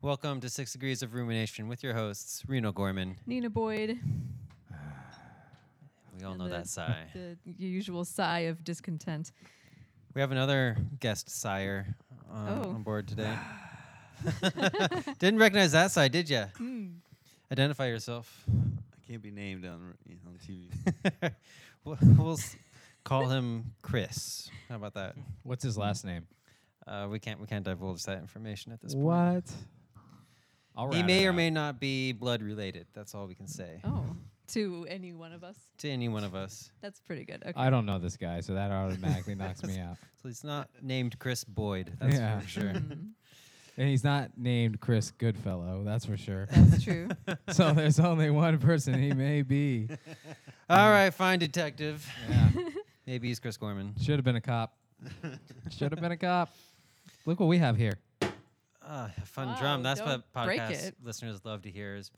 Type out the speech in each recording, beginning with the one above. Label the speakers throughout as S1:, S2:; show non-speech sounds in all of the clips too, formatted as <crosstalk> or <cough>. S1: Welcome to Six Degrees of Rumination with your hosts, Reno Gorman.
S2: Nina Boyd.
S1: We all
S2: and
S1: know
S2: the-
S1: that sigh.
S2: The usual sigh of discontent.
S1: We have another guest sire on,
S2: Oh.
S1: on board
S2: <laughs>
S1: today. Didn't recognize that sigh, did ya?
S2: Hmm.
S1: Identify yourself. <laughs>
S3: I can't be named on r- on TV.
S1: we'll we'll s- call him Chris. How about that?
S4: What's his last name?
S1: Uh, we can't we can't divulge that information at this point.
S4: All right.
S1: He may or may not be blood related. That's all we can say
S2: Oh, to any one of us.
S1: to any one of us.
S2: That's pretty good. Okay.
S4: I don't know this guy, so that automatically knocks me out.
S1: So he's not
S2: Uh,
S1: named Chris Boyd. <laughs> That's
S4: Yeah.
S1: for sure.
S2: Mm,
S4: <laughs> And he's not named Chris Goodfellow, that's for
S1: <laughs>
S4: sure.
S2: that's true.
S4: so there's only one person he may
S1: <laughs>
S4: be.
S1: All right, fine, detective.
S4: Yeah.
S1: Maybe he's Chris Gorman.
S4: Should have been a cop. Should have been a cop. Look what we have here.
S1: Ah, a fun
S2: Wow,
S1: drum. That's what
S2: don't break
S1: podcast
S2: it.
S1: listeners love to hear is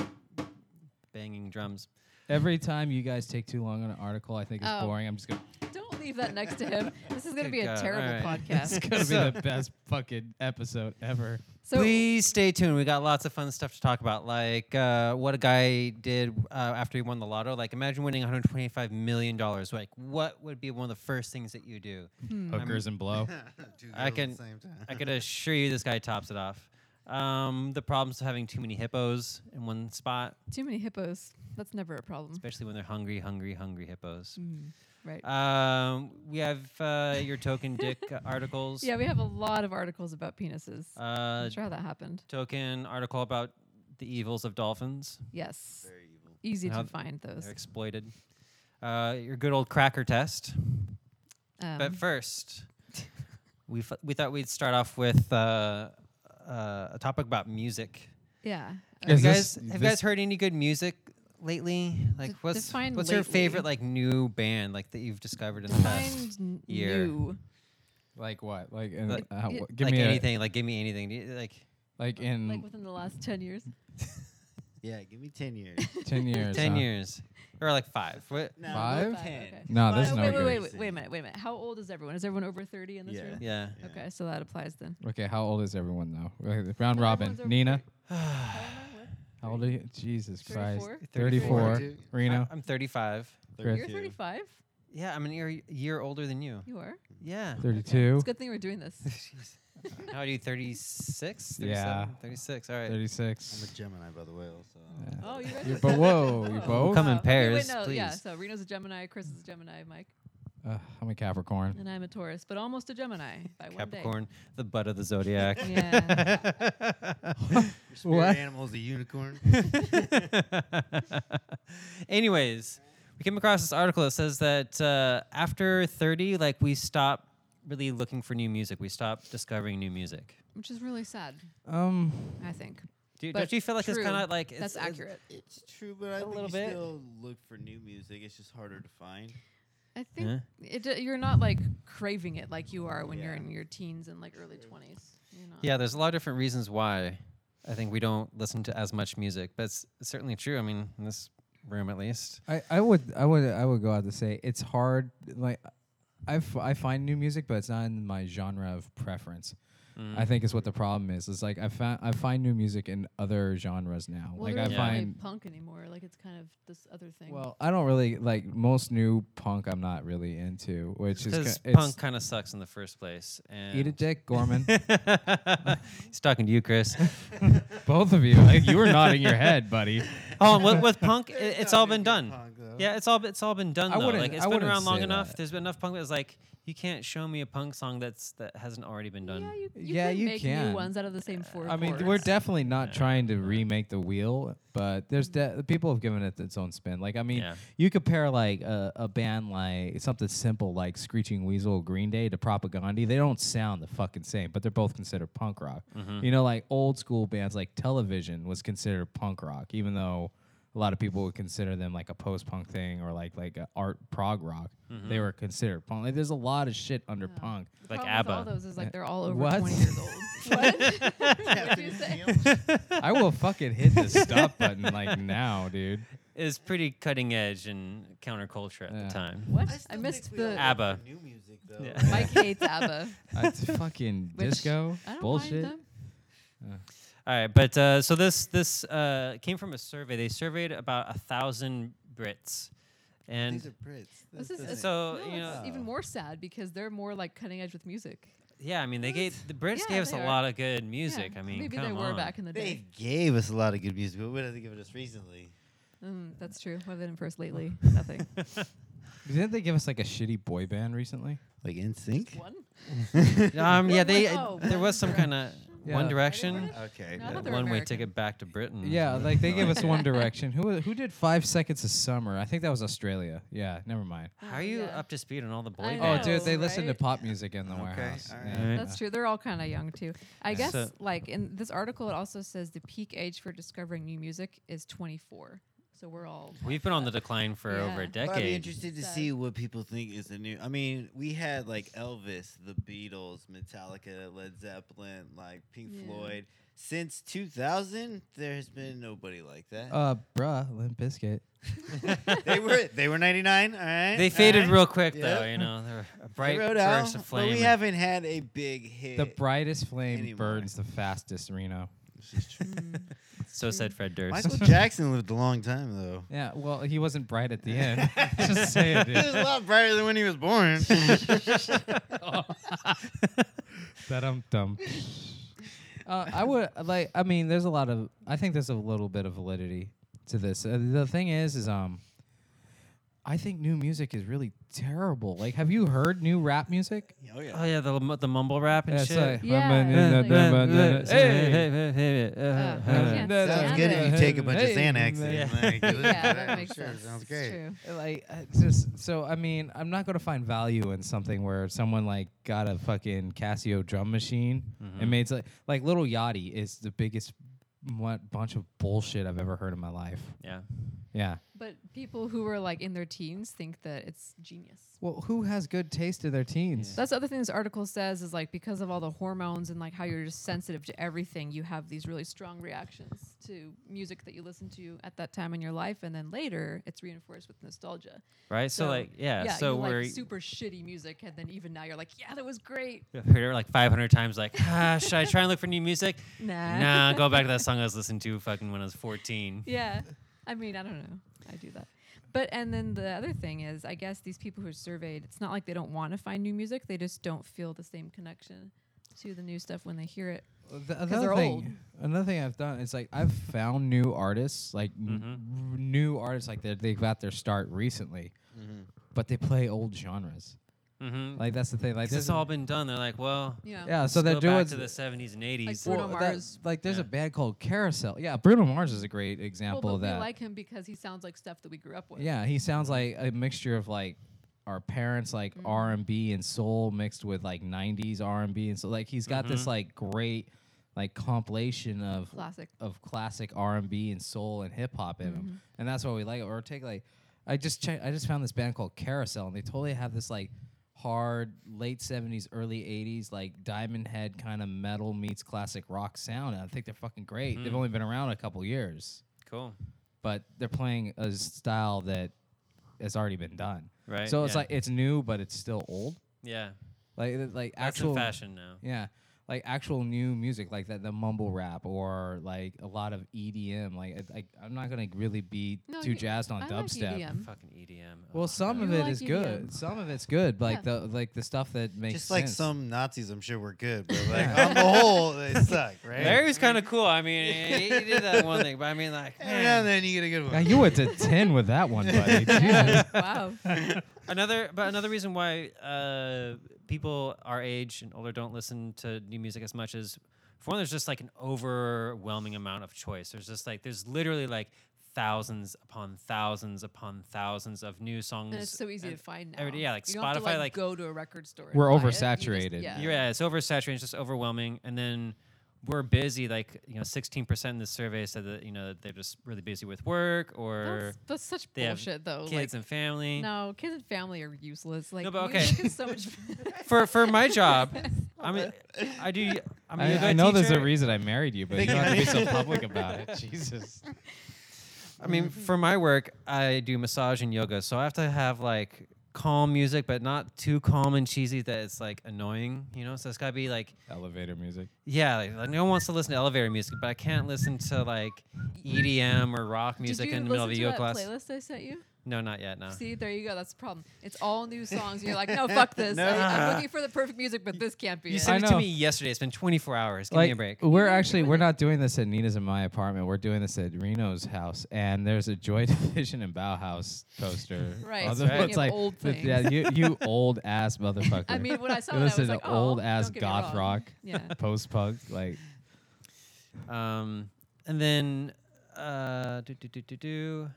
S1: banging drums.
S4: Every time you guys take too long on an article, I think it's
S2: Oh.
S4: boring. I'm just gonna <laughs>
S2: don't leave that next to him. This is
S1: Good
S2: going to be a
S1: God,
S2: terrible
S1: alright.
S4: it's <laughs>
S2: podcast.
S1: <laughs>
S4: gonna
S1: So-
S4: be the best fucking episode ever.
S2: So,
S1: Please stay tuned. We got lots of fun stuff to talk about, like uh, what a guy did uh, after he won the lotto. Like, imagine winning 125 million dollars. Like, what would be one of the first things that you do?
S4: Hookers
S1: <laughs>
S4: and blow.
S3: Two
S1: I
S3: girls
S1: can-
S3: at the same time.
S1: I could assure you, this guy tops it off. Um, the problems of having too many hippos in one spot,
S2: too many hippos. That's never a problem.
S1: especially when they're hungry, hungry, hungry hippos.
S2: Mm, right.
S1: Um, we have uh, your token
S2: <laughs>
S1: dick articles.
S2: yeah, we have a lot of articles about penises.
S1: Uh,
S2: I'm sure how that happened.
S1: token article about the evils of dolphins.
S2: Yes.
S3: Very evil.
S2: Easy
S1: how
S2: to find those.
S1: They're exploited. Uh, your good old cracker test.
S2: Um,
S1: But
S2: <laughs>
S1: first, we f- we thought we'd start off with uh, uh, a topic about music.
S2: yeah.
S1: Have
S4: Is
S1: you guys
S4: this-
S1: have you
S4: this-
S1: guys heard any good music lately? Like
S2: De-
S1: what's
S2: define
S1: what's your favorite
S2: lately.
S1: like new band like that you've discovered in the past?
S2: Find n-
S1: year.
S2: new.
S4: Like what? Like in
S1: Like-
S4: uh,
S2: Y-
S4: what- give
S1: like
S4: me anything.
S1: anything, like give me anything. Do you- Like
S4: like in
S2: Like within the last 10 years.
S3: <laughs> Yeah, give me ten years.
S4: ten years.
S1: ten
S4: huh?
S1: years or like five. What?
S3: No,
S4: Five?
S3: not ten.
S2: Okay.
S4: No,
S3: Five
S4: there's
S2: Oh,
S4: no
S2: <laughs> wait,
S4: good.
S2: wait, wait, wait, wait a minute, wait a minute. How old is everyone? Is everyone over 30 in this
S3: Yeah.
S1: <sighs>
S2: room? <sighs>
S1: Yeah.
S3: Yeah.
S2: Okay, so that applies then.
S4: Okay, how old is everyone though? Uh, Round
S2: No,
S4: robin.
S2: everyone's over
S4: Nina,
S2: How old am I? What?
S4: how old are you? Jesus Christ.
S2: 34?
S4: 34.
S3: 32.
S4: Reno.
S1: I- I'm 35.
S4: Chris.
S2: You're 35?
S1: Yeah, I'm an year, year older than you.
S2: You are?
S1: Yeah.
S4: 32.
S2: It's a good thing we're doing
S4: <laughs>
S2: this.
S1: Jeez. How are you? 36? 37?
S4: Yeah.
S1: 36. All right.
S4: 36.
S3: I'm a Gemini, by the way. Also.
S4: Yeah.
S2: Oh, you guys
S4: You're
S2: are
S4: bo-
S2: so-
S4: whoa, you
S2: Oh,
S4: both?
S1: Come in
S2: wow. Okay, wait,
S1: pairs,
S2: no, Yeah,
S1: please.
S2: so Reno's a Gemini, Chris is a Gemini, Mike,
S4: Uh, I'm a Capricorn.
S2: and I'm a Taurus, but almost a
S4: <laughs>
S2: Gemini by one
S1: Capricorn, the butt of the zodiac.
S2: day. <laughs> Yeah.
S3: Your spirit
S4: What?
S3: animal's
S2: <laughs>
S3: a unicorn.
S1: <laughs> Anyways, we came across this article that says that uh, after 30, like we stop really looking for new music. We stop discovering new music.
S2: Which is really sad,
S4: Um,
S2: I think.
S1: Do, you-
S2: But
S1: don't you feel like
S2: true.
S1: it's kind of like it's,
S2: That's
S1: it's-
S2: accurate.
S3: it's true, but I think
S1: little
S3: you
S1: bit.
S3: still look for new music. It's just harder to find.
S2: I think
S1: Huh?
S2: it, d- you're not like craving it like you are when you're
S3: Yeah.
S2: in your teens and like early 20s. You're not.
S1: Yeah, there's a lot of different reasons why I think we don't listen to as much music, but it's certainly true. I mean, in this room at least.
S4: I, I would I would I would go out to say it's hard. Like, I, f- I find new music, but it's not in my genre of preference. I think is what the problem is. It's like I found I find new music in other genres now.
S2: Well,
S4: like
S2: they're
S4: I
S2: not really
S4: find
S2: punk anymore. Like it's kind of this other thing.
S4: well I don't really like most new punk. I'm not really into, which is
S1: Because
S4: ki- it's-
S1: punk kind of sucks in the first place. And
S4: Eat a
S1: <laughs>
S4: dick, Gorman.
S1: He's talking to you, Chris.
S4: Both of you. Like, you were nodding your head, buddy.
S1: oh, and with, with punk, i-
S3: There's
S1: it's
S3: not
S1: all
S3: new
S1: been
S3: good
S1: done.
S3: punk, though.
S1: Yeah, it's all it's all been done.
S4: I
S1: Though.
S4: wouldn't-
S1: Like it's
S4: I
S1: been
S4: wouldn't
S1: around long
S4: say
S1: enough.
S4: that.
S1: There's been enough punk that's like you can't show me a punk song that's that hasn't already been done.
S2: yeah, you, you
S4: Yeah,
S2: can
S4: you
S2: make
S4: can.
S2: new ones out of the same four.
S4: I mean,
S2: chords.
S4: we're definitely not trying to remake the wheel, but there's de- people have given it its own spin. Like, I mean,
S1: Yeah.
S4: you compare like a, a band like something simple like Screeching Weasel, Green Day to Propaganda. They don't sound the fucking same, but they're both considered punk rock. You know, like old school bands like Television was considered punk rock, even though a lot of people would consider them like a post punk thing or like like a art prog rock. They were considered punk. Like, there's a lot of shit under punk.
S2: The
S1: like
S2: problem with
S1: ABBA.
S2: All those is like they're all over
S4: What?
S2: 20
S4: <laughs>
S2: years old. <laughs> what? <laughs> what did you say?
S4: I will fucking hit the stop button like now, dude.
S1: It's pretty cutting edge and counterculture at
S4: Yeah.
S1: the time.
S2: What?
S3: I,
S2: I,
S3: still
S2: missed
S3: think we all
S2: the.
S3: <laughs> look for
S1: ABBA.
S3: New music though.
S1: Yeah.
S3: right?
S2: Mike hates ABBA.
S4: Uh, It's fucking
S2: Which
S4: disco
S2: I don't
S4: bullshit.
S2: mind them.
S1: All right, but uh, so this this uh, came from a survey. They surveyed about a thousand Brits, and
S3: These are Brits.
S2: This
S3: That's
S2: is
S3: the
S2: it's-
S3: thing.
S1: so
S2: no,
S1: you know,
S2: it's even more sad because they're more like cutting edge with music.
S1: yeah. I mean, they gave the Brits
S2: Yeah,
S1: gave us a
S2: they are.
S1: lot of good
S2: Yeah,
S1: music. I mean,
S2: maybe
S1: come
S2: they were
S1: on.
S2: back in the
S3: they
S2: day.
S3: gave us a lot of good music, but what have they given us recently?
S2: Mm, that's true. What have they done for us lately? <laughs> Nothing.
S4: Didn't they give us like a shitty boy band recently?
S3: Like In Sync. <laughs>
S2: One.
S1: <laughs> Um, yeah,
S2: One-
S1: they
S2: oh,
S1: there
S2: One
S1: was some kind of
S4: Yeah.
S1: One
S4: Are they
S1: Direction.
S2: British?
S3: Okay.
S2: No, I
S1: uh,
S2: thought they were
S1: One way
S2: American.
S1: ticket back to Britain. or
S4: Mm, Yeah,
S1: something.
S4: like they gave
S1: Like
S4: us One Direction. Who who did Five Seconds of Summer? I think that was Australia. Yeah, never mind.
S1: How are you
S2: Yeah.
S1: up to speed on all the boy
S2: I
S4: Oh,
S1: bands?
S4: dude, they
S2: know,
S4: listen to
S2: right?
S4: pop music in the
S3: Okay,
S4: warehouse.
S3: all
S4: Yeah.
S1: right.
S2: That's true. They're all kind of young too. I
S1: Yeah.
S2: guess
S1: So-
S2: like in this article, it also says the peak age for discovering new music is 24. So we're all
S1: We've been on the decline for over a
S2: Yeah.
S3: I'd be
S1: decade.
S3: interested to
S2: So-
S3: see what people think is the new. I mean, we had like Elvis, the Beatles, Metallica, Led Zeppelin, like Pink
S2: Yeah.
S3: Floyd. Since 2000, there has been nobody like that.
S4: Uh, bruh, Limp Biscuit.
S1: <laughs>
S3: they were they were 99. All right,
S1: They faded
S3: real
S1: real quick though.
S3: Yeah.
S1: You know, they're a
S3: bright
S1: bright
S3: they rode
S1: burst of
S3: out, but
S1: flame.
S3: we
S1: and-
S3: haven't had a big hit.
S4: The brightest flame
S3: anymore.
S4: burns the fastest, Reno.
S3: This is true.
S1: so said Fred Durst.
S3: Michael Jackson lived a long time though.
S4: Yeah, well, he wasn't bright at the <laughs> end. Just say it,
S3: He was a
S4: dude.
S3: lot brighter than when he was born.
S4: dum dum. <laughs> Uh, I would like. I mean, there's a lot of. I think there's a little bit of validity to this. Uh, the thing is, is um, I think new music is really terrible. Like, have you heard new rap music?
S1: <laughs>
S3: oh
S1: Oh
S3: yeah.
S1: yeah, the mu- the mumble rap and
S4: It's
S1: shit.
S4: like-
S2: Yeah,
S1: Hey,
S2: it's like-
S4: <laughs>
S1: hey, hey, hey, hey,
S2: Uh,
S1: uh, uh,
S2: yeah.
S3: Sounds
S2: Yeah.
S3: good if you take a bunch of
S4: Hey,
S3: Xanax.
S4: man.
S1: Yeah.
S3: and, like, you listen to
S2: <laughs> yeah, that
S3: I'm
S2: makes
S3: sure it
S2: sense.
S3: Sounds
S2: It's
S3: great.
S2: true.
S4: like uh, just so i mean i'm not going to find value in something where someone like got a fucking casio drum machine and made like like little yachty is the biggest what bunch of bullshit i've ever heard in my life
S1: yeah.
S4: yeah
S2: But people who are like in their teens think that it's genius.
S4: well who has good taste in their teens
S2: That's the other thing this article says is like because of all the hormones and like how you're just sensitive to everything, you have these really strong reactions to music that you listen to at that time in your life, and then later it's reinforced with nostalgia.
S1: Right. So, like yeah. so
S2: you like
S1: we're
S2: super shitty music, and then even now you're like, yeah, that was great.
S1: I've heard it like 500 times. Like, ah, should I try and look for new
S2: <laughs>
S1: music?
S2: Nah.
S1: nah, go back to that song I was listening to fucking when I was
S2: <laughs>
S1: 14.
S2: yeah. I mean, I don't know. I do that. But and then the other thing is, I guess these people who are surveyed, it's not like they don't want to find new music; they just don't feel the same connection to the new stuff when they hear it.
S4: Th- another
S2: they're
S4: thing,
S2: old.
S4: another thing I've done is like I've found new artists, like n- r- new artists, like that they got their start recently, but they play old genres.
S1: Mm-hmm.
S4: Like that's the thing. Like
S1: This has
S4: this,
S1: all been done. They're like, well,
S2: Yeah.
S4: yeah. So
S1: so
S4: they're
S1: go
S4: doing
S1: back to the 70s and 80s.
S2: Bruno
S4: that-
S2: Mars.
S4: like there's
S1: Yeah.
S4: a band called Carousel. Yeah, Bruno Mars is a great
S2: Well,
S4: example
S2: but
S4: of that.
S2: we like him because he sounds like stuff that we grew up with.
S4: yeah, he sounds like a mixture of like our parents like
S2: Mm-hmm.
S4: R and B and soul mixed with like '90s R and B and so like he's got this like great like compilation of
S2: Classic.
S4: of classic R and B and soul and hip hop in him, and that's why we like it. Or take like I just check, I just found this band called Carousel, and they totally have this like hard late '70s, early '80s like Diamond Head kind of metal meets classic rock sound. And I think they're fucking great.
S1: Mm-hmm.
S4: They've only been around a couple years,
S1: cool.
S4: but they're playing a style that has already been done.
S1: Right,
S4: So it's
S1: yeah.
S4: like it's new, but it's still old.
S1: Yeah.
S4: Like it- like
S1: That's
S4: actual
S1: in fashion now.
S2: E
S4: yeah. Like actual new music, like that the mumble rap or like a lot of EDM. Like I, I, I'm not gonna really be
S2: No,
S4: too
S2: you-
S4: jazzed on
S2: I like E
S4: dubstep. <laughs>
S2: EDM.
S1: Fucking EDM.
S4: Well,
S1: Oh,
S4: some
S1: God.
S4: of
S2: You
S4: it is
S2: like E EDM.
S4: good. Some of it's good. Like the like the stuff that makes
S3: Just like
S4: sense.
S3: some Nazis, I'm sure were good, but like on the whole, they suck, right?
S1: Larry's kind of cool. I mean, he, he did
S4: <laughs>
S1: that one thing, but I mean, like,
S3: Every now
S1: man.
S3: and then you get a good
S4: Now,
S3: one.
S4: you went to ten with that one, buddy.
S2: <laughs>
S4: Jesus.
S2: <laughs> Yeah, wow.
S4: <laughs>
S1: another, but another reason why uh, people our age and older don't listen to new music as much is, for one, there's just like an overwhelming amount of choice. There's just like, there's literally like thousands upon thousands upon thousands of new songs.
S2: And it's so easy
S1: and-
S2: to find now.
S1: every day, yeah, like
S2: You don't have to,
S1: Spotify,
S2: like,
S1: like-
S2: go to a record store. and
S4: We're
S2: buy it. You just-
S4: oversaturated.
S2: yeah.
S1: You're right. It's oversaturated. It's just overwhelming. And then we're busy. Like you know, 16% in the survey said that you know that they're just really busy with work or
S2: That's, that's such
S1: they have
S2: bullshit, though.
S1: kids
S2: like,
S1: and family.
S2: no, kids and family are useless. Like,
S1: but okay.
S2: music is so
S1: <laughs>
S2: much.
S1: For for my
S2: <laughs>
S1: job, I mean, I do. I'm a yoga
S4: I, I know there's a
S1: teacher.
S4: reason I married you, but you
S3: Thank
S4: don't have to be
S3: you.
S4: so public about it. Jesus.
S2: Mm-hmm.
S1: I mean, for my work, I do massage and yoga, so I have to have like calm music, but not too calm and cheesy that it's like annoying, you know? So it's got to be like,
S4: Elevator music.
S1: yeah, like, like, no one wants to listen to elevator music, but I can't listen to like EDM or rock music
S2: Did you
S1: in the middle of
S2: listen
S1: a
S2: to
S1: yoga
S2: that
S1: class.
S2: playlist I sent you?
S1: No, not yet, no.
S2: See, there you go. That's the problem. It's all new songs. And you're
S1: <laughs>
S2: like, no, fuck this. I,
S1: No. <laughs>
S2: I'm looking for the perfect music, but this can't be
S1: You
S2: it.
S1: sent
S4: I
S1: it to
S4: know.
S1: me yesterday. It's been 24 hours. Give me a break.
S4: We're actually we're not doing this at Nina's in my apartment. We're doing this at Reno's house, and there's a Joy <laughs> Division and Bauhaus poster.
S2: <laughs> Right,
S4: on
S1: so
S4: the-
S1: speaking
S4: It's
S2: of
S4: like
S2: old
S4: th- yeah, you
S2: <laughs>
S4: you old ass motherfucker.
S2: I mean, when I saw
S4: you
S2: that, I was
S4: listen
S2: like,
S4: to
S2: oh,
S4: old ass
S2: don't get me
S4: goth
S2: wrong.
S4: rock,
S2: <laughs> Yeah.
S4: post punk, like
S1: Um, and then uh, do do do do do.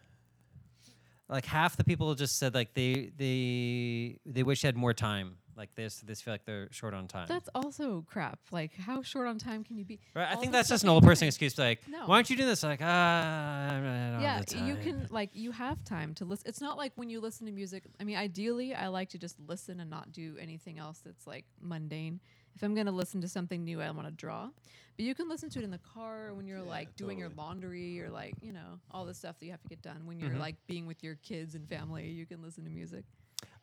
S1: Like half the people just said like they they they wish they had more time. Like this, this feel like they're short on time.
S2: That's also crap. Like, how short on time can you be?
S1: right? I
S2: all
S1: think
S2: the
S1: that's just
S2: stuff
S1: an
S2: you
S1: old person
S2: can.
S1: excuse. Like,
S2: No.
S1: why aren't you doing this? Like, ah, I don't
S2: yeah,
S1: have the
S2: you
S1: time."
S2: can like you have time to listen. It's not like when you listen to music. I mean, ideally, I like to just listen and not do anything else that's like mundane. If I'm gonna listen to something new, I want to draw. But you can listen to it in the car when you're
S3: Yeah,
S2: like doing your
S3: totally.
S2: laundry or like you know all the stuff that you have to get done when you're
S1: Mhm.
S2: like being with your kids and family. You can listen to music.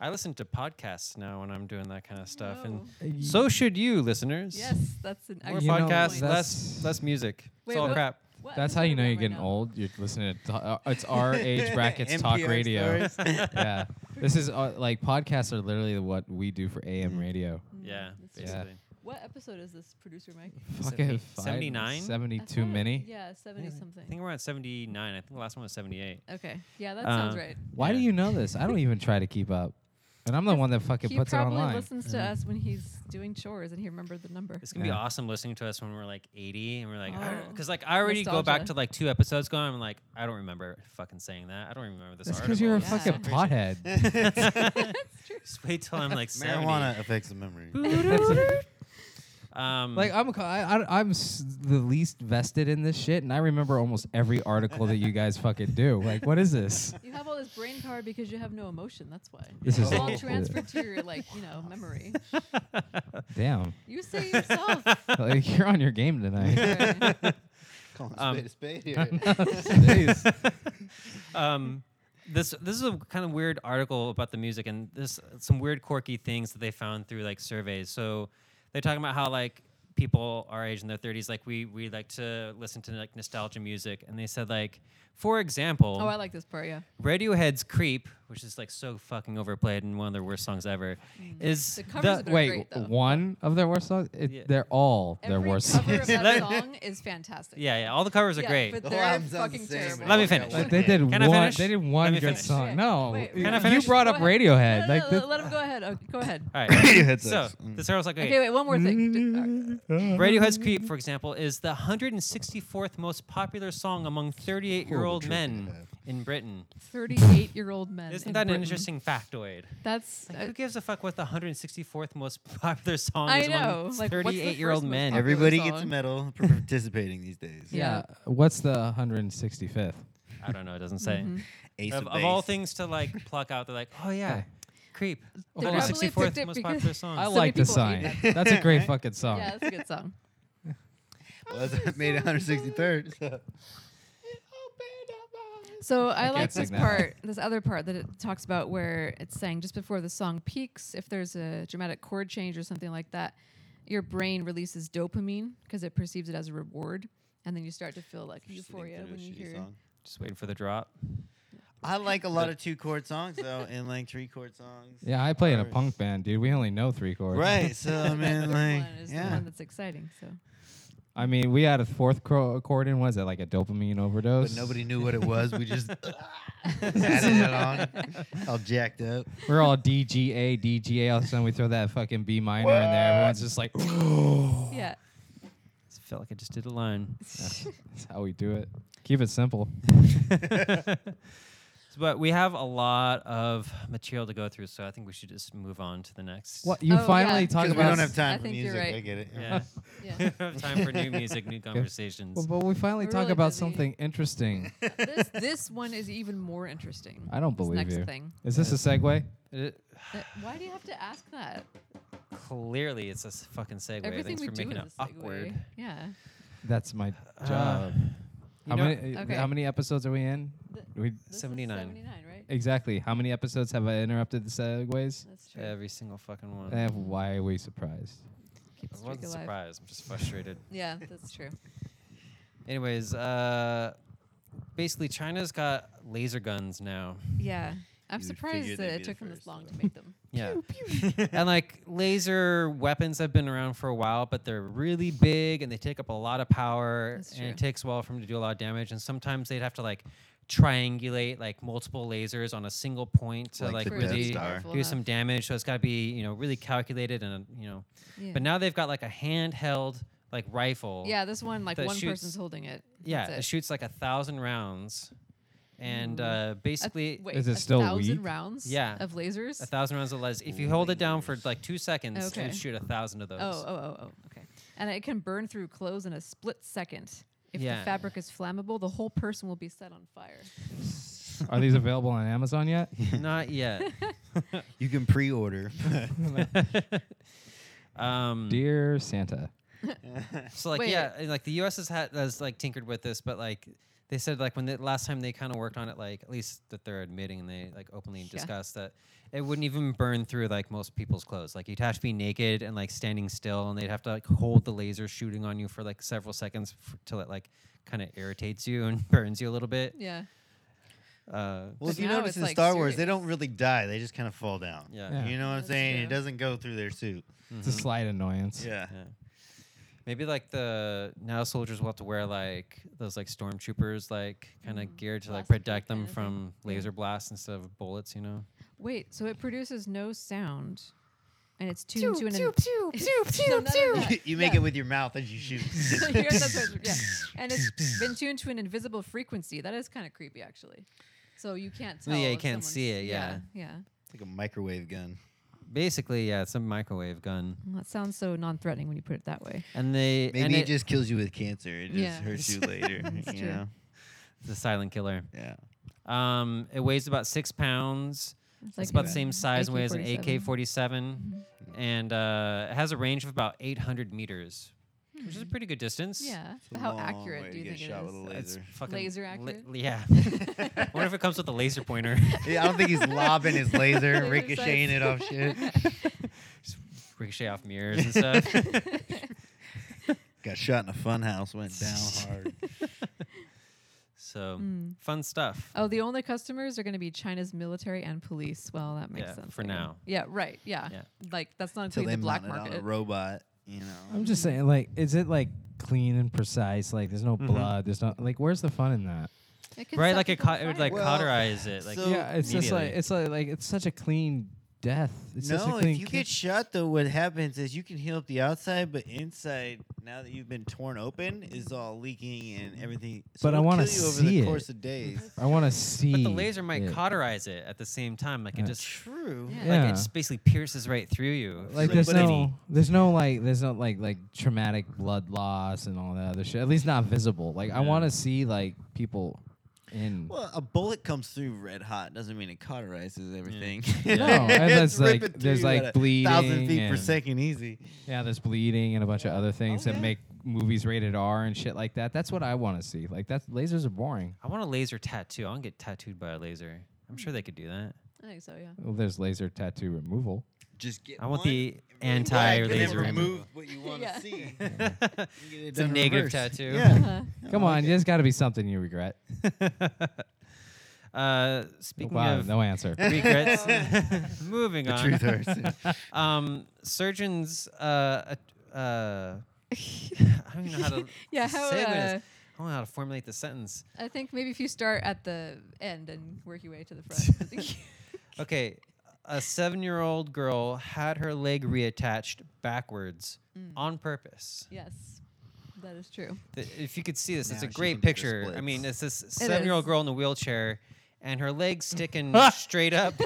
S1: I listen to podcasts now when I'm doing that kind of stuff,
S2: Oh.
S1: and so should you, listeners.
S2: yes, that's an
S1: More
S4: You know,
S2: excellent
S1: podcasts, less
S2: point.
S4: that's-
S1: less music.
S2: Wait,
S1: it's all
S2: what-
S1: crap.
S2: What
S4: that's how you
S2: episode
S4: know
S2: are we
S4: you're
S2: on
S4: getting
S2: right now?
S4: old. You're listening to uh,
S2: <laughs>
S4: it's our age brackets talk
S3: NPR
S4: radio.
S3: stories.
S4: <laughs> yeah, this is uh, like podcasts are literally what we do for AM radio.
S2: Mm,
S1: Yeah,
S2: that's true.
S4: Yeah.
S1: basically.
S2: What episode is this, producer Mike?
S4: Fucking five-
S1: 79?
S4: 72 mini.
S2: Yeah, seventy
S1: I
S2: something.
S1: think we're at 79. I think the last one was 78.
S2: Okay. Yeah, that sounds
S1: Uh,
S2: right.
S4: Why do
S1: Yeah.
S4: you know this? I don't even try to keep up. And I'm the one that fucking
S2: He
S4: puts it
S2: probably
S4: online.
S2: listens to us when he's doing chores and he remembered the number. <laughs>
S1: It's gonna
S4: Yeah.
S1: be awesome listening to us when we're like 80 and we're like,
S2: Oh.
S1: because like I already go back
S2: Nostalgia.
S1: to like two episodes ago. And I'm like, I don't remember fucking saying that. I don't remember this.
S4: That's
S1: because
S4: because you're a
S2: Yeah.
S4: fucking pothead.
S1: <laughs>
S3: <laughs>
S2: <laughs>
S1: Just wait till I'm like 70.
S3: Marijuana affects the memory. <laughs>
S4: <laughs>
S1: Um,
S4: like I'm, co- I, I, I'm s- the least vested in this shit, and I remember almost every article that you guys fucking do. Like, what
S1: <laughs>
S4: is this?
S2: You have all this brain power because you have no emotion. That's why.
S4: This
S2: it's
S4: is
S2: all
S4: awful.
S2: transferred to your like you
S4: <laughs>
S2: know memory.
S1: <laughs>
S4: Damn,
S2: You say yourself.
S4: <laughs> like, you're on your game
S1: <laughs>
S2: <laughs>
S4: tonight.
S2: Sorry.
S3: Calling
S1: Um,
S3: spade a spade here.
S4: Jeez.
S1: <laughs> um, this this is a kind of weird article about the music and this some weird quirky things that they found through like surveys. So they're talking about how like people our age in their 30s like we we like to listen to like nostalgia music and they said like for example
S2: oh, I like this part. Yeah.
S1: Radiohead's "Creep," which is like so fucking overplayed and one of their worst songs ever, is
S2: Mm. The
S1: the-
S2: covers of it are
S4: Wait,
S2: great, though.
S4: one of their worst songs? It,
S1: Yeah.
S4: <laughs> They're all
S2: Every
S4: their worst
S2: cover of
S4: songs. <laughs>
S2: that song is fantastic.
S1: yeah, yeah, all the covers are
S2: Yeah,
S1: great.
S2: But
S3: The whole
S2: they're
S3: album sounds the
S2: fucking
S3: same,
S2: terrible.
S3: but
S1: Let me finish.
S4: <laughs> like they did
S1: Can I
S4: one.
S1: finish?
S4: They did
S1: Let
S4: one
S1: me
S4: good
S1: finish.
S4: song.
S2: Wait,
S4: no,
S2: wait,
S4: you-
S2: Can
S1: I
S4: you
S1: finish?
S4: brought
S2: Go
S4: up
S2: ahead.
S4: Radiohead.
S2: No, no,
S4: like
S2: no,
S4: the-
S2: let him go ahead. Okay, go ahead.
S1: all right,
S3: <laughs> Radiohead
S1: so
S3: sucks. Mm.
S1: this article's like,
S2: Okay,
S1: okay,
S2: wait. One more
S4: <laughs>
S2: thing.
S1: Radiohead's "Creep," for example, is the 164th most popular song among 38-year-old men in Britain.
S2: Thirty-eight-year-old men.
S1: Isn't
S2: in
S1: that an
S2: Britain.
S1: interesting factoid?
S2: That's
S1: Like,
S2: uh,
S1: who gives a fuck what the 164th most <laughs> popular song
S2: I
S1: is
S2: know,
S1: among
S2: like, what's the
S1: 38-year-old
S2: first most
S1: men?
S2: popular-
S3: Everybody
S2: song.
S3: gets a medal <laughs> for participating these days.
S4: yeah.
S2: Yeah.
S4: What's the 165th?
S1: I don't know. It doesn't say.
S2: Mm-hmm.
S3: Ace
S1: Of,
S3: of,
S1: of all <laughs>
S3: base.
S1: things to like pluck out, they're like, oh yeah,
S4: Okay.
S1: "Creep,"
S2: They
S4: Hold on.
S1: 164th
S2: picked it
S1: most
S2: because-
S1: popular song.
S4: I
S2: So many
S4: like the
S2: people hate
S4: sign. That's
S2: <laughs>
S4: a great fucking song.
S2: yeah, that's a good song.
S3: Well, that's made
S2: <laughs>
S3: 163rd. So.
S2: So I,
S4: can't
S2: like
S4: sing
S2: this
S4: that.
S2: part, this other part that it talks about where it's saying just before the song peaks, if there's a dramatic chord change or something like that, your brain releases dopamine because it perceives it as a reward, and then you start to feel like euphoria when you hear. <laughs>
S1: Just waiting for the drop.
S3: I like a lot of two chord songs though, and like three chord songs.
S4: Yeah, I play in a
S3: Or-
S4: punk band, dude. We only know three chords.
S3: Right. So I
S2: <laughs>
S3: mean, like,
S2: one is the
S3: yeah.
S2: one that's exciting. So
S3: <sighs>
S4: I mean, we had a fourth cro- chord in. Was it like a dopamine overdose?
S2: <laughs>
S3: But nobody knew what it was. We just added it on. <laughs> All jacked up.
S4: <laughs> We're all DGA, DGA. All of a sudden, we throw that fucking B minor in there. Everyone's just
S3: <gasps>
S4: like, <gasps>
S2: yeah,
S1: Just felt like I just did a <laughs> line.
S4: that's how we do it. Keep
S3: <laughs>
S4: it simple.
S1: But we have a lot of material to go through, so I think we should just move on to the next.
S4: What you
S2: Oh,
S4: finally
S2: yeah.
S4: talk
S3: Because
S4: about?
S3: we don't have
S2: I
S3: time for
S2: think you're
S3: music.
S2: right.
S3: I get it.
S1: Yeah. <laughs>
S2: yeah.
S1: we have time for new music, <laughs> new conversations.
S4: Well, but we finally
S2: We're
S4: talk
S2: really
S4: about
S2: busy.
S4: something interesting.
S3: <laughs>
S2: this this one is even more interesting.
S4: I
S2: This
S4: don't believe
S2: next
S4: you.
S2: thing.
S4: Is this a segue?
S2: That- why do you have to ask that?
S1: Clearly, it's a s- fucking segue.
S2: Everything
S1: Thanks
S2: we
S1: for
S2: do
S1: making it
S2: is a segue.
S1: awkward.
S2: Yeah.
S4: That's my
S1: Uh,
S4: job.
S1: you
S4: how
S1: know-
S4: many?
S2: Okay.
S4: How many episodes are we in?
S2: Th-
S4: We
S2: This is
S1: 79.
S2: 79, right?
S4: exactly. How many episodes have I interrupted the segues?
S2: That's true.
S1: Every single fucking one.
S4: Eh, why are we surprised?
S2: Keep the
S1: I
S2: streak
S1: wasn't
S2: alive.
S1: surprised. I'm just frustrated.
S2: Yeah, that's true.
S1: Anyways, uh, basically, China's got laser guns now.
S2: Yeah. I'm
S3: You would figure
S2: surprised that
S3: they'd
S2: it
S3: be the
S2: took them this
S3: first,
S2: long to
S3: though.
S2: make them.
S1: Yeah. and like laser weapons have been around for a while, but they're really big and they take up a lot of power.
S2: That's
S1: and
S2: true.
S1: it takes a while for them to do a lot of damage. And sometimes they'd have to like triangulate like multiple lasers on a single point to
S3: Like
S1: like,
S3: the
S2: For it to
S1: really
S2: be
S3: Death Star.
S2: powerful
S1: do some
S2: enough.
S1: damage. So it's got to be, you know, really calculated and, you know,
S2: Yeah.
S1: but now they've got like a handheld like rifle.
S2: yeah, this one, like
S1: that
S2: one
S1: shoots-
S2: person's holding it.
S1: Yeah.
S2: That's
S1: It.
S2: it. Mm.
S1: shoots like a thousand rounds. And
S2: Ooh.
S1: uh,
S2: A-
S1: basically,
S2: wait,
S4: Is it
S2: a
S4: still
S2: thousand
S4: weak?
S2: rounds
S1: Yeah.
S2: of lasers?
S1: a thousand rounds of les. If you hold it down for
S3: Lasers.
S1: like two seconds,
S2: Okay.
S1: you shoot a thousand of those.
S2: Oh,
S1: <laughs>
S2: oh, oh, oh, okay. And it can burn through clothes in a split second. If
S1: Yeah.
S2: the fabric is flammable, the whole person will be set on fire.
S4: Are
S1: <laughs>
S4: these available on Amazon yet?
S1: Not yet.
S3: <laughs> You can <laughs> pre-order.
S2: <laughs>
S1: um,
S4: Dear Santa.
S1: so like
S2: Wait.
S1: yeah, and, like the U.S. has had has like tinkered with this, but like they said like when the last time they kind of worked on it, like at least that they're admitting and they like openly discussed that it wouldn't even burn through like most people's clothes. Like you'd have to be naked and like standing still, and they'd have to like hold the laser shooting on you for like several seconds f- till it like kind of irritates you and <laughs> burns you a little bit.
S2: Yeah.
S1: Uh,
S3: Well,
S2: But
S3: if you
S2: now
S3: notice
S2: it's,
S3: in
S2: like,
S3: Star Wars, they
S2: serious.
S3: don't really die; they just kind of fall down.
S1: yeah.
S4: Yeah.
S3: You know what I'm
S2: That's
S3: saying? It
S2: true.
S3: doesn't go through their suit.
S4: It's a
S1: Mhm.
S4: slight annoyance.
S3: <laughs> Yeah.
S1: Yeah. Maybe like the now soldiers will have to wear like those like stormtroopers like kind of
S2: Mm,
S1: geared to like
S2: blast proof
S1: protect them
S2: kinda thing.
S1: from
S2: Yeah.
S1: laser blasts instead of bullets, you know.
S2: Wait, so it produces no sound, and it's
S5: Pew,
S2: tuned to an.
S5: pew,
S2: <laughs>
S5: pew, pew,
S2: No,
S5: pew,
S2: none of
S5: pew.
S2: that.
S3: <laughs> you make
S2: Yeah.
S3: it with your mouth as
S2: <laughs>
S3: you
S2: So
S3: <laughs> shoot.
S2: you're- that's what- yeah. And it's been tuned to an invisible frequency. That is kind of creepy, actually. So you can't tell.
S1: Well, yeah, you
S2: if
S1: can't see
S2: someone's-
S1: it, yeah.
S2: Yeah. yeah.
S3: It's like a microwave gun.
S1: Basically, yeah, it's a microwave gun,
S2: Well, that sounds so non-threatening when you put it that way.
S1: and they
S3: Maybe
S1: and
S3: it,
S1: it-
S3: just kills you with cancer. It just
S2: Yeah.
S3: hurts <laughs> you later.
S2: That's
S3: you
S2: true.
S3: know?
S1: it's a silent killer.
S3: Yeah.
S1: Um, it weighs about six pounds. It's,
S2: like
S1: about
S2: an
S1: the same size and weight as an
S2: AK-47.
S1: AK-47, and uh, it has a range of about 800 meters, which is a pretty good distance.
S2: Yeah.
S3: It's a
S2: How
S3: long
S2: accurate
S3: way
S2: do you
S3: to get
S2: think it
S3: shot
S2: is?
S3: with a
S1: It's
S3: Laser.
S1: fucking
S2: Laser
S1: li-
S2: accurate?
S1: <laughs>
S2: <laughs>
S1: yeah. I wonder if it comes with a laser pointer. <laughs>
S3: yeah. I don't think he's
S2: <laughs>
S3: lobbing his laser,
S2: Laser
S3: ricocheting it off shit.
S1: ricochet off mirrors
S2: <laughs>
S1: and stuff.
S3: Got shot in a fun house, went <laughs> down hard.
S1: so
S2: Mm.
S1: fun stuff.
S2: Oh, the only customers are going to be China's military and police. Well, that makes
S1: Yeah,
S2: sense.
S1: for
S2: I guess.
S1: now.
S2: Yeah. Right. Yeah.
S1: Yeah.
S2: Like that's not
S3: Until
S2: including the
S3: they
S2: black
S3: mount it on a
S2: market.
S3: robot, you know.
S4: I'm just saying, like, is it like clean and precise? Like, there's no
S1: Mhm.
S4: blood. There's no like, where's the fun in that?
S2: It can
S1: Right,
S2: set
S1: like it,
S2: people
S1: ca-
S2: on
S1: it would
S2: fire.
S1: like
S3: Well,
S1: cauterize it. Like
S3: so-
S4: yeah, it's just like
S1: immediately.
S4: it's like like it's such a clean death. It's such a
S3: no,
S4: clean
S3: if you
S4: ki-
S3: get shot, though, what happens is you can heal up the outside, but inside, now that you've been torn open, is all leaking and everything. So
S4: But I
S3: it'll
S4: wanna
S3: kill you over
S4: see
S3: the
S4: it.
S3: course of
S4: <laughs>
S3: days.
S4: I want to see.
S1: but the laser might
S4: it.
S1: cauterize it at the same time. Like it
S4: Yeah.
S1: just
S3: True.
S2: Yeah.
S1: like
S4: Yeah.
S1: it just basically pierces right through you.
S4: Like
S3: But
S4: there's
S3: any-
S4: no, there's no like, there's no like, like traumatic blood loss and all that other shit. At least not visible. Like I
S1: Yeah.
S4: want to see like people in.
S3: Well, a bullet comes through red hot doesn't mean it cauterizes everything. <laughs>
S1: Yeah. No,
S4: and
S3: It's
S4: there's, like-
S3: ripping
S4: there's,
S3: through you
S4: like,
S3: at a thousand
S4: bleeding
S3: feet per
S4: and-
S3: second, easy.
S4: Yeah, there's bleeding and a bunch of other things
S3: Oh,
S4: that
S3: yeah.
S4: make movies rated R and shit like that. That's what I want to see. Like that's lasers are boring.
S1: I want a laser tattoo. I want to get tattooed by a laser. I'm sure they could do that.
S2: I think so. Yeah.
S4: Well, there's laser tattoo removal.
S3: Just get.
S1: I want
S3: one
S1: the
S3: and
S1: anti
S3: black, and then
S1: laser
S3: remove
S1: removal.
S3: what you want to
S2: Yeah.
S4: <laughs>
S3: see. You get it
S1: It's a
S3: done
S1: negative
S3: reverse.
S1: tattoo.
S3: Yeah.
S2: <laughs> Uh,
S4: Come
S3: like
S4: on,
S3: it.
S4: there's got to be something you regret.
S1: <laughs> uh, speaking
S4: wow,
S1: of
S4: no answer.
S1: regrets, <laughs> moving
S3: The
S1: on.
S4: <laughs>
S3: truth hurts.
S1: Um, surgeons. Uh, uh, uh, I don't even know how to.
S2: yeah.
S1: to segue
S2: How?
S1: this.
S2: Uh,
S1: I don't know how to formulate the sentence.
S2: I think maybe if you start at the end and work your way to the front.
S1: <laughs>
S2: I think-
S1: Okay, a seven-year-old girl had her leg reattached backwards
S2: Mm.
S1: on purpose.
S2: yes. That is true.
S1: Th- If you could see this, it's
S3: Now
S1: a
S3: she
S1: great
S3: can do the
S1: picture. I mean, it's this
S2: is.
S1: seven-year-old girl in a wheelchair, and her leg's
S2: <laughs>
S1: sticking straight up. <laughs>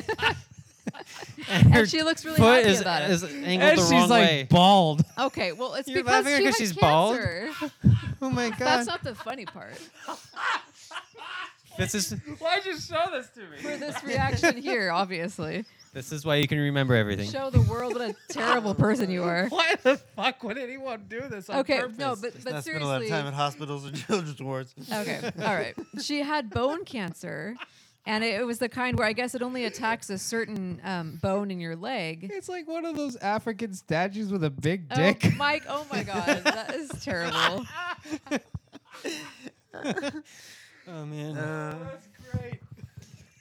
S2: And she looks really
S1: foot
S2: happy
S1: is,
S2: about it.
S1: is angled the wrong way.
S4: bald.
S2: Okay. Well, it's
S1: You're
S2: because
S1: laughing
S2: she
S1: because
S2: has
S1: she's bald?
S2: cancer.
S1: oh my god!
S2: That's not the funny part.
S1: this is
S2: For
S1: <laughs>
S2: this reaction here, obviously,
S1: this is why you can remember everything.
S2: show the world what a terrible person you <laughs> are.
S1: Why the fuck would anyone do this?
S2: Okay. No, but but
S3: Not spend a lot of
S2: seriously.
S3: <laughs> time at hospitals and children's wards.
S2: Okay. All right. She had bone cancer and it, it was the kind where I guess it only attacks a certain um, bone in your leg.
S4: It's like one of those African statues with a big
S2: Oh, Mike, oh my God, that is terrible.
S1: <laughs> Oh man.
S3: That's great.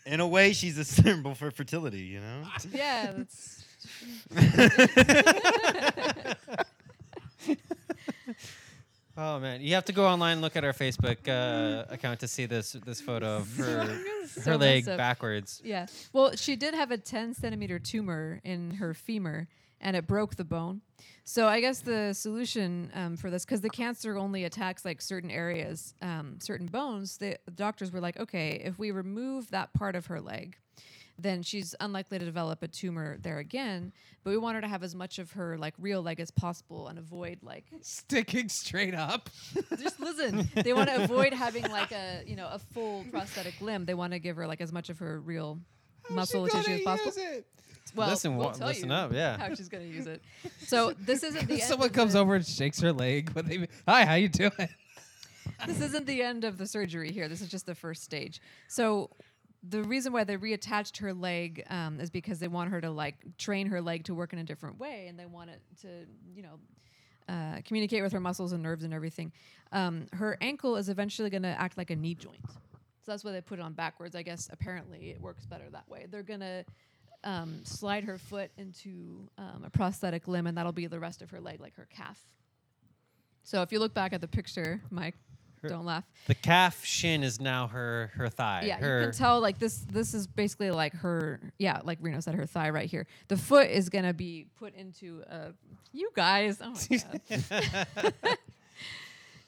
S3: In a way, she's a symbol for fertility, you know?
S2: yeah, that's.
S1: oh man. You have to go online and look at our Facebook uh, account to see this this photo
S2: <laughs>
S1: of her
S2: so
S1: her leg
S2: messed up.
S1: backwards.
S2: Yeah. Well, she did have a 10 centimeter tumor in her femur and it broke the bone. So I guess the solution um, for this, because the cancer only attacks like certain areas, um, certain bones, the doctors were like, okay, if we remove that part of her leg, then she's unlikely to develop a tumor there again. But we want her to have as much of her like real leg as possible and avoid like
S4: <laughs>
S2: <laughs>
S4: sticking straight up.
S2: just listen. They want to avoid having like a you know a full prosthetic limb. They want to give her like as much of her real muscle tissue as possible. Well,
S1: Listen,
S2: we'll
S1: wa-
S2: tell
S1: listen
S2: you
S1: up, yeah.
S2: how she's gonna use it. So
S1: <laughs>
S2: this isn't the end
S4: <laughs> Someone
S2: of
S4: comes
S2: the-
S4: over and shakes her leg. When they, hi, how you doing? <laughs>
S2: This isn't the end of the surgery here. This is just the first stage. So. The reason why they reattached her leg um, is because they want her to like train her leg to work in a different way, and they want it to, you know, uh, communicate with her muscles and nerves and everything. Um, her ankle is eventually going to act like a knee joint. So that's why they put it on backwards. I guess apparently it works better that way. They're going to um, slide her foot into um, a prosthetic limb, and that'll be the rest of her leg, like her calf. So if you look back at the picture, Mike,
S1: Her-
S2: don't laugh.
S1: The calf shin is now her her thigh.
S2: Yeah,
S1: her,
S2: you can tell like this. This is basically like her. Yeah, like Reno said, her thigh right here. The foot is gonna be put into a. You guys, oh my god. <laughs>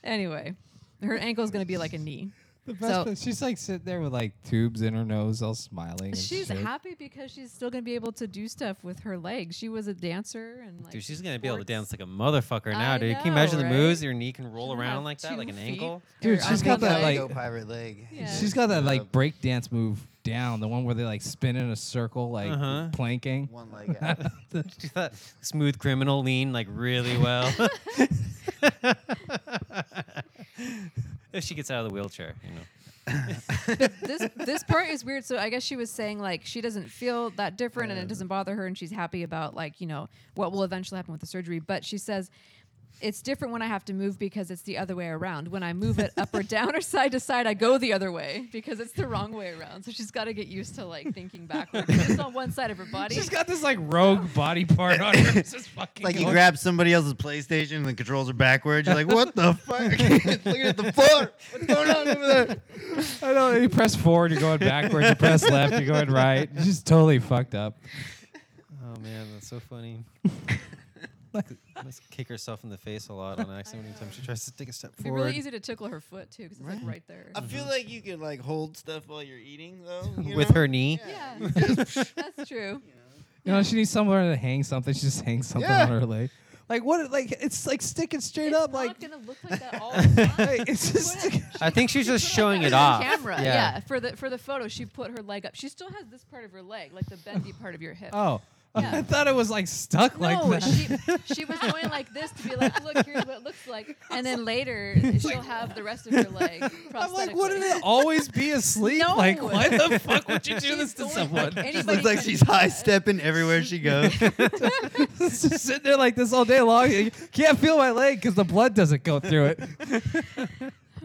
S2: anyway, her ankle is gonna be like a knee.
S4: The
S2: best So- part-
S4: she's like sitting there with like tubes in her nose, all smiling.
S2: She's happy because she's still gonna be able to do stuff with her legs. She was a dancer and like.
S1: Dude, she's gonna be able to
S2: sports.
S1: dance like a motherfucker now,
S2: I
S1: dude. Can you
S2: know,
S1: imagine the moves?
S2: right?
S1: Your knee can roll
S2: She'll
S1: around
S2: have
S1: like that,
S2: two
S1: like an
S2: feet.
S1: ankle. <laughs>
S4: Dude,
S2: Or
S4: she's
S2: on
S4: got
S2: one
S4: that,
S2: leg.
S4: like-
S5: pirate leg.
S2: Yeah.
S4: She's got that like break dance move down, the one where they like spin in a circle, like
S1: Uh-huh.
S4: planking.
S5: One leg
S4: <laughs>
S5: out.
S1: Do that smooth criminal lean like
S2: <laughs>
S1: really well. <laughs> if she gets out of the wheelchair, you know.
S2: <laughs> this this part is weird. So I guess she was saying like she doesn't feel that different and it doesn't bother her and she's happy about like, you know, what will eventually happen with the surgery. But she says it's different when I have to move because it's the other way around. When I move it up or down or side to side, I go the other way because it's the wrong way around. So she's got to get used to like thinking backwards. It's on one side of her body.
S4: She's got this like rogue body part on her. It's just fucking
S3: Like you
S4: going-
S3: grab somebody else's PlayStation and the controls are backwards. You're like, what the fuck? <laughs> Look at the floor. What's going on over there?
S4: <laughs> I know. You press forward, you're going backwards. You press left, you're going right. You're just totally fucked up.
S1: Oh man, that's so
S2: <laughs>
S1: funny. Must kick herself in the face a lot
S2: <laughs>
S1: on accident anytime she tries to take a step
S2: It'd be
S1: forward.
S2: really easy to tickle her foot too because it's like right there.
S3: I feel like you could like hold stuff while you're eating though. you
S1: With
S3: know?
S1: her knee.
S2: Yeah, that's true.
S4: You know, she needs somewhere to hang something. She just hangs something
S3: Yeah.
S4: on her leg. Like what? Like it's like sticking straight
S2: It's
S4: up.
S2: not
S4: Like <laughs>
S2: gonna look like that all the time.
S4: like, it's just.
S1: <laughs> I think she's just showing it off.
S2: on Camera, yeah. For the for the photo, she put her leg up. She still has this part of her leg, like the bendy part of your hip.
S4: <laughs> Oh, <laughs> I
S2: Yeah.
S4: thought it was like stuck like
S2: no,
S4: that. <laughs>
S2: she she was going like this to be like, look, here's what it looks like, and then later she'll have the rest of her leg.
S4: I'm like,
S2: prosthetic
S4: wouldn't
S2: leg.
S4: it <laughs> always be asleep?
S2: No.
S4: Like, why the fuck would you <laughs> do this
S2: She's
S4: to
S2: going
S4: someone?
S2: Like
S3: Just
S2: anybody
S3: looks like
S2: can
S3: she's
S2: do that.
S3: high stepping everywhere she goes.
S4: just sitting there like this all day long. You can't feel my leg because the blood doesn't go through it.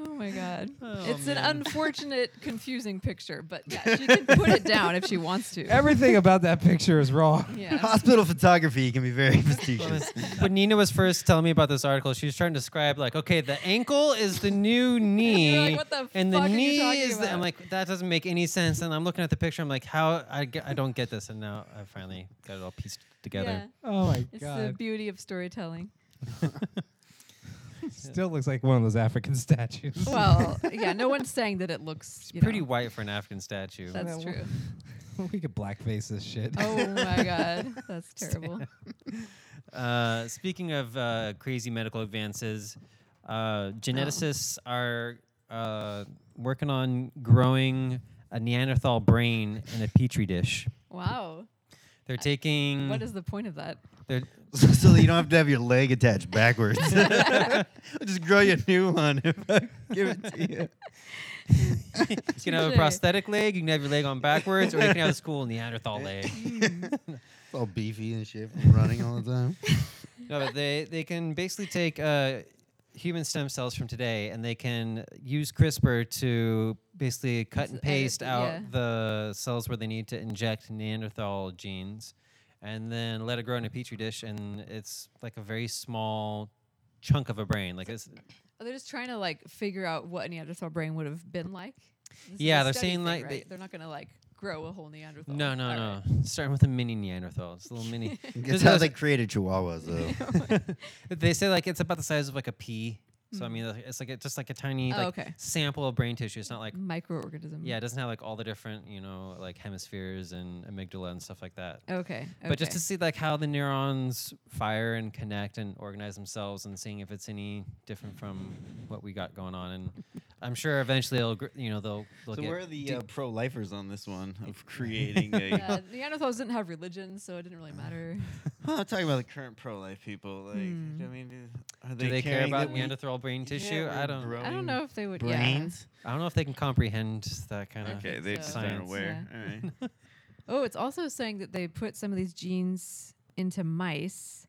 S2: Oh my god,
S1: Oh,
S2: it's
S1: man.
S2: an unfortunate, confusing picture, but yeah,
S4: <laughs>
S2: she can put it down if she wants to.
S4: Everything about that picture is wrong. <laughs>
S2: yeah.
S3: Hospital photography can be very
S1: Well,
S3: facetious.
S1: it's- when Nina was first telling me about this article, she was trying to describe like, okay, the ankle is the
S2: <laughs>
S1: new knee,
S2: like, what the
S1: and
S2: fuck
S1: the
S2: are you
S1: knee
S2: talking
S1: is. The, I'm
S2: about?
S1: like, that doesn't make any sense. And I'm looking at the picture. I'm like, how I, get, I don't get this. And now I finally got it all pieced
S2: yeah.
S1: together.
S4: Oh my
S2: It's the
S4: god!
S2: beauty of storytelling.
S4: Still looks like one of those African <laughs> statues.
S2: Well, yeah, no one's saying that it looks you know,
S1: Pretty white for an African statue.
S2: That's
S4: Yeah, well-
S2: true.
S4: we could blackface this shit.
S2: Oh my god, that's terrible.
S1: Uh, speaking of uh, crazy medical advances, uh, geneticists
S2: Oh.
S1: are uh, working on growing a Neanderthal brain in a petri dish.
S2: Wow.
S1: They're taking.
S2: What is the point of that?
S1: They're,
S3: so that you don't have to have your leg attached backwards. <laughs> Just grow you a new one if I give it to you.
S1: you can have a
S2: Touche.
S1: prosthetic leg. You can have your leg on backwards, or you can have this cool Neanderthal leg.
S3: It's all beefy and shit from running all the
S1: <laughs>
S3: time.
S1: No, but they they can basically take uh, human stem cells from today, and they can use CRISPR to basically cut and
S2: edit,
S1: paste out
S2: yeah.
S1: the cells where they need to inject Neanderthal genes, and then let it grow in a petri dish, and it's like a very small chunk of a brain. Like it's
S2: Are they just trying to like figure out what a Neanderthal brain would have been like? This is
S1: Yeah,
S2: a
S1: they're
S2: study
S1: saying,
S2: thing,
S1: like,
S2: right?
S1: they-
S2: they, are not gonna like grow a whole Neanderthal.
S1: no, no,
S2: All
S1: no.
S2: right.
S1: Starting with a mini Neanderthal, it's a little
S2: <laughs>
S1: mini.
S3: It's how they created chihuahuas, though.
S1: <laughs> they say like it's about the size of like a pea. So I mean, like, it's like a, just like a tiny
S2: Mm. Oh,
S1: like
S2: okay. Mm.
S1: sample of brain tissue. It's not like
S2: Microorganism.
S1: Yeah, it doesn't have like all the different, you know, like hemispheres and amygdala and stuff like that.
S2: Okay. okay.
S1: But just to see like how the neurons fire and connect and organize themselves, and seeing if it's any different from what we got going on, and
S2: <laughs>
S1: I'm sure eventually it'll, gr- you know, they'll. they'll
S3: So
S1: get
S3: where are the
S1: deep-
S3: uh, pro-lifers on this one of
S1: <laughs>
S3: creating a... <laughs>
S2: uh, Neanderthals didn't have religion, so it didn't really matter.
S3: Well, I'm talking about the current pro-life people. Like, I mean, do- are they
S1: Hmm. do they care
S3: caring that
S1: about
S3: we-
S1: Neanderthal brain tissue?
S3: we're
S1: I don't.
S3: bro-
S2: I don't
S3: Growing
S2: know if they would.
S3: Brains?
S1: I don't know if they can comprehend that kind of.
S3: Okay, they
S2: so-
S3: just aren't
S1: Uh, Science.
S3: aware. All
S1: <laughs>
S3: right.
S2: Yeah. Oh, it's also saying that they put some of these genes into mice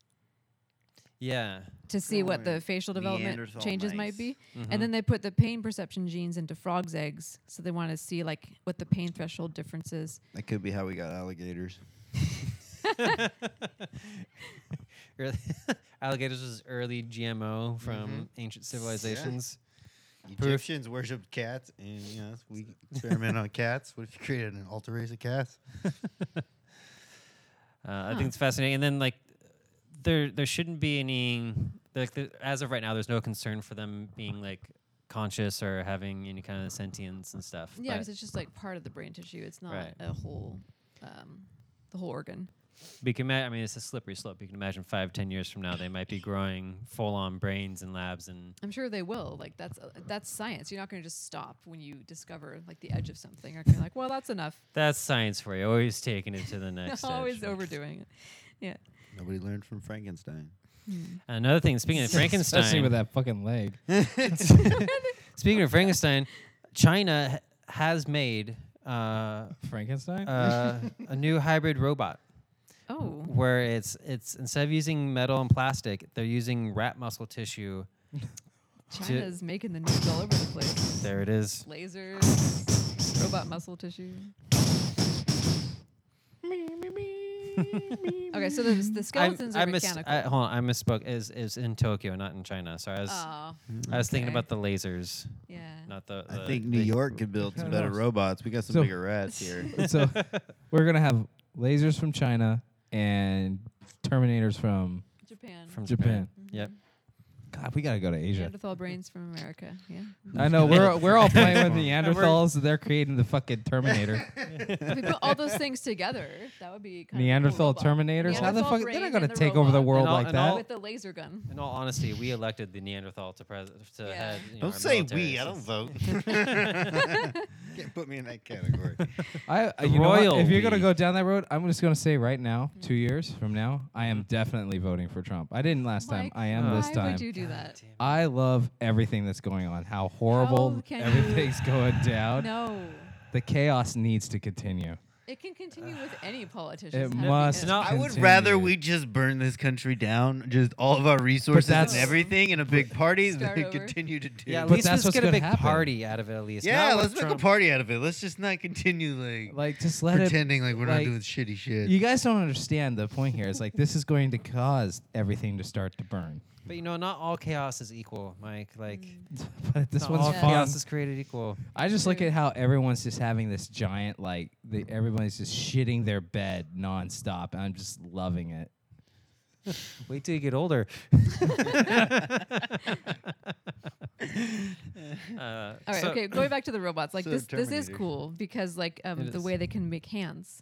S1: Yeah. Mm-hmm.
S2: to see what
S3: Growing
S2: the facial development
S3: Neanderthal
S2: changes
S3: mice.
S2: might be, and
S1: Uh-huh.
S2: then they put the pain perception genes into frogs' eggs, so they want to see like what the pain threshold difference is.
S3: That could be how we got alligators.
S1: <laughs> Really- Alligators was early GMO from ancient civilizations.
S3: Egyptians worshipped cats, and you know, we experiment on cats. What if you created an alter race of cats?
S1: Uh, I think it's fascinating. And then like there there shouldn't be any like the, as of right now there's no concern for them being like conscious or having any kind of sentience and stuff.
S2: Yeah,
S1: but
S2: because it's just like part of the brain tissue. It's not
S1: Right.
S2: a whole, um, the whole organ.
S1: we can ma- I mean it's a slippery slope. You can imagine five, ten years from now they might be growing full on brains in labs and
S2: I'm sure they will. Like that's uh, that's science. You're not going to just stop when you discover like the edge of something. You're gonna be like, well, that's enough.
S1: that's science for you. Always taking it to the <laughs>
S2: <laughs>
S1: next
S2: Always
S1: edge.
S2: overdoing it. Yeah.
S3: Nobody learned from <laughs> Frankenstein.
S2: Hmm.
S1: Another thing, speaking of
S4: <laughs> Especially
S1: Frankenstein
S4: with that fucking leg.
S1: speaking of Frankenstein, China h- has made uh,
S4: Frankenstein?
S1: uh, a new hybrid robot.
S2: Oh.
S1: where it's it's instead of using metal and plastic, they're using rat muscle tissue.
S2: China's making the news all over the
S1: <laughs>
S2: place.
S1: There it is.
S2: Lasers, robot muscle tissue. okay, so the, the skeletons
S1: I,
S2: are
S1: I mis-
S2: mechanical.
S1: I, hold on, I misspoke. Is is in Tokyo, not in China. Sorry, I was
S2: oh,
S1: I was thinking
S2: okay.
S1: about the lasers,
S2: yeah.
S1: not the.
S3: I
S1: the
S3: think New
S1: big-
S3: York could build some better robots. We got some
S4: So-
S3: bigger rats here.
S4: <laughs> so we're gonna have lasers from China and Terminators from
S2: Japan. Mm-hmm.
S1: from Japan.
S4: Japan.
S1: Yep.
S4: God, we gotta go to Asia.
S2: Neanderthal brains from America. Yeah.
S4: I know we're we're all <laughs> playing with Neanderthals. They're creating the fucking
S2: <laughs>
S4: Terminator.
S2: if we put all those things together, that would be kind
S4: Neanderthal
S2: of a cool robot.
S4: Terminators. How the
S2: Neanderthal
S4: fuck they're
S2: brain
S4: not gonna
S2: and the
S4: take over the
S2: robot.
S4: world
S1: And all-
S4: like
S1: and
S4: that?
S1: all-
S2: with the laser gun.
S4: <laughs>
S1: In all honesty, we elected the Neanderthal to pres to
S2: Yeah.
S1: head. you know,
S3: Don't
S1: our
S3: say
S1: military,
S3: we. I
S1: so
S3: don't
S1: it's-
S3: vote.
S2: <laughs>
S3: Can't put me in that category.
S4: I uh,
S1: The
S4: you know what?
S1: royal
S4: if you're gonna
S1: we.
S4: go down that road, I'm just gonna say right now,
S2: Mm.
S4: two years from now, I am definitely voting for Trump. I didn't last time.
S2: Mike,
S4: I am
S2: why
S4: this time.
S2: would you do that?
S1: Damn.
S4: I love everything that's going on. How horrible
S2: How can you-
S4: everything's going
S2: <laughs>
S4: down.
S2: No.
S4: The chaos needs to continue.
S2: It can continue with any politician.
S4: It must.
S1: No, I
S3: I would
S4: continue.
S3: rather we just burn this country down, just all of our resources and
S4: that's-
S3: everything in a big party, and
S2: Start
S3: then
S2: over.
S3: continue to do.
S1: Yeah, at
S4: But
S1: least
S4: that's
S1: let's
S4: what's
S1: get a
S4: gonna
S1: big
S4: happen.
S1: party out of it. At least. Not
S3: Yeah,
S1: with
S3: let's make a
S1: Trump.
S3: party out of it. Let's just not continue like,
S4: like just let it
S3: pretending like we're not
S4: like,
S3: doing shitty shit.
S4: You guys don't understand the point here. It's like this is going to cause everything to start to burn. <laughs>
S1: But you know, not all chaos is equal, Mike.
S2: Mm.
S1: Like
S4: But this
S1: not all
S4: one's
S2: Yeah.
S4: fun.
S1: chaos is created equal.
S4: I just look
S2: True.
S4: at how everyone's just having this giant like the, everybody's just shitting their bed nonstop, and I'm just loving it.
S1: Wait till you get <laughs> older. uh,
S2: All right,
S1: so-
S2: okay, going back to the robots. Like
S3: So
S2: this, this is
S3: Terminator.
S2: cool because like um,
S1: It
S2: the
S1: is.
S2: way they can make hands.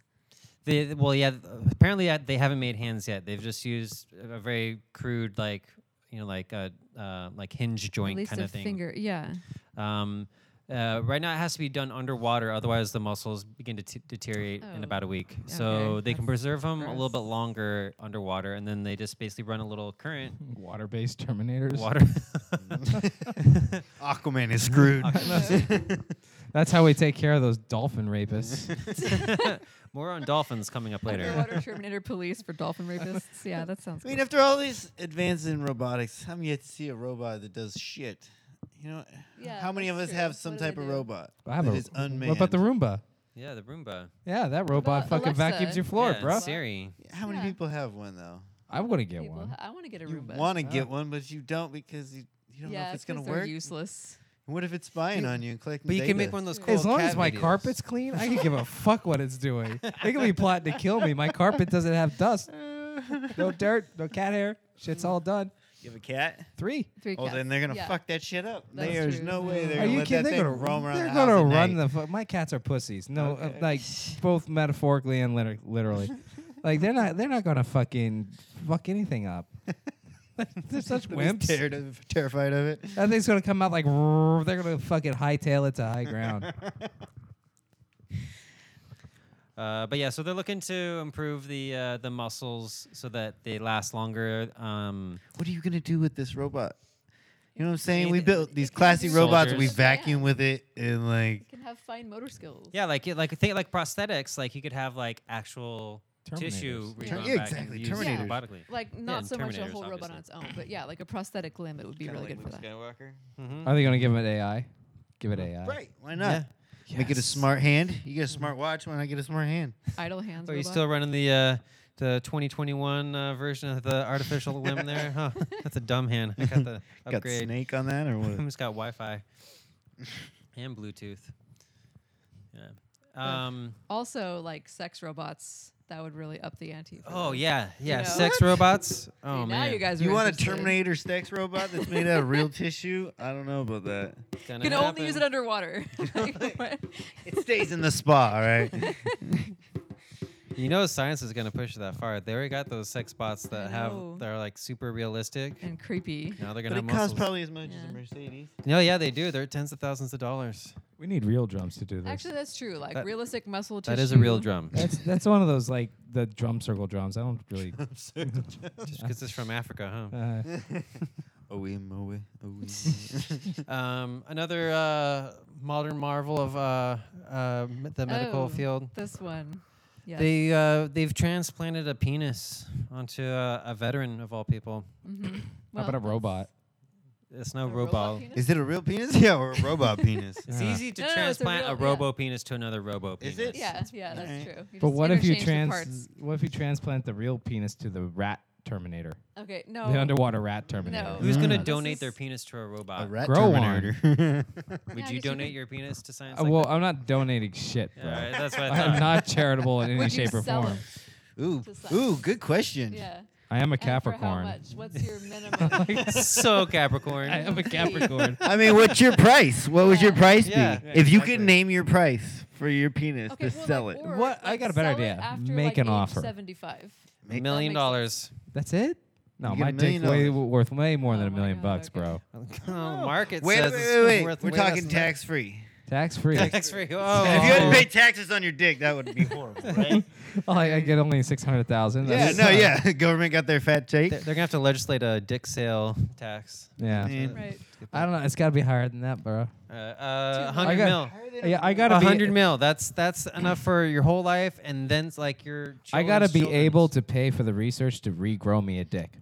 S1: They, well, yeah. th- Apparently, uh, they haven't made hands yet. They've just used a very crude, like you know, like a uh, like hinge
S2: At
S1: joint
S2: least
S1: kind
S2: a
S1: of thing.
S2: finger. Yeah.
S1: Um, Uh, right now, it has to be done underwater, otherwise the muscles begin to t- deteriorate in
S2: Oh.
S1: about a week. So
S2: Okay,
S1: they can
S2: that's
S1: preserve them a little bit
S2: gross.
S1: longer underwater, and then they just basically run a little current
S4: Water-based Terminators.
S1: water. <laughs>
S4: <laughs>
S3: Aquaman is screwed.
S4: That's how we take care of those
S3: <laughs>
S4: dolphin rapists.
S1: More on dolphins coming up later.
S2: Underwater Terminator police for dolphin rapists. Yeah, that sounds.
S3: I mean,
S2: cool.
S3: after all these advances in robotics, I'm yet to see a robot that does shit. You know,
S2: Yeah,
S3: how many of us
S2: that's true.
S3: have some
S2: What do
S3: type
S2: they
S3: of
S2: do?
S3: robot
S4: I have
S3: that
S4: a-
S3: is unmanned?
S4: What about the Roomba?
S1: Yeah, the Roomba.
S4: Yeah, that robot
S2: about
S4: fucking
S2: Alexa?
S4: vacuums your floor,
S1: yeah,
S4: bro.
S1: Siri.
S3: How many
S2: Yeah.
S3: people have one though?
S4: I want to get
S2: People
S4: one.
S2: ha- I want to get a
S3: You
S2: Roomba.
S3: want to
S4: Oh.
S3: get one, but you don't because you, you don't know
S2: yeah,
S3: if it's gonna
S2: 'cause they're
S3: work.
S2: Useless.
S3: What if it's spying on you and collecting?
S1: But you can
S3: data?
S1: make one of those cool
S4: As long
S1: cat
S4: as my
S1: videos.
S4: carpet's clean, I could give
S3: <laughs>
S4: a fuck what it's doing. They could be plotting to kill me. My carpet doesn't have dust,
S3: <laughs>
S4: no dirt, no cat hair. Shit's all done.
S3: You have a cat.
S4: Three.
S2: Three
S3: Oh,
S2: cats.
S3: then they're gonna
S2: Yeah.
S3: fuck that shit up.
S2: That's
S3: There's
S2: true.
S3: no way they're
S4: are
S3: gonna
S4: you
S3: let
S4: kidding?
S3: that
S4: They're
S3: thing
S4: gonna
S3: roam around.
S4: They're
S3: the house
S4: gonna
S3: at
S4: run
S3: night. <laughs>
S4: the. Fu- my cats are pussies. No, uh,
S3: Okay.
S4: like both metaphorically and liter-
S3: <laughs>
S4: literally. like they're not. They're not gonna fucking fuck
S3: <laughs>
S4: anything up. <laughs> Like, they're such
S3: Nobody's
S4: wimps.
S3: terri- terrified of it.
S4: That thing's gonna come out like "Rrrr," they're gonna fucking hightail it to high
S3: <laughs>
S4: ground.
S1: Uh, but yeah, so they're looking to improve the uh, the muscles so that they last longer. Um,
S3: What are you gonna do with this robot? You know what I'm saying?
S1: mean,
S3: We
S1: it-
S3: built these classy
S1: do
S3: robots. We
S1: Soldiers.
S3: vacuum with it and like.
S2: Can have fine motor skills.
S1: yeah, like it- like think like prosthetics. Like you could have like actual tissue
S4: Terminators.
S2: Yeah.
S1: regrown
S3: Yeah,
S1: back and
S3: exactly,
S1: used
S3: Terminators.
S1: robotically.
S2: Like not
S1: and
S2: so much a
S1: Terminators,
S2: whole robot on its
S1: obviously.
S2: own, but yeah, like a prosthetic limb, it would be really good for that.
S1: Mhm.
S4: Are they gonna give it AI? Give it AI.
S3: Right? Why not? Make it a
S4: Yes.
S3: smart hand. You get a smart watch. Why not get a smart hand?
S2: Idle hands.
S1: So Oh, you
S2: robot.
S1: still running the uh, the 2021 uh, version of the artificial limb there? <laughs> Huh. That's a dumb hand. I got the
S3: Got
S1: upgrade.
S3: snake on that
S1: <laughs>
S2: <laughs>
S3: or what?
S1: Who's got Wi-Fi and Bluetooth? Yeah. Um.
S2: also like sex robots. That would really up the ante. for
S1: Oh
S2: them.
S1: yeah, yeah.
S2: know?
S1: Sex robots.
S2: <laughs> See,
S1: Oh
S2: now
S1: man.
S2: you guys are
S3: You want a
S2: interested.
S3: Terminator sex robot that's made out of
S2: <laughs>
S3: real tissue? I don't know about that.
S1: Gonna
S2: You can only use
S1: happen.
S2: it underwater. <laughs> Like, what?
S3: It stays in the spa, all right?
S1: You know, science is gonna push it that far. They already got those sex bots that have
S2: know.
S1: that are like super realistic. <laughs>
S2: and creepy.
S1: Now they're
S3: but
S1: gonna
S3: it
S1: have
S3: costs
S1: muscles.
S3: probably as much as
S2: Yeah.
S3: a Mercedes.
S1: no, yeah, they do. They're tens of thousands of dollars.
S4: We need real drums to do this.
S2: Actually, that's true. Like
S1: That-
S2: realistic muscle tissue.
S1: That is a real
S2: <laughs>
S1: drum.
S4: <laughs> that's that's one of those like the drum circle drums. I don't really. <laughs>
S1: Just because it's from Africa,
S2: <laughs>
S1: huh?
S4: Uh,
S3: Oh, oh, <laughs> oh.
S1: Um, another uh, modern marvel of uh, uh, me- the medical
S2: Oh.
S1: field.
S2: This one. Yes.
S1: They uh, they've transplanted a penis onto uh, a veteran of all people.
S2: Mhm.
S4: how about a
S2: Well,
S4: robot?
S1: It's no
S2: a
S1: robot.
S2: penis?
S3: Is it a real penis? Yeah, or a robot penis?
S1: It's
S4: Yeah.
S1: easy to
S2: No, no, no, it's a
S1: transplant a,
S2: real- yeah.
S1: robo penis to another robo penis.
S3: Is it?
S2: Yeah, yeah, that's
S3: Alright.
S2: true.
S4: But
S2: just
S4: what if you
S2: interchange the
S4: trans?
S2: parts.
S4: What if you transplant the real penis to the rat Terminator,
S2: Okay, no.
S4: the underwater rat Terminator?
S2: No.
S1: Who's gonna
S2: Mm.
S1: donate
S2: This
S1: their
S2: is-
S1: penis to a robot?
S3: A rat
S4: Grow
S3: terminator.
S1: Would
S2: Yeah, I
S1: you
S2: guess you
S1: donate
S2: could-
S1: your penis to science?
S4: Uh,
S1: like
S4: well,
S1: that?
S4: I'm not donating shit, bro.
S1: yeah, right,
S4: <laughs>
S1: that's <laughs> what I
S4: I'm
S1: thought.
S4: not
S2: <laughs>
S4: charitable in any
S2: Would you
S4: shape or
S2: sell
S4: form.
S2: 'em?
S3: ooh,
S2: To science.
S3: ooh, good question.
S2: Yeah.
S4: I am a
S2: And for how
S4: Capricorn.
S2: much? What's
S1: <laughs>
S2: your minimum?
S1: so Capricorn.
S4: I am
S3: <laughs>
S4: a Capricorn.
S3: I mean, what's your price? What would your
S2: Yeah.
S3: price
S1: Yeah.
S3: be?
S1: Yeah,
S3: if you
S1: exactly.
S3: could name your price for your penis
S2: okay,
S3: to
S2: well,
S3: sell
S2: like,
S3: it,
S2: Or,
S4: What?
S2: Like,
S4: I got a better
S2: sell it
S4: idea.
S2: After,
S4: Make
S2: like,
S4: an
S2: age
S4: offer.
S2: 75.
S1: A
S3: That
S1: million
S2: makes sense.
S1: dollars.
S4: That's it? No,
S3: You get
S4: my
S3: a million
S4: dick's way
S3: dollars.
S4: worth way more than
S2: Oh
S4: a
S2: my
S4: million
S2: God,
S4: bucks,
S2: okay.
S4: bro.
S1: <laughs> Oh, market
S3: wait, wait,
S1: says it's
S3: wait, wait.
S1: worth
S3: We're
S1: way less
S3: talking
S1: than that.
S3: tax free.
S4: Tax
S1: <laughs>
S4: free.
S1: Tax
S4: <laughs>
S1: free.
S3: <laughs> If you had
S1: Oh.
S3: to pay taxes on your dick, that would be horrible, right?
S4: I, I get only six hundred thousand.
S3: yeah, no, yeah. <laughs> Government got their fat take.
S1: They're, they're gonna have to legislate a dick sale tax.
S4: yeah.
S3: Man.
S2: Right.
S4: I don't know. It's got to be higher than that, bro.
S1: Uh, uh,
S2: Two
S1: hundred
S4: I
S1: mil.
S4: got- Yeah, I gotta
S1: A
S4: be.
S1: hundred mil. That's that's enough for your whole life, and then it's like your.
S4: I gotta
S1: children's
S4: be
S1: children's.
S4: able to pay for the research to regrow me
S1: <laughs>
S4: a dick.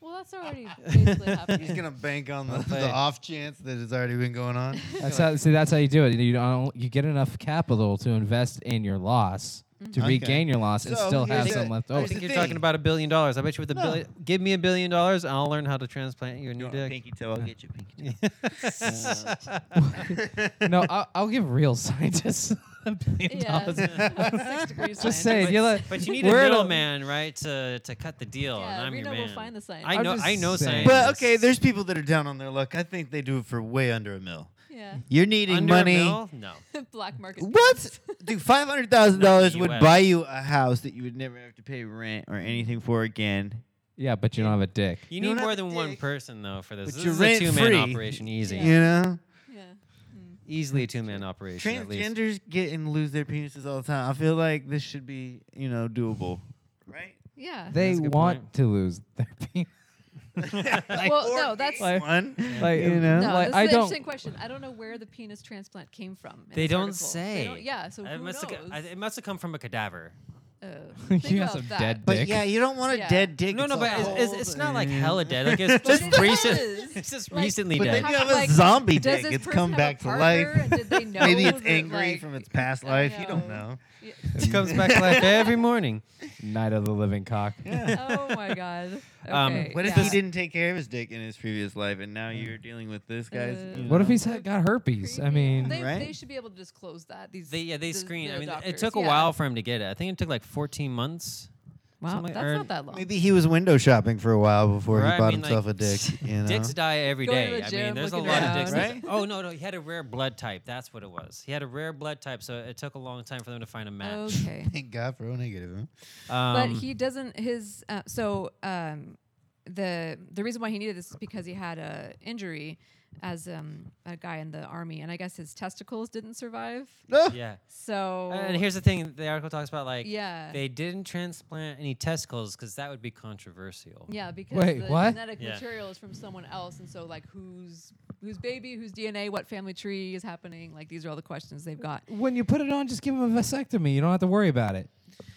S2: Well, that's
S3: <laughs>
S2: already basically
S3: He's
S2: happening.
S3: gonna bank on the,
S1: I'll play.
S3: the off chance that it's already been going on.
S4: That's how. See, that's how you do it. You don't. You get enough capital to invest in your loss to
S1: Mm-hmm.
S3: Okay.
S4: regain your loss and
S3: So,
S4: still have
S3: here's
S4: some
S3: the-
S4: left
S1: I
S4: over.
S3: here's
S1: think
S3: the
S1: you're talking
S3: thing.
S1: about a billion dollars. I bet you with a
S3: No.
S1: billion, give me a billion dollars, and I'll learn how to transplant you a new dick.
S3: toe? I'll get you pinky
S1: <laughs>
S3: toe.
S4: <laughs>
S3: <laughs>
S4: no, I'll, I'll give real <laughs> scientists a billion
S2: Yeah. <laughs>
S4: dollars.
S2: Six degrees.
S4: Just
S2: science.
S4: saying, you like,
S1: But you need
S4: we're
S1: a
S4: at
S1: middleman, right, to, to cut the deal.
S2: Yeah,
S1: and I'm
S2: we
S1: your
S2: know
S1: man.
S2: we'll find the science.
S1: I
S4: I'm
S1: know. I
S4: just
S1: know science.
S4: saying.
S3: But okay, there's people that are down on their luck. I think they do it for way under a mil.
S2: <laughs> Yeah. <laughs>
S3: You're needing
S1: Under a
S3: money.
S1: mil? No.
S2: Black market.
S3: What? Dude, five hundred thousand
S1: <laughs>
S3: dollars
S1: Not
S3: would
S1: US.
S3: buy you a house that you would never have to pay rent or anything for again.
S4: Yeah, but you don't have
S2: <laughs>
S4: a dick.
S1: You,
S3: You don't
S1: need
S3: have
S1: more
S3: a
S1: than one
S3: dick,
S1: person though for this.
S3: but
S1: this
S3: you're
S1: is a two-man
S3: rent-free.
S1: operation, easy.
S2: <laughs> Yeah.
S3: You know?
S2: Yeah. Mm.
S1: Easily a two man operation. At least.
S3: Transgenders get and lose their penises all the time. I feel like this should be, you know, doable.
S1: <laughs>
S3: Right? <laughs>
S2: Yeah.
S4: They
S1: That's a good
S4: want
S1: point.
S4: to lose their <laughs> penis.
S2: Well, no, that's-
S4: Like-
S3: one.
S4: like,
S1: um,
S3: you know,
S2: no, this
S4: like,
S2: is
S4: I
S2: an
S4: don't-
S2: interesting question. I don't know where the penis transplant came from. in
S1: They
S2: this
S1: don't
S2: article.
S1: say.
S2: don't- yeah, so
S1: Uh, It
S2: who
S1: must,
S2: knows?
S1: have, co- I- it must have come from a cadaver.
S2: Uh,
S4: <laughs> You
S2: think
S4: have
S2: about
S4: some
S2: that.
S4: dead
S3: but
S4: dick.
S3: yeah, you don't want a
S2: Yeah.
S3: dead dick.
S1: No, no,
S3: all
S1: but it's, it's,
S3: cold
S1: it's not like
S3: and-
S1: hella dead.
S3: <laughs>
S1: Like it's just
S2: it
S1: recent.
S2: is.
S1: It's just
S2: Like-
S1: recently
S3: But
S1: dead.
S3: then you
S2: How-
S3: have a
S2: like,
S3: zombie
S2: Does
S3: dick.
S2: this
S3: It's
S2: person
S3: come
S2: have a
S3: back to life.
S2: partner? Did they know
S3: <laughs> Maybe it's
S2: that,
S3: angry
S2: like-
S3: from its past
S2: I
S3: life. You don't
S2: know.
S3: know.
S1: It comes back to <laughs> life every morning.
S4: Night of the Living Cock.
S2: <laughs> oh my god.
S1: <laughs> Um,
S2: Okay,
S3: <laughs> What if
S2: yeah.
S3: he didn't take care of his dick in his previous life, and now
S1: Mm.
S3: you're dealing with this guy's?
S2: Uh,
S3: you
S4: <laughs> What if
S3: know?
S4: he's had- got herpes? I mean,
S2: they,
S3: Right?
S2: they should be able to disclose that. These
S1: They, yeah, they
S2: the-
S1: screen.
S2: the
S1: I mean, it
S2: doctors,
S1: took a
S2: yeah.
S1: while for him to get it. I think it took like 14 months.
S2: Wow,
S1: something-
S2: that's
S1: or-
S2: not that long.
S3: Maybe he was window shopping for a while before
S1: Right,
S3: he
S1: I
S3: bought
S1: mean, like,
S3: himself
S1: <laughs>
S3: a dick. You know? <laughs>
S1: Dicks die every
S2: Going to
S1: day.
S2: the
S1: I mean,
S2: gym,
S1: there's a
S2: looking
S1: lot of
S2: around.
S1: dicks. that-
S3: Right?
S1: Oh no, no, he had a rare blood type. That's what it was. He had a rare blood type, so it took a long time for them to find a match.
S2: Okay.
S1: <laughs>
S3: Thank God for O negative. huh?
S2: Oh, but
S1: Um,
S2: he doesn't his uh, so um the the reason why he needed this is because he had a injury as um a guy in the army and I guess his testicles didn't survive. <laughs>
S1: yeah.
S2: So
S1: And here's the thing: the article talks about like
S2: Oh. yeah.
S1: they didn't transplant any testicles because that would be controversial.
S2: yeah, because
S4: Wait,
S2: the
S4: what?
S2: genetic
S1: Yeah.
S2: material is from someone else, and so like who's whose baby, whose DNA, what family tree is happening? Like these are all the questions they've got.
S4: when you put it on, just give him a vasectomy. You don't have to worry
S2: <laughs>
S4: about it.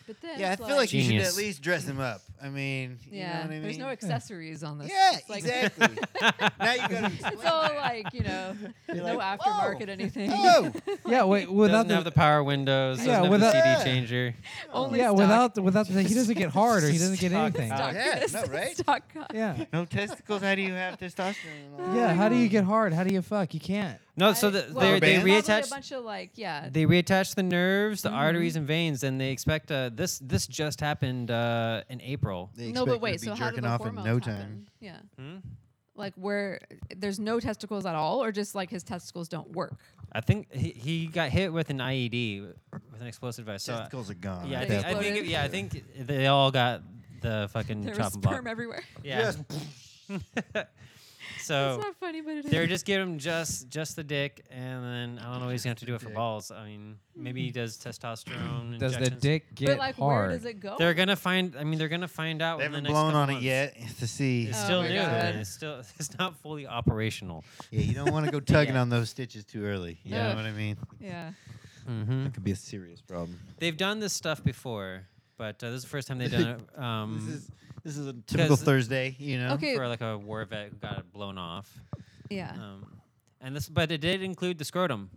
S2: But then
S3: Yeah, I
S2: it's
S3: feel like you should
S1: Genius.
S3: at least dress him up. I mean,
S2: yeah,
S3: you know what I mean?
S2: there's no <laughs> accessories on this.
S3: yeah,
S2: It's
S1: <laughs>
S2: like-
S3: exactly.
S2: <laughs>
S3: now you got to
S2: It's
S3: <laughs>
S2: all like you know, no
S3: like,
S2: aftermarket
S3: "Whoa,
S2: anything.
S3: Oh,
S4: Yeah, wait, without
S1: Doesn't
S4: the,
S1: have the power windows.
S4: Yeah,
S1: doesn't have
S4: without-
S1: the
S3: Yeah.
S1: CD changer.
S2: <laughs> Only
S4: yeah,
S2: stock.
S4: without the, without the, he doesn't get hard or he doesn't get
S1: Stock
S4: anything.
S1: out.
S2: <laughs> stock.
S3: Oh, Yeah,
S2: Yes,
S3: no,
S2: <laughs>
S3: right?
S2: stock up. <laughs>
S4: Yeah,
S3: no testicles. How do you have testosterone? and all
S4: yeah.
S2: my
S4: How do you
S2: God.
S4: get hard? How do you fuck? You can't.
S1: No, so
S2: I-
S1: the,
S2: well,
S1: they they
S3: Rubber
S2: probably
S1: reattach
S2: a bunch of like yeah.
S1: they reattach the nerves, the
S3: Mm-hmm.
S1: arteries and veins, and they expect uh, this. This just happened uh, in April.
S3: <laughs> They
S2: no, but
S3: expect you to
S2: wait.
S3: be
S2: So how did
S3: jerking
S2: the
S3: off in
S2: hormones
S3: no
S2: happen?
S3: time.
S2: Yeah,
S3: Mm-hmm.
S1: Hmm?
S2: like where there's no testicles at all, or just like his testicles don't work.
S1: I think he, he got hit with an IED with an explosive device. So uh,
S3: Testicles are gone.
S1: yeah, I
S2: They
S1: think, I think
S2: exploded.
S1: yeah, I think they all got the fucking
S2: There was
S1: chopping block.
S2: sperm everywhere. <laughs>
S1: Yeah. <laughs>
S2: It's
S1: so
S2: not funny, but it is.
S1: they're just giving him just just the dick, and then I don't know. He's gonna have to do it for balls. I mean, maybe he
S2: Mm-hmm.
S1: does testosterone.
S4: Does the
S1: injections.
S4: dick get
S2: but like,
S4: hard?
S2: where does it go?
S1: They're gonna find. I mean, they're gonna find out.
S3: They
S1: in the
S3: haven't
S1: next
S3: blown
S1: couple
S3: on it
S1: months.
S3: yet <laughs> to see.
S1: It's
S2: Oh
S1: still
S2: my
S1: new.
S2: God.
S1: man. It's still. <laughs> It's not fully operational.
S3: Yeah, you don't want to go tugging
S1: Yeah.
S3: on those stitches too early. You
S1: Yeah.
S3: know what I mean?
S2: yeah.
S1: Mm-hmm.
S3: That could be a serious problem.
S1: They've done this stuff before, but uh, this is the first time they've done it. Um,
S3: <laughs> this is this is a typical
S1: the-
S3: Thursday. You know.
S2: Okay.
S1: for like a war vet who got it blown off.
S2: Yeah.
S1: Um, and this, but it did include the scrotum.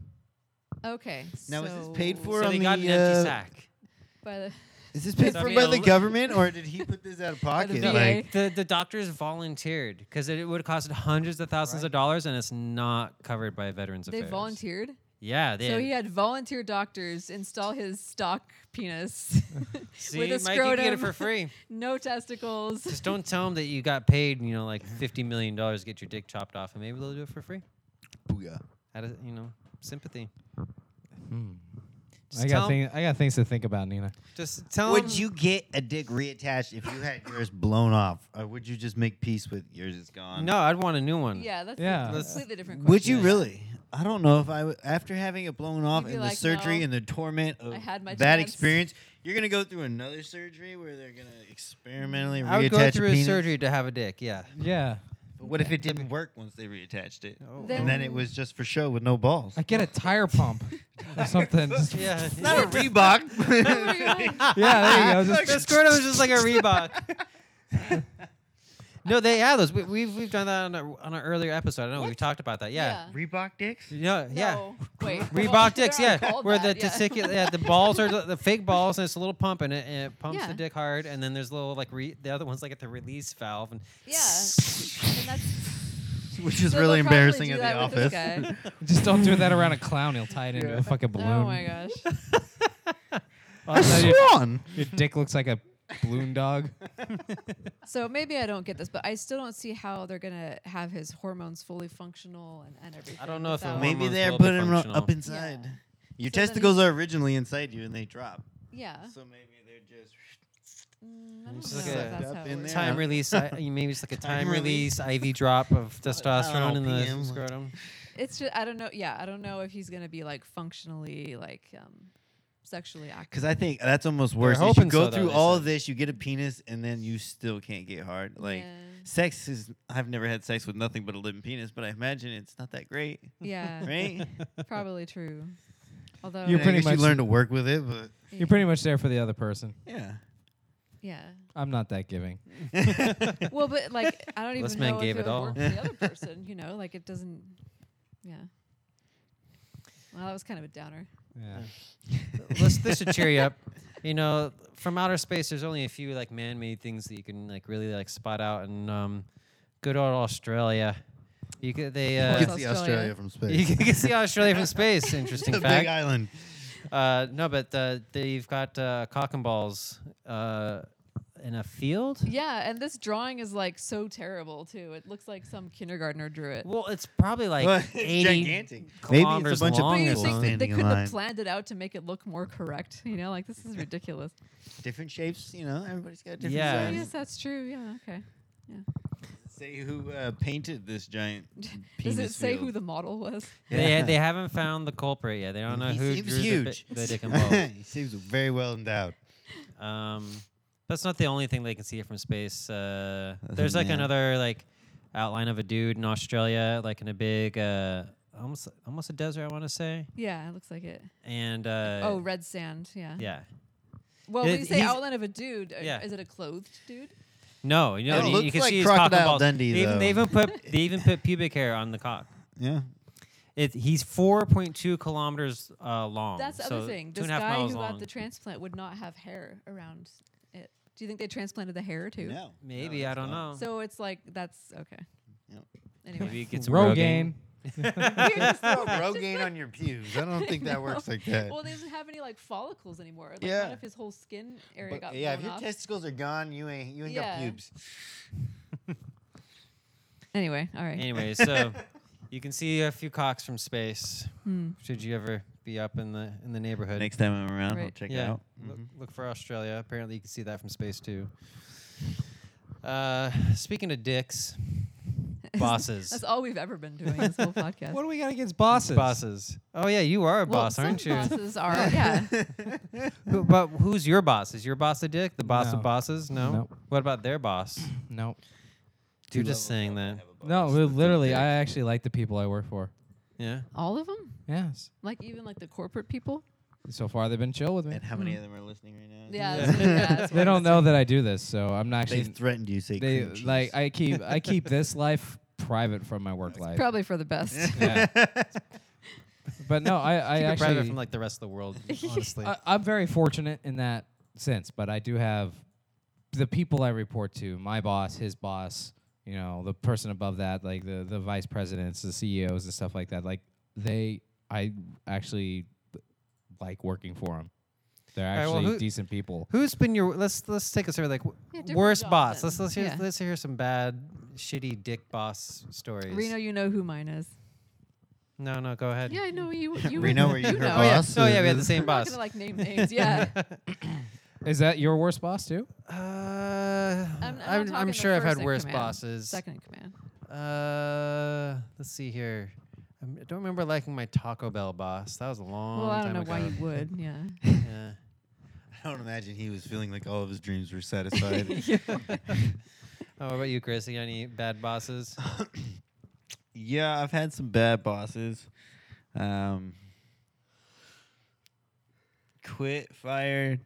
S2: Okay.
S3: Now
S2: so
S3: is this paid for
S1: so
S3: on
S1: they got
S3: the?
S1: an empty
S3: uh,
S1: sack.
S2: By the,
S3: Is this paid
S1: So I
S3: for
S1: mean,
S3: by
S1: a
S3: the
S1: li-
S3: government or did he put this out of pocket?
S2: VA.
S3: Like,
S1: The the doctors volunteered because it, would have costed hundreds of thousands of dollars, and it's not covered by Veterans
S2: they
S1: Affairs.
S2: volunteered.
S1: Yeah, they.
S2: So he had volunteer doctors install his stock
S1: <laughs>
S2: penis
S1: see,
S2: with a
S1: Mike, you can get it
S2: scrotum.
S1: for
S2: <laughs>
S1: free.
S2: no testicles.
S1: Just don't tell them that you got paid, you know, like fifty million dollars to get your dick chopped off, and maybe they'll do it for free.
S3: booyah.
S1: How does you know sympathy? Just
S4: Hmm. I
S1: tell
S4: got
S1: 'em-
S4: things. I got things to think about, Nina.
S1: Just tell
S3: Would
S1: 'em-
S3: you get a dick reattached if you had yours blown off, or would you just make peace with yours is gone?
S1: No, I'd want a new one.
S2: <laughs> yeah, that's
S4: Yeah.
S2: a
S4: Let's-
S2: completely different. Question.
S3: Would you really? I don't know if I w- after having it blown off
S2: You'd be
S3: and the
S2: like,
S3: surgery
S2: "No,
S3: and the torment of
S2: I had my
S3: that
S2: chance."
S3: experience, you're gonna go through another surgery where they're gonna experimentally reattach
S1: I would go
S3: a
S1: through
S3: penis?
S1: surgery to have a dick. Yeah.
S4: Yeah,
S3: But what if it didn't work once they reattached it,
S2: Then-
S3: and then it was just for show with no balls?
S4: I get a tire pump
S2: <laughs>
S4: or something. Just- <laughs> yeah.
S1: Yeah.
S3: Not a Reebok.
S4: there you
S2: <laughs>
S4: go.
S1: the
S4: Just
S1: squirtle was just like a Reebok. no, they have those. We, we've we've done that on a, on an earlier episode. I know we talked about that. Yeah.
S3: <laughs> Reebok dicks.
S1: Yeah. Yeah.
S2: No.
S1: <laughs>
S2: Wait.
S1: Reebok
S2: well,
S1: dicks,
S2: they're
S1: yeah,
S2: not called
S1: where
S2: that,
S1: the
S2: yeah.
S1: testicular, yeah, the balls are the, the fake balls, and it's a little pump, and it, and it pumps
S2: Yeah.
S1: the dick hard, and then there's little like re, the other one's like at the release valve, and
S2: <laughs> Yeah. And that's
S3: Which is
S2: so they'll
S3: really
S2: probably
S3: embarrassing
S2: do
S3: at the
S2: that with this
S3: office. <laughs>
S2: guy.
S4: just don't do that around a clown. He'll tie it into
S3: Yeah.
S4: a fucking balloon.
S2: oh my gosh.
S4: Oh, no,
S2: <laughs>
S4: your,
S3: swan.
S4: your dick looks like a balloon dog.
S2: So maybe I don't get this, but I still don't see how they're gonna have his hormones fully functional and, and everything.
S1: don't know if it
S2: without-
S1: will.
S3: Maybe
S1: Hormones
S3: they're
S1: will be
S3: putting them
S1: functional.
S3: up inside.
S2: Yeah.
S3: Your
S2: So then-
S3: testicles are originally inside you, and they drop.
S2: Yeah.
S3: So maybe they're just.
S2: Mm, I don't
S1: It's
S2: know
S1: like
S2: if
S1: a-
S2: that's
S3: up
S2: how it
S3: in
S2: works.
S3: there.
S1: time release, I, maybe it's like a
S3: <laughs> Time
S1: time
S3: release.
S1: release IV drop of testosterone in the
S3: PM, like- <laughs>
S1: scrotum.
S2: it's just I don't know. Yeah, I don't know if he's gonna be like functionally like um, sexually active.
S3: Because I think that's almost worse. Is you
S1: hoping
S3: go
S1: so, though,
S3: through
S1: they
S3: all
S1: said.
S3: of this, you get a penis, and then you still can't get hard. Like
S2: yeah.
S3: sex is. I've never had sex with nothing but a living penis, but I imagine it's not that great,
S2: Yeah, <laughs>
S3: <laughs> right?
S2: probably true. Although
S4: You're
S3: I
S4: pretty
S3: guess
S4: much-
S3: you learn to work with it, but
S4: You're pretty much there for the other person.
S1: <laughs>
S3: yeah.
S2: yeah.
S4: I'm not that giving.
S2: Well, but
S4: <laughs>
S2: like I don't even
S1: This
S2: know
S1: man
S2: if
S1: gave
S2: it,
S1: it
S2: would
S1: all.
S2: work for the other person. You know, like it doesn't. Yeah. Well, that was kind of a downer.
S4: Yeah.
S1: Let's, this should cheer you up. You know, from outer space, there's only a few like man-made things that you can like really like spot out. And um, good old Australia, you could they
S2: Of
S1: uh,
S2: course.
S5: see
S2: Australia.
S5: Australia from
S1: <laughs> you
S5: space. <laughs>
S1: can see Australia from
S3: <laughs>
S1: space.
S3: It's a
S1: Interesting
S3: big
S1: fact.
S3: island.
S1: Uh, no, but uh, they've got uh, cock and balls uh, in a field.
S2: Yeah, and this drawing is like so terrible too. It looks like some kindergartner drew it.
S1: Well, it's probably
S3: Well, <laughs>
S1: like
S3: it's
S1: eighty
S3: gigantic. Maybe it's
S1: kilometers
S3: a bunch
S1: long or
S2: But
S3: of
S2: you
S3: people
S1: something.
S2: think that they
S3: standing in
S2: couldn't
S3: line.
S2: have planned it out to make it look more correct? You know, like this is ridiculous.
S3: different shapes. You know, everybody's got
S1: <laughs>
S3: different.
S1: Yeah.
S2: I
S3: Sizes.
S2: guess that's true. Yeah. Okay.
S3: Say who uh, painted this giant penis
S2: <laughs> Does it say who
S3: field.
S2: the model was?
S1: They, they haven't found the culprit yet. They don't know
S3: He
S1: who
S3: seems
S1: drew
S3: huge.
S1: The, bi- the
S3: <laughs>
S1: dick and balls.
S5: he seems very well endowed.
S1: Um, that's not the only thing they can see from space. Uh,
S3: Other
S1: there's
S3: than
S1: like
S3: that.
S1: another like outline of a dude in Australia, like in a big uh, almost almost a desert, I want to say.
S2: Yeah, it looks like it.
S1: And uh,
S2: oh, red sand. Yeah.
S1: yeah,
S2: Well, when
S1: It-
S2: you say
S1: he's-
S2: outline of a dude, uh,
S1: Yeah.
S2: is it a clothed dude?
S1: no, you know,
S3: It
S1: you, you
S3: looks
S1: can
S3: like
S1: see his cock and
S3: Crocodile
S1: balls.
S3: Dundee,
S1: they, even, they
S3: though.
S1: even
S3: <laughs>
S1: put they even put pubic hair on the cock.
S3: Yeah.
S1: It, he's 4.2 kilometers uh, long.
S2: That's the
S1: so
S2: other thing.
S1: Two
S2: This
S1: and a half
S2: guy
S1: miles
S2: who
S1: long.
S2: got the transplant would not have hair around it. Do you think they transplanted the hair too?
S3: No.
S1: Maybe
S3: No,
S1: I
S3: it's
S1: don't
S3: not.
S1: know.
S2: So it's like that's okay.
S3: Yep.
S2: <laughs>
S1: Maybe
S2: Anyway.
S1: you get some
S4: Rogaine.
S1: Rogaine. <laughs>
S2: <laughs> We're just
S5: Throw
S2: throwing
S5: Rogaine on your pubes. I don't
S2: <laughs>
S5: think that works like that.
S2: Well, they doesn't have any like follicles anymore. Like,
S5: Yeah.
S2: What if his whole skin area
S5: But,
S2: got
S5: yeah, if
S2: blown
S5: your
S2: off?
S5: testicles are gone, you ain't you ain't got
S2: Yeah.
S5: pubes.
S2: anyway, all right.
S1: Anyway,
S2: <laughs>
S1: so you can see a few cocks from space.
S2: Hmm.
S1: Should you ever be up in the in the neighborhood?
S3: Next time I'm around, I'll
S2: Right.
S3: check it
S1: yeah,
S3: out.
S1: look,
S2: Mm-hmm.
S1: look for Australia. Apparently, you can see that from space too. Uh, speaking of
S2: <laughs>
S1: dicks, bosses.
S2: That's all we've ever been doing this whole podcast.
S4: What do we got against bosses?
S1: Bosses. Oh yeah, you are a
S2: well,
S1: boss,
S2: some
S1: aren't you?
S2: Bosses are, yeah.
S1: Who, but who's your boss? Is your boss a dick? The boss
S4: No.
S1: of bosses? No.
S4: Nope.
S1: What about their boss?
S4: No.
S1: You're just saying that.
S4: No, we're literally, I actually like the people I work for.
S1: Yeah.
S2: All of them?
S4: Yes.
S2: Like even like the corporate people?
S4: So far, they've been chill with me.
S3: And how many of them are listening right now?
S2: Mm-hmm.
S1: Yeah.
S2: Yeah. that's
S1: <laughs>
S2: what- yeah, that's what
S4: They
S2: I
S4: don't
S2: was
S4: know
S2: saying.
S4: that I do this, so I'm not
S3: They
S4: actually.
S3: threatened you. Say
S4: They
S3: cream
S4: like
S3: cheese.
S4: I
S1: <laughs>
S4: keep I keep this life private from my work life.
S2: Probably for the
S3: <laughs>
S2: best. <laughs>
S4: Yeah. but
S1: <laughs>
S4: no, I I
S1: Keep it
S4: actually
S1: private from like the rest of the
S2: <laughs>
S1: world, honestly.
S4: I, I'm very fortunate in that sense, but I do have the people I report to, my boss, his boss, you know, the person above that, like the the vice presidents, the CEOs and stuff like that. Like they I actually like working for them. They're
S1: right, well,
S4: actually
S1: who-
S4: decent people.
S1: Who's been your let's let's take a survey like w-
S2: Yeah, different
S1: worst
S2: jobs
S1: boss.
S2: then.
S1: Let's let's hear
S2: Yeah.
S1: let's hear some bad shitty dick boss stories.
S2: Reno, you know who mine is.
S1: No, no, go ahead.
S2: Yeah, I know
S3: <laughs>
S2: you. <laughs> you
S5: Reno, were you her
S2: know.
S1: Oh yeah.
S5: Boss
S1: Oh yeah, we had the
S5: is-
S1: <laughs> same
S2: I'm not
S1: boss.
S2: gonna like name names. <laughs>
S3: <laughs>
S2: Yeah.
S4: Is that your worst boss too?
S1: <laughs> Uh, I'm,
S2: I'm
S1: I'm,
S2: not
S1: I'm,
S2: talking the
S1: sure I've
S2: first
S1: had
S2: in
S1: worse
S2: command.
S1: bosses.
S2: Second in command.
S1: Uh, let's see here. I'm- I don't remember liking my Taco Bell boss. That was a long
S2: Well, I
S1: time
S2: don't know
S1: ago.
S2: why you would.
S3: <laughs>
S2: Yeah.
S1: <laughs> Yeah.
S5: I don't imagine he was feeling like all of his dreams were
S2: yeah. <laughs>
S5: satisfied.
S1: Oh, what about you, Chris? You got any bad bosses?
S3: yeah, I've had some bad bosses. Um, quit, fired.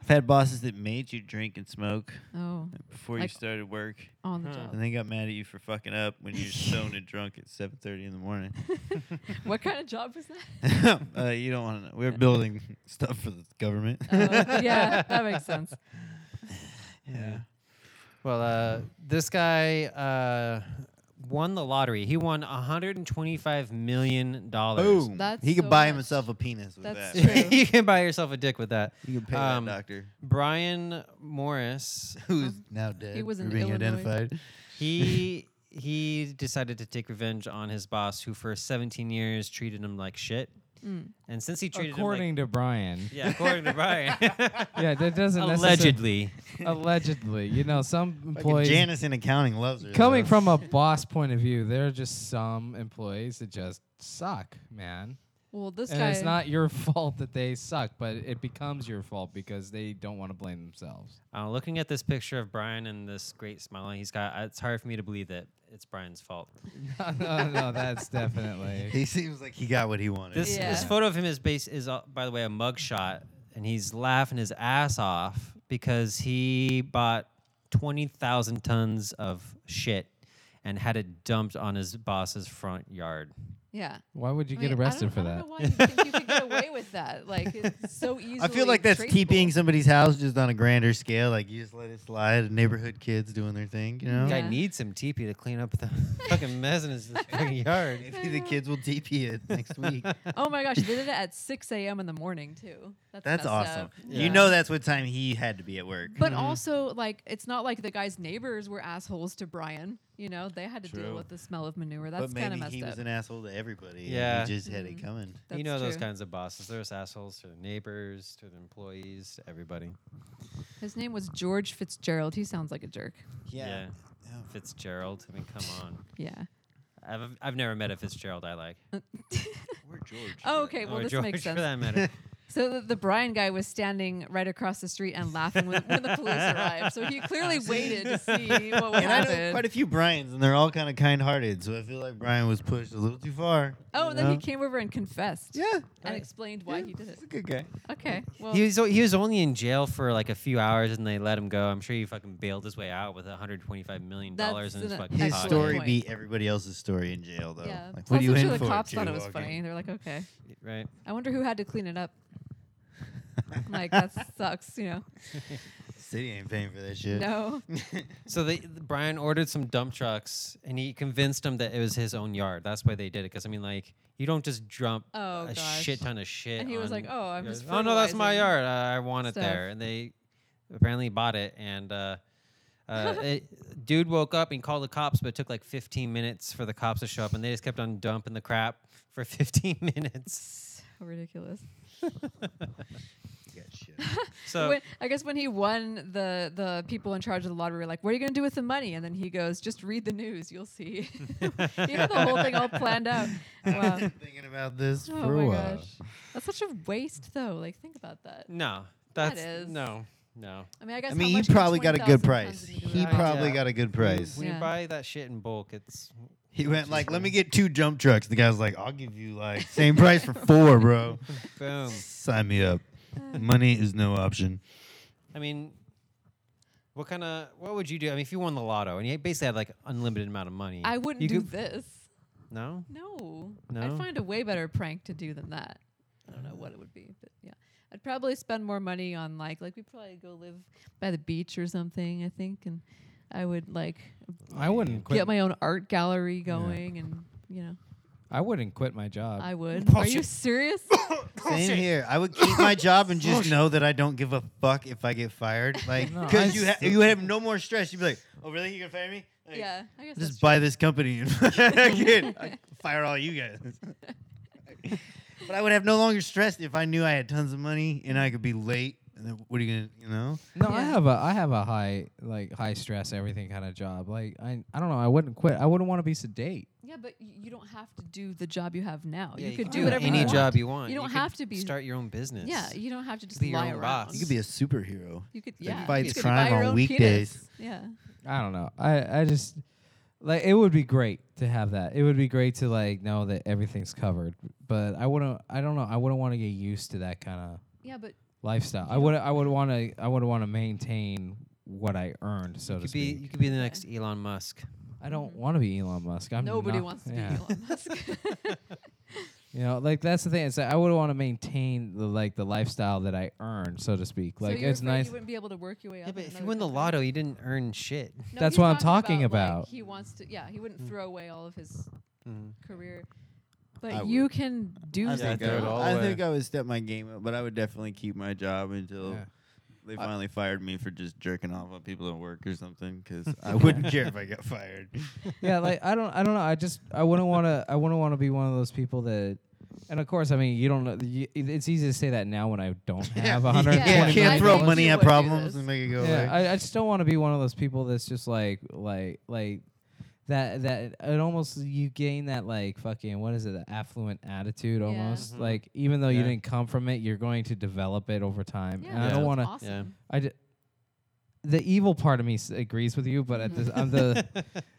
S3: I've had bosses that made you drink and smoke
S2: Oh,
S3: before you
S2: Like-
S3: started work,
S2: on the
S1: Huh.
S2: job.
S3: <laughs> and they got mad at you for fucking up when you're stoned and drunk at 7:30 in the morning. <laughs>
S2: What kind of job was that?
S3: uh, you don't want to know. We're building stuff for the government.
S2: Oh, yeah, that makes sense.
S3: yeah.
S1: Well, uh, this guy uh, won the lottery. He won 125 million dollars.
S3: Boom.
S2: That's
S3: he could
S2: so
S3: buy
S2: much.
S3: himself a penis with
S1: <laughs>
S2: That's
S3: that. right?
S2: true.
S1: you can buy yourself a dick with that.
S3: You could pay
S1: Um,
S3: that doctor.
S1: Brian
S3: <laughs>
S1: Morris,
S5: Who's now dead?
S2: Oh. He was
S5: for
S2: in
S5: being
S2: Illinois.
S5: identified.
S1: he he decided to take revenge on his boss, who for 17 years treated him like shit. And since he treated
S4: According
S1: him
S4: to Brian.
S1: like, <laughs> yeah, according to Brian,
S4: Yeah, that <laughs> doesn't
S1: <laughs>
S4: necessarily-
S1: allegedly,
S4: <laughs> allegedly. You know, some
S3: Fucking
S4: employees
S3: Janice in accounting loves her.
S4: coming
S3: though.
S4: from a boss point of view, there are just some employees that just suck, man.
S2: Well, this
S4: And
S2: guy.
S4: it's not your <laughs> fault that they suck, but it becomes your fault because they don't want to
S2: <laughs>
S4: blame themselves. <laughs>
S1: uh, looking at this picture of Brian and this great smile he's got, uh, it's hard for me to believe that it's Brian's fault.
S4: no, no, no, that's definitely.
S3: He seems like he got what he wanted.
S1: This
S2: Yeah.
S1: this photo of him is base is uh, by the way a mugshot, and he's laughing his ass off because he bought twenty thousand tons of shit and had it dumped on his boss's front yard.
S2: yeah.
S4: Why would you
S2: I
S4: get
S2: mean, I don't-
S4: arrested for
S2: I
S4: that?
S2: don't know why you think you could get away with that. Like it's so easily.
S3: I feel like that's
S2: traceable.
S3: keeping somebody's house just on a grander scale. Like you just let it slide. Neighborhood kids doing their thing, you know.
S1: Guy
S2: Yeah.
S1: needs some teepee to clean up the <laughs> fucking mess in
S2: <laughs>
S1: his fucking yard.
S3: Maybe the kids will DP it <laughs> next week.
S2: Oh my gosh, they did it at 6 a.m. in the morning too. That's,
S3: That's
S2: messed
S3: awesome.
S2: up.
S3: You know Mm-hmm. that's what time he had to be at work.
S2: But also, like, it's not like the guy's neighbors were assholes to Brian. You know, they had to deal
S3: True.
S2: with the smell of manure.
S3: but
S2: That's kind of
S3: maybe
S2: messed
S3: he
S2: up.
S3: was an asshole to everybody. and
S1: Yeah.
S3: he just had it
S2: Mhm.
S3: coming.
S2: That's
S1: you know those
S2: true.
S1: kinds of bosses. There's assholes to the neighbors, to the employees, to everybody.
S2: His name was George Fitzgerald. He sounds like a jerk.
S3: Yeah.
S1: Fitzgerald. I mean, come on.
S2: Yeah.
S1: I've I've never met a Fitzgerald I like.
S3: We're George.
S2: Oh, okay. Well,
S1: or
S2: this
S1: George
S2: makes
S1: for
S2: sense.
S1: that matter.
S2: So the, the Brian guy was standing right across the street and laughing when, when the police arrived. So
S1: <laughs>
S2: he clearly waited to see what would
S3: And I know
S2: happen.
S3: quite a few Bryans, and they're all kind of kind-hearted. So I feel like Brian was pushed a little too far.
S2: oh,
S3: you
S2: and then he
S3: know?
S2: came over and confessed
S3: Yeah.
S2: and explained why he did it.
S1: <laughs>
S3: He's a good guy.
S2: Okay. Well,
S1: he was o- he was only in jail for like a few hours and they let him go. I'm sure he fucking bailed his way out with 125 million dollars
S2: That's
S1: in his
S2: an
S1: fucking
S3: His
S2: Excellent
S1: pocket.
S3: story
S2: point.
S3: beat everybody else's story in jail, though.
S2: yeah.
S3: Like,
S2: Plus,
S3: what are you
S2: I'm
S3: in
S2: sure
S3: for?
S2: the cops thought it was
S3: jaywalking?
S2: funny. They're like, okay.
S1: right?
S2: I wonder who had to clean it up.
S3: <laughs>
S1: <laughs>
S2: like that sucks, you know.
S3: City ain't paying for that shit. <laughs>
S2: No. <laughs>
S1: So they Brian ordered some dump trucks and he convinced him that it was his own yard. That's why they did it. Because I mean, like you don't just dump
S2: Oh,
S1: a
S2: gosh.
S1: shit ton of shit.
S2: And he was like,
S1: on-
S2: "Oh, I'm
S1: he
S2: just
S1: goes, Oh no, that's my
S2: fertilizing
S1: yard. I, I want it
S2: stuff."
S1: there." And they apparently bought it. And uh,
S2: <laughs>
S1: uh, it, dude woke up and called the cops, but it took like 15 minutes for the cops to show up. And they just kept on dumping the crap for <laughs> 15 minutes.
S2: How ridiculous.
S3: You got shit.
S1: So
S2: When- I guess when he won, the the people in charge of the lottery were like, "What are you going to do with the money?" And then he goes, "Just read the news, you'll see." <laughs> <laughs> you had the whole thing all planned out. Wow.
S3: I've been thinking about this
S2: Oh
S3: for
S2: my
S3: a while.
S2: gosh. That's such a waste, though. Like, think about
S1: <laughs>
S2: that.
S1: no,
S2: That
S1: that's
S2: is-
S1: no, no.
S2: I mean, I guess.
S3: I
S2: how
S3: mean, he
S2: much can
S3: probably got a
S2: 20,000
S3: good price.
S2: tons into
S3: He
S2: the ground?
S3: probably
S1: Yeah.
S3: got a good price.
S1: When
S2: Yeah.
S1: you buy that shit in bulk, it's
S3: He went like, "Let me get two dump trucks." The guy's like, "I'll give you like same
S2: <laughs>
S3: price for four, bro.
S1: boom.
S3: Sign me up. Money is no option."
S1: I mean, what kind of what would you do? I mean, if you won the lotto and you basically had like unlimited amount of money,
S2: I wouldn't
S1: you
S2: do
S1: could-
S2: this.
S1: No,
S2: No.
S1: No?
S2: I'd find a way better prank to do than that. I don't know what it would be, but yeah. I'd probably spend more money on like like we'd probably go live by the beach or something, I think, and I would like
S4: I wouldn't quit.
S2: get my own art gallery going and you know,
S4: I wouldn't quit my job.
S2: I would. Are you <laughs> serious?
S3: Same here. I would keep my job and just know that I don't give a fuck if I get fired. Like,
S4: <laughs> No,
S3: because
S4: I
S3: you ha-
S4: s-
S3: you have no more stress. You'd be like, "Oh, really? You gonna fire me?" Like,
S2: yeah, I guess that's
S3: Just buy this company and <laughs> again, I fire all you guys. but I would have no longer stressed if I knew I had tons of money and I could be late. And then what are you gonna, you know?
S4: No, I
S2: Yeah.
S4: have a I have a high like high stress everything kind of job. Like I I don't know. I wouldn't quit. I wouldn't want to be sedate.
S2: true. Yeah, but y- you don't have to do the job you have now.
S1: Yeah,
S2: you, could
S1: can
S2: do
S4: do
S2: whatever
S1: any
S2: you
S1: job
S2: want.
S1: you want.
S2: You don't
S1: could
S2: have to be-
S1: start your own business.
S2: Yeah, you don't have to just
S1: be your
S2: lie
S1: own
S2: around.
S1: boss.
S3: You could be a superhero.
S2: You could,
S3: that
S2: yeah.
S3: fights
S2: you could
S3: crime
S2: buy your
S3: on
S2: own
S3: weekdays.
S2: penis. Yeah.
S4: I don't know. I I just like it would be great to have that. It would be great to like know that everything's covered. But I wouldn't. I don't know. I wouldn't want to get used to that kind of
S2: Yeah, but
S4: lifestyle. I would. I would want to. I would want to maintain what I earned, so
S1: You
S4: to
S1: could be
S4: speak.
S1: you could be the next Elon Musk.
S4: I don't want to be Elon Musk. I'm
S2: Mm-hmm. nobody
S4: not-
S2: wants to
S4: yeah.
S2: be Elon Musk. <laughs>
S4: You know, like that's the thing. It's like I would want to maintain the like the lifestyle that I earned, so to speak. Like
S2: so you're
S4: it's
S2: afraid
S4: nice.
S2: You wouldn't be able to work your way
S1: Yeah,
S2: up. in
S1: but if you
S2: another
S1: win the
S2: company?
S1: lotto, you didn't earn shit.
S2: No,
S4: That's
S2: he's
S4: what I'm talking
S2: Like,
S4: about.
S2: he wants to, yeah, he wouldn't throw away all of his career. But
S3: I
S2: you can do
S1: I
S2: that.
S1: think I would all-
S6: I
S1: way.
S6: think I would step my game up, but I would definitely keep my job until
S4: Yeah.
S6: they finally fired me for just jerking off on people at work or something.
S4: <laughs>
S6: Because
S3: I wouldn't care if I
S6: <laughs>
S3: got fired.
S4: yeah, like I don't, I don't know. I just, I wouldn't want to, I wouldn't want to be one of those people that And of course, I mean, you don't know. You, it's easy to say that now when I don't <laughs>
S3: <laughs>
S4: have a
S5: You
S4: hundred.
S2: Yeah,
S5: can't,
S2: I
S5: throw
S2: think
S5: money
S2: you
S5: at
S2: would do
S5: problems
S2: this.
S5: and make it go
S4: Yeah,
S5: away.
S4: I, I just don't want to be one of those people that's just like like like that that it almost you gain that like fucking what is it the affluent attitude
S2: Yeah.
S4: almost like even though you
S5: Yeah.
S4: didn't come from it you're going to develop it over time and I
S2: that's
S4: don't
S2: what's
S4: want to
S2: Awesome.
S1: Yeah.
S4: I d- the evil part of me s- agrees with you but at this
S1: <laughs>
S4: on the,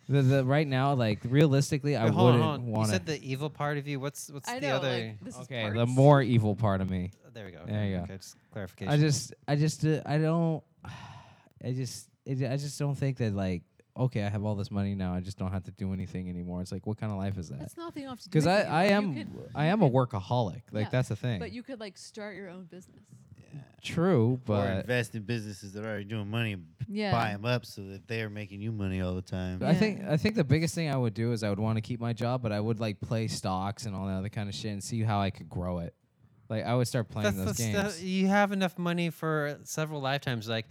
S4: the the right now like realistically I
S1: Wait, <laughs> hold on,
S4: wouldn't
S1: hold on.
S4: want
S1: You said
S4: to
S1: the evil part of you. What's what's
S2: I
S1: the
S2: know.
S1: other?
S2: like, this
S4: okay
S2: is
S4: the
S2: parts.
S4: more evil part of me
S1: there we go.
S4: There you go.
S1: Okay, just clarification. <laughs>
S4: I just, I just, uh, I don't, <sighs> I just, it, I just don't think that like, okay, I have all this money now. I just don't have to do anything anymore. It's like, what kind of life is that?
S2: That's not the off to do
S4: Because I,
S2: anything.
S4: I
S2: You
S4: am,
S2: could-
S4: I
S2: you
S4: am a
S2: could-
S4: workaholic. Like
S2: Yeah,
S4: that's the thing.
S2: But you could like start your own business.
S4: True,
S5: or
S4: but
S5: invest in businesses that are already doing money, and
S2: Yeah.
S5: buy them up so that they are making you money all the time. <laughs>
S4: I think, I think the biggest thing I would do is I would want to keep my job, but I would like play stocks and all that other kind of shit and see how I could grow it. Like I would start playing those games.
S5: <laughs>
S1: that- you have enough money for several lifetimes. Like,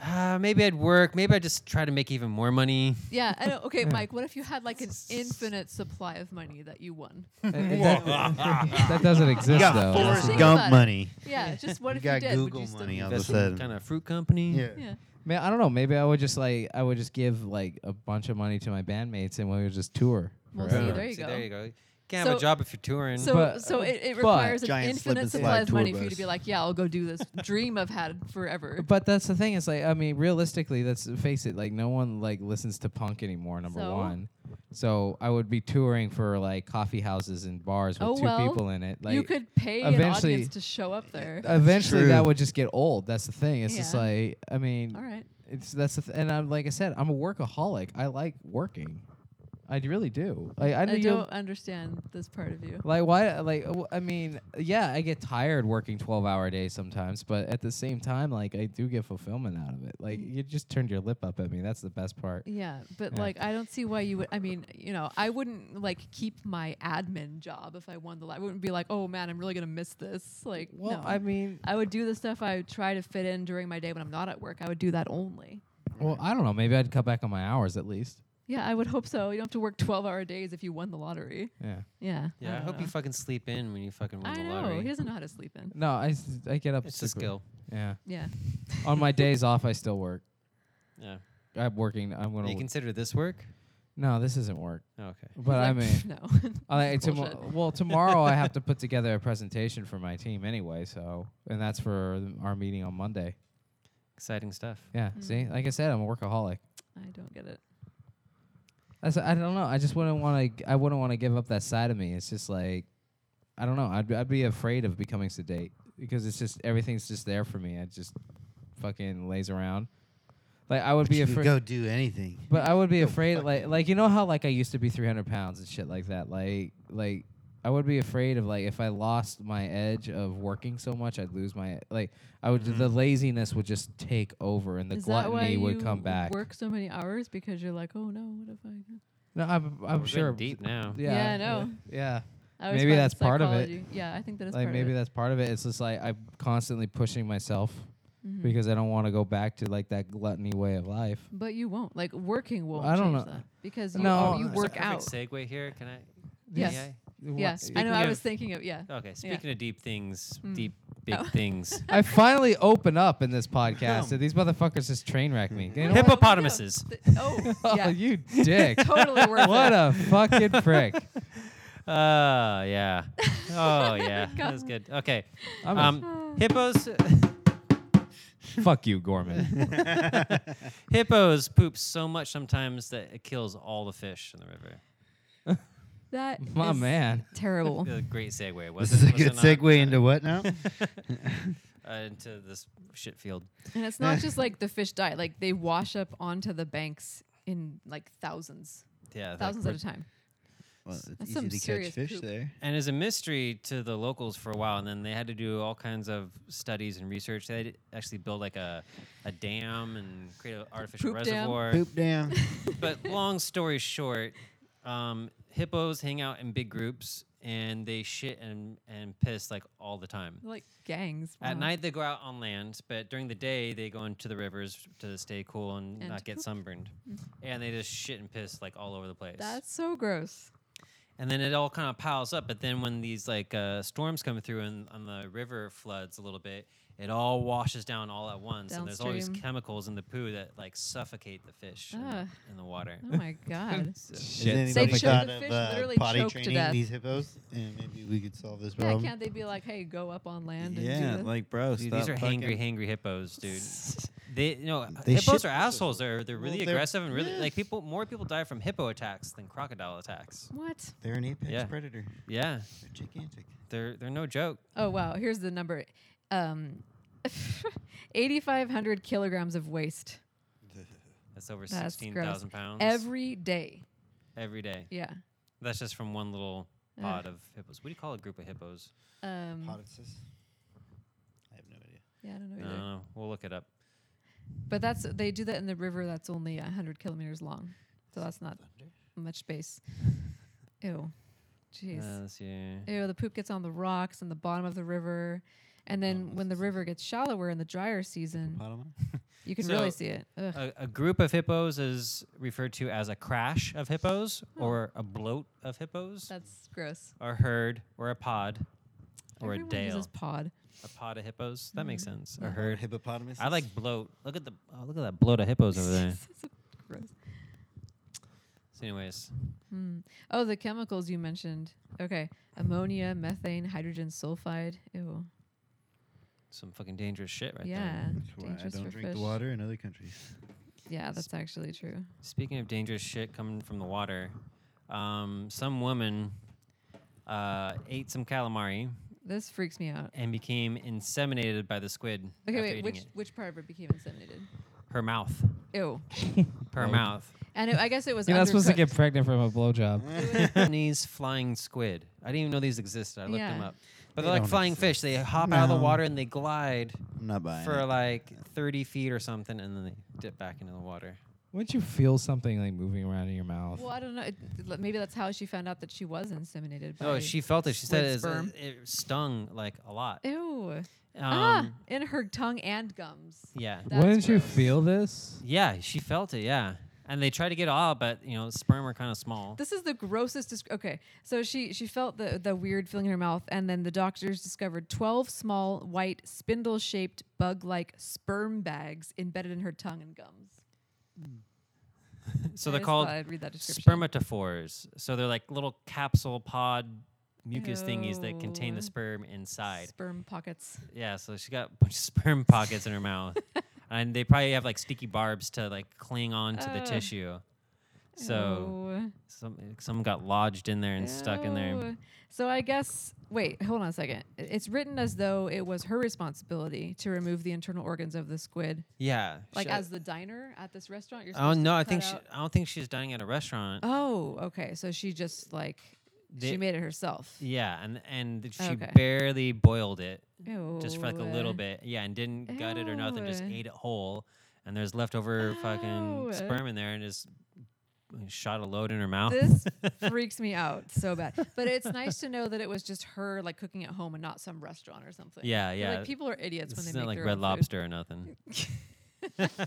S1: uh, maybe I'd work. Maybe I just try to make even more money.
S2: Yeah. I know.
S4: <laughs>
S2: Okay, Mike. What if you had
S5: <laughs>
S2: like an infinite supply of money that you won?
S6: <laughs>
S4: Uh, that,
S5: <laughs>
S4: that doesn't <laughs>
S5: You
S4: exist though.
S5: got
S4: That's
S5: Forrest
S4: the-
S2: Think about
S5: Gump
S2: it.
S5: money.
S2: Yeah. Just what
S5: You
S2: if
S5: got
S2: you did?
S5: Google
S2: would you still
S5: money
S2: do
S5: all
S2: that?
S5: of a
S1: That's
S5: sudden.
S1: some kind of fruit company.
S2: Yeah.
S4: Man, I don't know. Maybe I would just like I would just give like a bunch of money to my bandmates and we would just tour.
S2: Well,
S1: Boom.
S4: forever.
S2: see, there you
S1: See,
S2: go.
S1: There you go. You can't have a
S2: So-
S1: job if you're touring.
S2: So,
S4: But-
S2: so it, it
S4: but-
S2: requires an
S5: Giant slip
S2: infinite
S5: and
S2: supply
S5: slide
S2: of
S5: tour
S2: money for you to
S5: bus.
S2: be like, yeah, I'll go
S5: <laughs>
S2: do this dream I've had forever.
S4: But that's the thing. It's like I mean, realistically, let's face it. Like no one like listens to punk anymore. Number
S2: So?
S4: one. So I would be touring for like coffee houses and bars with
S2: Oh,
S4: two
S2: well,
S4: people in it. Like
S2: you could pay an
S4: eventually-
S2: audience to show up there.
S4: Eventually,
S5: True.
S4: that would just get old. That's the thing. It's just
S2: Yeah.
S4: like I mean,
S2: All right.
S4: it's that's the th- and I'm like I said, I'm a workaholic. I like working. I really do. Like I,
S2: I,
S4: know you
S2: don't understand this part of you.
S4: Like why? Like w- I mean, yeah, I get tired working twelve-hour days sometimes, but at the same time, like I do get fulfillment out of it. Like you just turned your lip up at me. That's the best part.
S2: Yeah, but
S4: Yeah.
S2: like I don't see why you would. I mean, you know, I wouldn't like keep my admin job if I won the. Li- I wouldn't be like, oh man, I'm really gonna miss this. Like,
S4: Well,
S2: no.
S4: I mean,
S2: I would do the stuff I would try to fit in during my day when I'm not at work. I would do that only.
S4: well, I don't know. Maybe I'd cut back on my hours at least.
S2: Yeah, I would hope so. You don't have to work 12 hour days if you won the lottery.
S4: Yeah.
S2: Yeah.
S1: yeah, I,
S2: don't
S1: hope you
S2: know.
S1: fucking sleep in when you fucking win
S2: Uh-huh. I
S1: the
S2: know.
S1: lottery.
S2: He doesn't know how to sleep in.
S4: No, I s- I get up.
S1: it's a
S4: super-
S1: skill.
S4: Yeah.
S2: Yeah.
S4: on my days off, I still work.
S1: Yeah.
S4: I'm working. I'm
S1: Do
S4: gonna.
S1: you
S4: wo-
S1: consider this work?
S4: no, this
S2: <laughs>
S4: isn't work.
S1: Oh, okay.
S4: But I mean,
S2: no.
S4: I,
S2: That's
S4: tomo-
S2: bullshit.
S4: well, tomorrow I have
S2: <laughs>
S4: to put together a presentation for my team anyway. So, and that's for our meeting on Monday.
S1: Exciting stuff.
S4: Yeah.
S2: Mm.
S4: See, like I said, I'm a workaholic.
S2: I don't get it.
S4: That's, I don't know. I just wouldn't want to. I wouldn't want to give up that side of me. It's just like, I don't know. I'd I'd be afraid of becoming sedate because it's just everything's just there for me. I just fucking lays around. Like I
S3: <laughs>
S4: would be
S5: You could
S4: afraid.
S5: go do anything. <laughs>
S4: But <laughs> I would be afraid, like, like you know how like I used to be 300 pounds and shit like that. Like, like I would be afraid of like if I lost my edge of working so much, I'd lose my like I
S1: Mm-hmm.
S4: would the laziness would just take over and the
S2: Is that why
S4: gluttony
S2: you
S4: would come back.
S2: work so many hours because you're like, oh no, what if I?
S4: No, I'm, I'm
S1: We're
S4: sure.
S1: getting deep now.
S4: Yeah,
S2: Yeah, I know.
S4: Yeah,
S2: I always
S4: Maybe
S2: find
S4: that's part of it.
S2: psychology- Yeah, I think that is
S4: like
S2: part
S4: maybe
S2: of it.
S4: that's part of it. It's just like I'm constantly pushing myself
S2: Mm-hmm. Hmm.
S4: because I don't want to go back to like that gluttony way of life.
S2: But you won't. Like working won't
S4: I
S2: change
S4: don't know.
S2: that because you,
S4: No,
S2: oh, you
S4: it's a
S2: work out.
S1: Perfect segue here. Can I?
S2: Yes.
S1: may
S2: Yeah, I know.
S1: Speaking
S2: I
S1: of-
S2: was thinking of yeah.
S1: I? Okay. Speaking of deep things, deep big
S2: Oh. <laughs>
S1: things.
S4: I finally open up in this podcast, and these motherfuckers just train wreck me.
S1: <laughs>
S4: You know what?
S1: Hippopotamuses.
S2: Th- Oh,
S4: <laughs> Oh,
S2: yeah.
S4: you
S2: <laughs>
S4: dick.
S2: totally worth
S4: what
S2: it.
S4: a fucking prick.
S1: Oh
S2: <laughs>
S1: yeah. Oh yeah. that was good. Okay.
S4: I'm a-
S1: Um, hippos. <laughs>
S4: fuck
S2: <laughs>
S4: you, Gorman.
S1: hippos poop so much sometimes that it kills all the fish in the river.
S2: <sighs> That is
S4: My man.
S1: <laughs>
S2: Terrible.
S1: A great segue. Was
S5: This is
S1: it,
S5: a
S1: was
S5: good
S1: it not?
S5: segue into what now?
S4: <laughs>
S1: Uh, into this shit field.
S2: And it's not just like the fish die; like they wash up onto the banks in like thousands,
S1: Yeah. like
S2: thousands
S1: we're-
S2: at a time.
S5: well,
S2: That's
S5: it's
S2: some
S5: easy to catch
S2: serious
S5: fish
S2: poop.
S5: there.
S1: and is a mystery to the locals for a while and then they had to do all kinds of studies and research they had to actually build like a, a dam and create an artificial
S2: Poop dam.
S1: reservoir
S5: Poop <laughs> down.
S1: but long story short um, hippos hang out in big groups and they shit and, and piss like all the time
S2: They're like gangs.
S1: at
S2: Wow.
S1: night they go out on land, but during the day they go into the rivers to stay cool and,
S2: And
S1: not get
S2: poop. Mm.
S1: sunburned. And they just shit and piss like all over the place.
S2: That's so gross.
S1: and then it all kind of piles up. But then when these like uh, storms come through and on the river floods a little bit, it all washes down all at once, and there's all these
S2: Downstream.
S1: chemicals in the poo that like suffocate the fish in, the,
S2: Ugh.
S1: in the water.
S2: Oh my god.
S4: Shit.
S2: They
S4: stuff
S2: choke
S4: like that.
S2: the fish literally
S5: potty
S2: choke to
S5: training
S2: death.
S5: these hippos? And maybe we could solve this
S2: yeah,
S5: problem.
S2: can't they be like, hey, go up on land and
S3: yeah,
S2: do this?
S3: like bro,
S1: Dude,
S3: stop
S1: these are
S3: fucking-
S1: hangry, hangry hippos, dude. They, you know,
S3: They
S1: hippos
S3: shit
S1: are assholes. They're they're
S5: Well,
S1: really
S5: they're-
S1: aggressive and really
S5: yeah.
S1: like people. More people die from hippo attacks than crocodile attacks.
S2: What?
S3: They're an apex
S1: Yeah.
S3: predator.
S1: Yeah,
S3: They're gigantic.
S1: they're they're no joke.
S2: Oh wow, here's the number. Um <laughs> 8,500 kilograms of waste
S1: That's over
S2: That's gross.
S1: sixteen thousand pounds
S2: every day.
S1: every day.
S2: Yeah.
S1: That's just from one little
S2: Ugh.
S1: pod of hippos. What do you call a group of hippos?
S3: Mm.
S2: Um,
S5: Potises? I have no idea.
S2: yeah, I don't
S1: I
S2: know
S1: don't
S2: either.
S1: know. We'll look it up.
S2: But that's they do that in the river that's only 100 kilometers long. So that's not
S1: <laughs>
S2: much space. Ew. Jeez.
S1: Uh, let's see.
S2: Ew, the poop gets on the rocks and the bottom of the river. And
S1: Oh,
S2: then when the river gets shallower in the drier season,
S5: Potama?
S2: you can really
S1: So, uh,
S2: see it. Ugh.
S1: A, a group of hippos is referred to as a crash of hippos,
S2: Oh.
S1: or a bloat of hippos,
S2: That's gross.
S1: or a herd, or a pod, or
S2: Everyone
S1: a dale. <laughs>
S2: uses Mm-hmm. pod.
S1: A pod of hippos. That makes sense. A
S2: Yeah.
S1: herd.
S5: Hippopotamus?
S1: I like bloat. Look at the oh, look at that bloat of hippos over
S2: <laughs>
S1: there.
S2: gross.
S1: So, anyways,
S2: Hmm. Oh, the chemicals you mentioned. Okay, ammonia, methane, hydrogen sulfide. Ew.
S1: some fucking dangerous shit right
S2: yeah.
S1: there.
S5: That's why I
S2: dangerous
S5: don't
S2: for
S5: drink
S2: fish.
S5: the water in other countries.
S2: Yeah, that's actually true.
S1: Speaking of dangerous shit coming from the water, um, some woman uh, ate some calamari
S2: This freaks me out.
S1: and became inseminated by the squid.
S2: Okay,
S1: after
S2: wait.
S1: eating
S2: Which
S1: it.
S2: which part of it became inseminated?
S1: her mouth,
S2: Ew.
S1: her mouth.
S2: And it, I guess it was.
S4: You're not supposed to
S2: undercooked.
S4: get pregnant from a blowjob.
S1: Japanese flying squid. I didn't even know these existed. I looked them
S2: Yeah.
S1: up.
S5: They
S1: But they're like
S5: don't
S1: flying
S5: exist.
S1: fish. They hop out of the
S5: No.
S1: water and they glide
S5: I'm not buying
S1: for
S5: it.
S1: like 30 feet or something and then they dip back into the water.
S4: Wouldn't you feel something like moving around in your mouth?
S2: Well, I don't know. It, l- maybe that's how she found out that she was inseminated. By
S1: Oh, she felt it. She said
S2: squid
S1: it, is-
S2: sperm.
S1: it stung like a lot.
S2: Ew. ah,
S1: Um,
S2: in her tongue and gums.
S1: Yeah.
S2: That's
S4: Wouldn't you
S2: gross.
S1: <laughs>
S4: feel this?
S1: Yeah, she felt it. Yeah. And they tried to get it all, but you know, sperm are kind of small.
S2: This is the grossest. Disc- okay, so she she felt the the weird feeling in her mouth, and then the doctors discovered twelve small white spindle shaped bug like sperm bags embedded in her tongue and gums.
S1: so
S2: I
S1: they're
S2: just
S1: called
S2: thought I'd read that description.
S1: spermatophores. So they're like little capsule pod mucus thingies that contain
S2: Oh.
S1: the sperm inside.
S2: Sperm pockets.
S1: Yeah, so she got a bunch of <laughs> sperm pockets in her
S2: <laughs>
S1: mouth. And they probably have like sticky barbs to like cling on to the
S2: Ugh.
S1: tissue. So
S2: Ew.
S1: some some got lodged in there and stuck in there.
S2: Ew. So I guess wait, hold on a second. I- It's written as though it was her responsibility to remove the internal organs of the squid,
S1: Yeah.
S2: like
S1: she-
S2: as the diner at this restaurant. You're
S1: Oh
S2: supposed to
S1: no, I
S2: cut
S1: think she,
S2: out-
S1: I don't think she's dining at a restaurant.
S2: Oh, okay. So she just like she
S1: They-
S2: made it herself.
S1: Yeah, and and th- she
S2: Okay.
S1: barely boiled it just for like a
S2: Ew.
S1: little bit. Yeah, and didn't gut it or nothing, just
S2: Ew.
S1: ate it whole. And there's leftover fucking
S2: Ow.
S1: sperm in there and just shot a load in her mouth. <laughs>
S2: This freaks me out so bad. But it's nice to know that it was just her like cooking at home and not some restaurant or something.
S1: yeah,
S2: They're
S1: yeah.
S2: Like people are idiots
S1: this
S2: when they
S1: isn't
S2: make
S1: like
S2: their
S1: Red
S2: own food.
S1: Lobster or nothing.
S2: <laughs>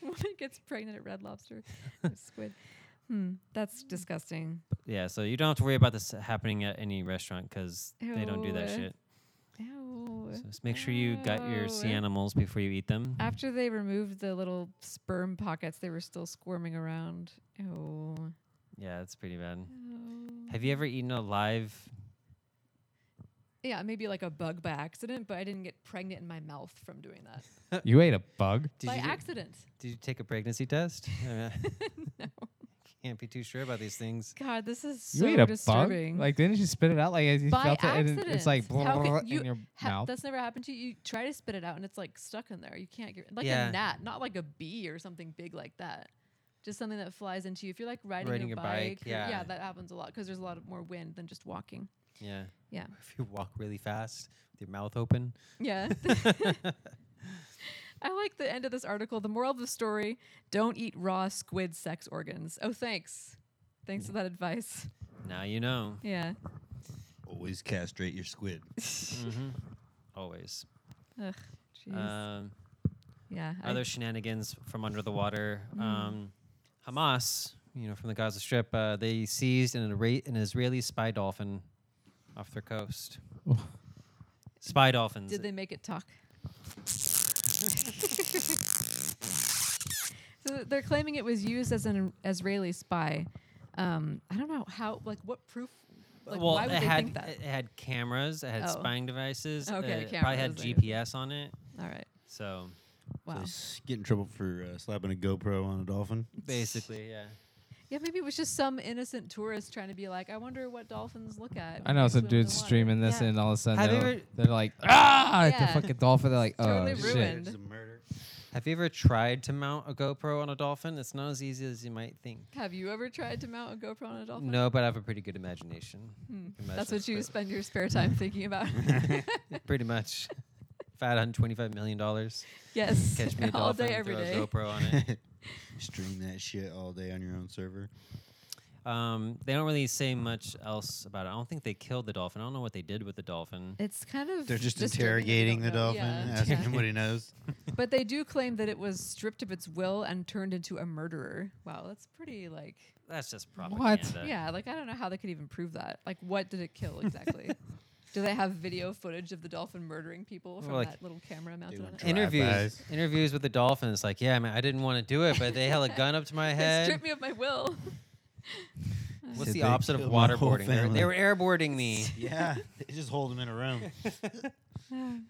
S2: when it gets pregnant at Red Lobster, <laughs> with squid. Hmm, that's disgusting.
S1: Yeah, so you don't have to worry about this happening at any restaurant because they don't do that
S2: Ew.
S1: shit.
S2: Ew.
S1: So just make sure you gut your sea
S2: Ew.
S1: animals before you eat them.
S2: After they removed the little sperm pockets, they were still squirming around. Ew.
S1: Yeah, it's pretty bad.
S2: Ew.
S1: Have you ever eaten a live?
S2: Yeah, maybe like a bug by accident, but I didn't get pregnant in my mouth from doing that.
S4: You ate a bug?
S1: Did
S2: by
S1: you get-
S2: accident.
S1: Did you take a pregnancy
S2: <laughs>
S1: test? I mean, Can't be too sure about these things.
S2: God, this is
S4: You
S2: so
S4: ate a
S2: disturbing.
S4: bug? Like, didn't you spit it out? Like, as you
S2: By
S4: felt it, and it-
S2: accident.
S4: it's like
S2: How could
S4: in
S2: you
S4: your
S2: Ha-
S4: mouth.
S2: That's never happened to you. You try to spit it out and it's like stuck in there. You can't get like
S1: Yeah.
S2: a gnat, not like a bee or something big like that. Just something that flies into you. If you're like riding,
S1: Riding
S2: your
S1: your bike,
S2: or-
S1: yeah.
S2: that happens a lot because there's a lot of more wind than just walking.
S1: Yeah.
S2: Yeah.
S1: <laughs> If you walk really fast with your mouth
S2: <laughs>
S1: open. <laughs>
S2: Yeah. I like the end of this article. The moral of the story don't eat raw squid sex organs. Oh, thanks. Thanks for that advice.
S1: Now you know.
S2: Yeah.
S5: Always castrate your squid.
S1: hmm Always.
S2: Jeez.
S1: Um,
S2: yeah. I-
S1: other shenanigans from under the water. Um, Hamas you know, from the Gaza Strip, uh, they seized an, Ira- an Israeli spy dolphin off their coast. spy dolphins.
S2: Did they make it talk? <laughs> so they're claiming it was used as an Israeli spy. Um, I don't know how. Like, what proof? Like,
S1: well,
S2: why would
S1: it
S2: they
S1: had
S2: think that?
S1: it had cameras, it had
S2: Oh.
S1: spying devices.
S2: Okay,
S1: uh, it probably had
S2: cameras, I-
S1: GPS on it.
S2: All right.
S1: So
S2: Wow.
S3: Get in trouble for uh, slapping a GoPro on a dolphin.
S1: basically, yeah.
S2: Yeah, maybe it was just some innocent tourist trying to be like, I wonder what dolphins look at.
S4: I
S2: when they
S4: know some
S2: swim in the
S4: dudes
S2: water."
S4: streaming this,
S2: Yeah.
S4: and all of a sudden
S1: Have you
S4: they're,
S1: ever-
S4: they're like, ah, at the
S2: Yeah.
S4: fucking dolphin. They're like, oh
S2: totally
S4: shit.
S2: ruined.
S3: There's a murder.
S1: Have you ever tried to mount a GoPro on a dolphin? It's not as easy as you might think.
S2: Have you ever tried to mount a GoPro on a dolphin? Hmm.
S1: No, but I have a pretty good imagination.
S2: That's
S1: Imagine-
S2: what you
S1: but-
S2: spend your
S1: <laughs>
S2: spare time thinking about.
S1: Pretty
S2: <laughs>
S1: much. If I had 125 million dollars,
S2: yes.
S1: catch me a
S2: <laughs> all
S1: dolphin,
S2: day, every
S1: throw
S2: day.
S1: a GoPro on
S2: <laughs>
S1: it.
S3: Stream that shit all day on your own server.
S1: Um, they don't really say much else about it. I don't think they killed the dolphin. I don't know what they did with the dolphin.
S2: It's kind of.
S3: They're just
S2: disturbing that you
S3: interrogating the
S2: don't know.
S3: dolphin,
S2: Yeah.
S3: asking
S2: Yeah.
S3: him what he knows.
S2: but they do claim that it was stripped of its will and turned into a murderer. Wow, that's pretty like
S1: That's just
S4: What?
S1: propaganda.
S2: yeah, like I don't know how they could even prove that. Like what did it
S1: <laughs>
S2: kill exactly? do they have video footage of the dolphin murdering people from
S1: like,
S2: that little camera mounted
S3: were
S2: on it?
S3: drunk.
S1: Interviews,
S3: Drive-bys.
S1: interviews with the dolphin. It's like, yeah, man, I didn't want to do it, but they held a gun up to my
S2: <laughs> They
S1: head.
S2: stripped me of my will.
S1: What's
S3: Did
S1: the
S3: they
S1: opposite of
S3: kill my whole
S1: waterboarding? They were, they were
S3: family?
S1: airboarding
S3: <laughs>
S1: me.
S3: Yeah, they just hold him in a room.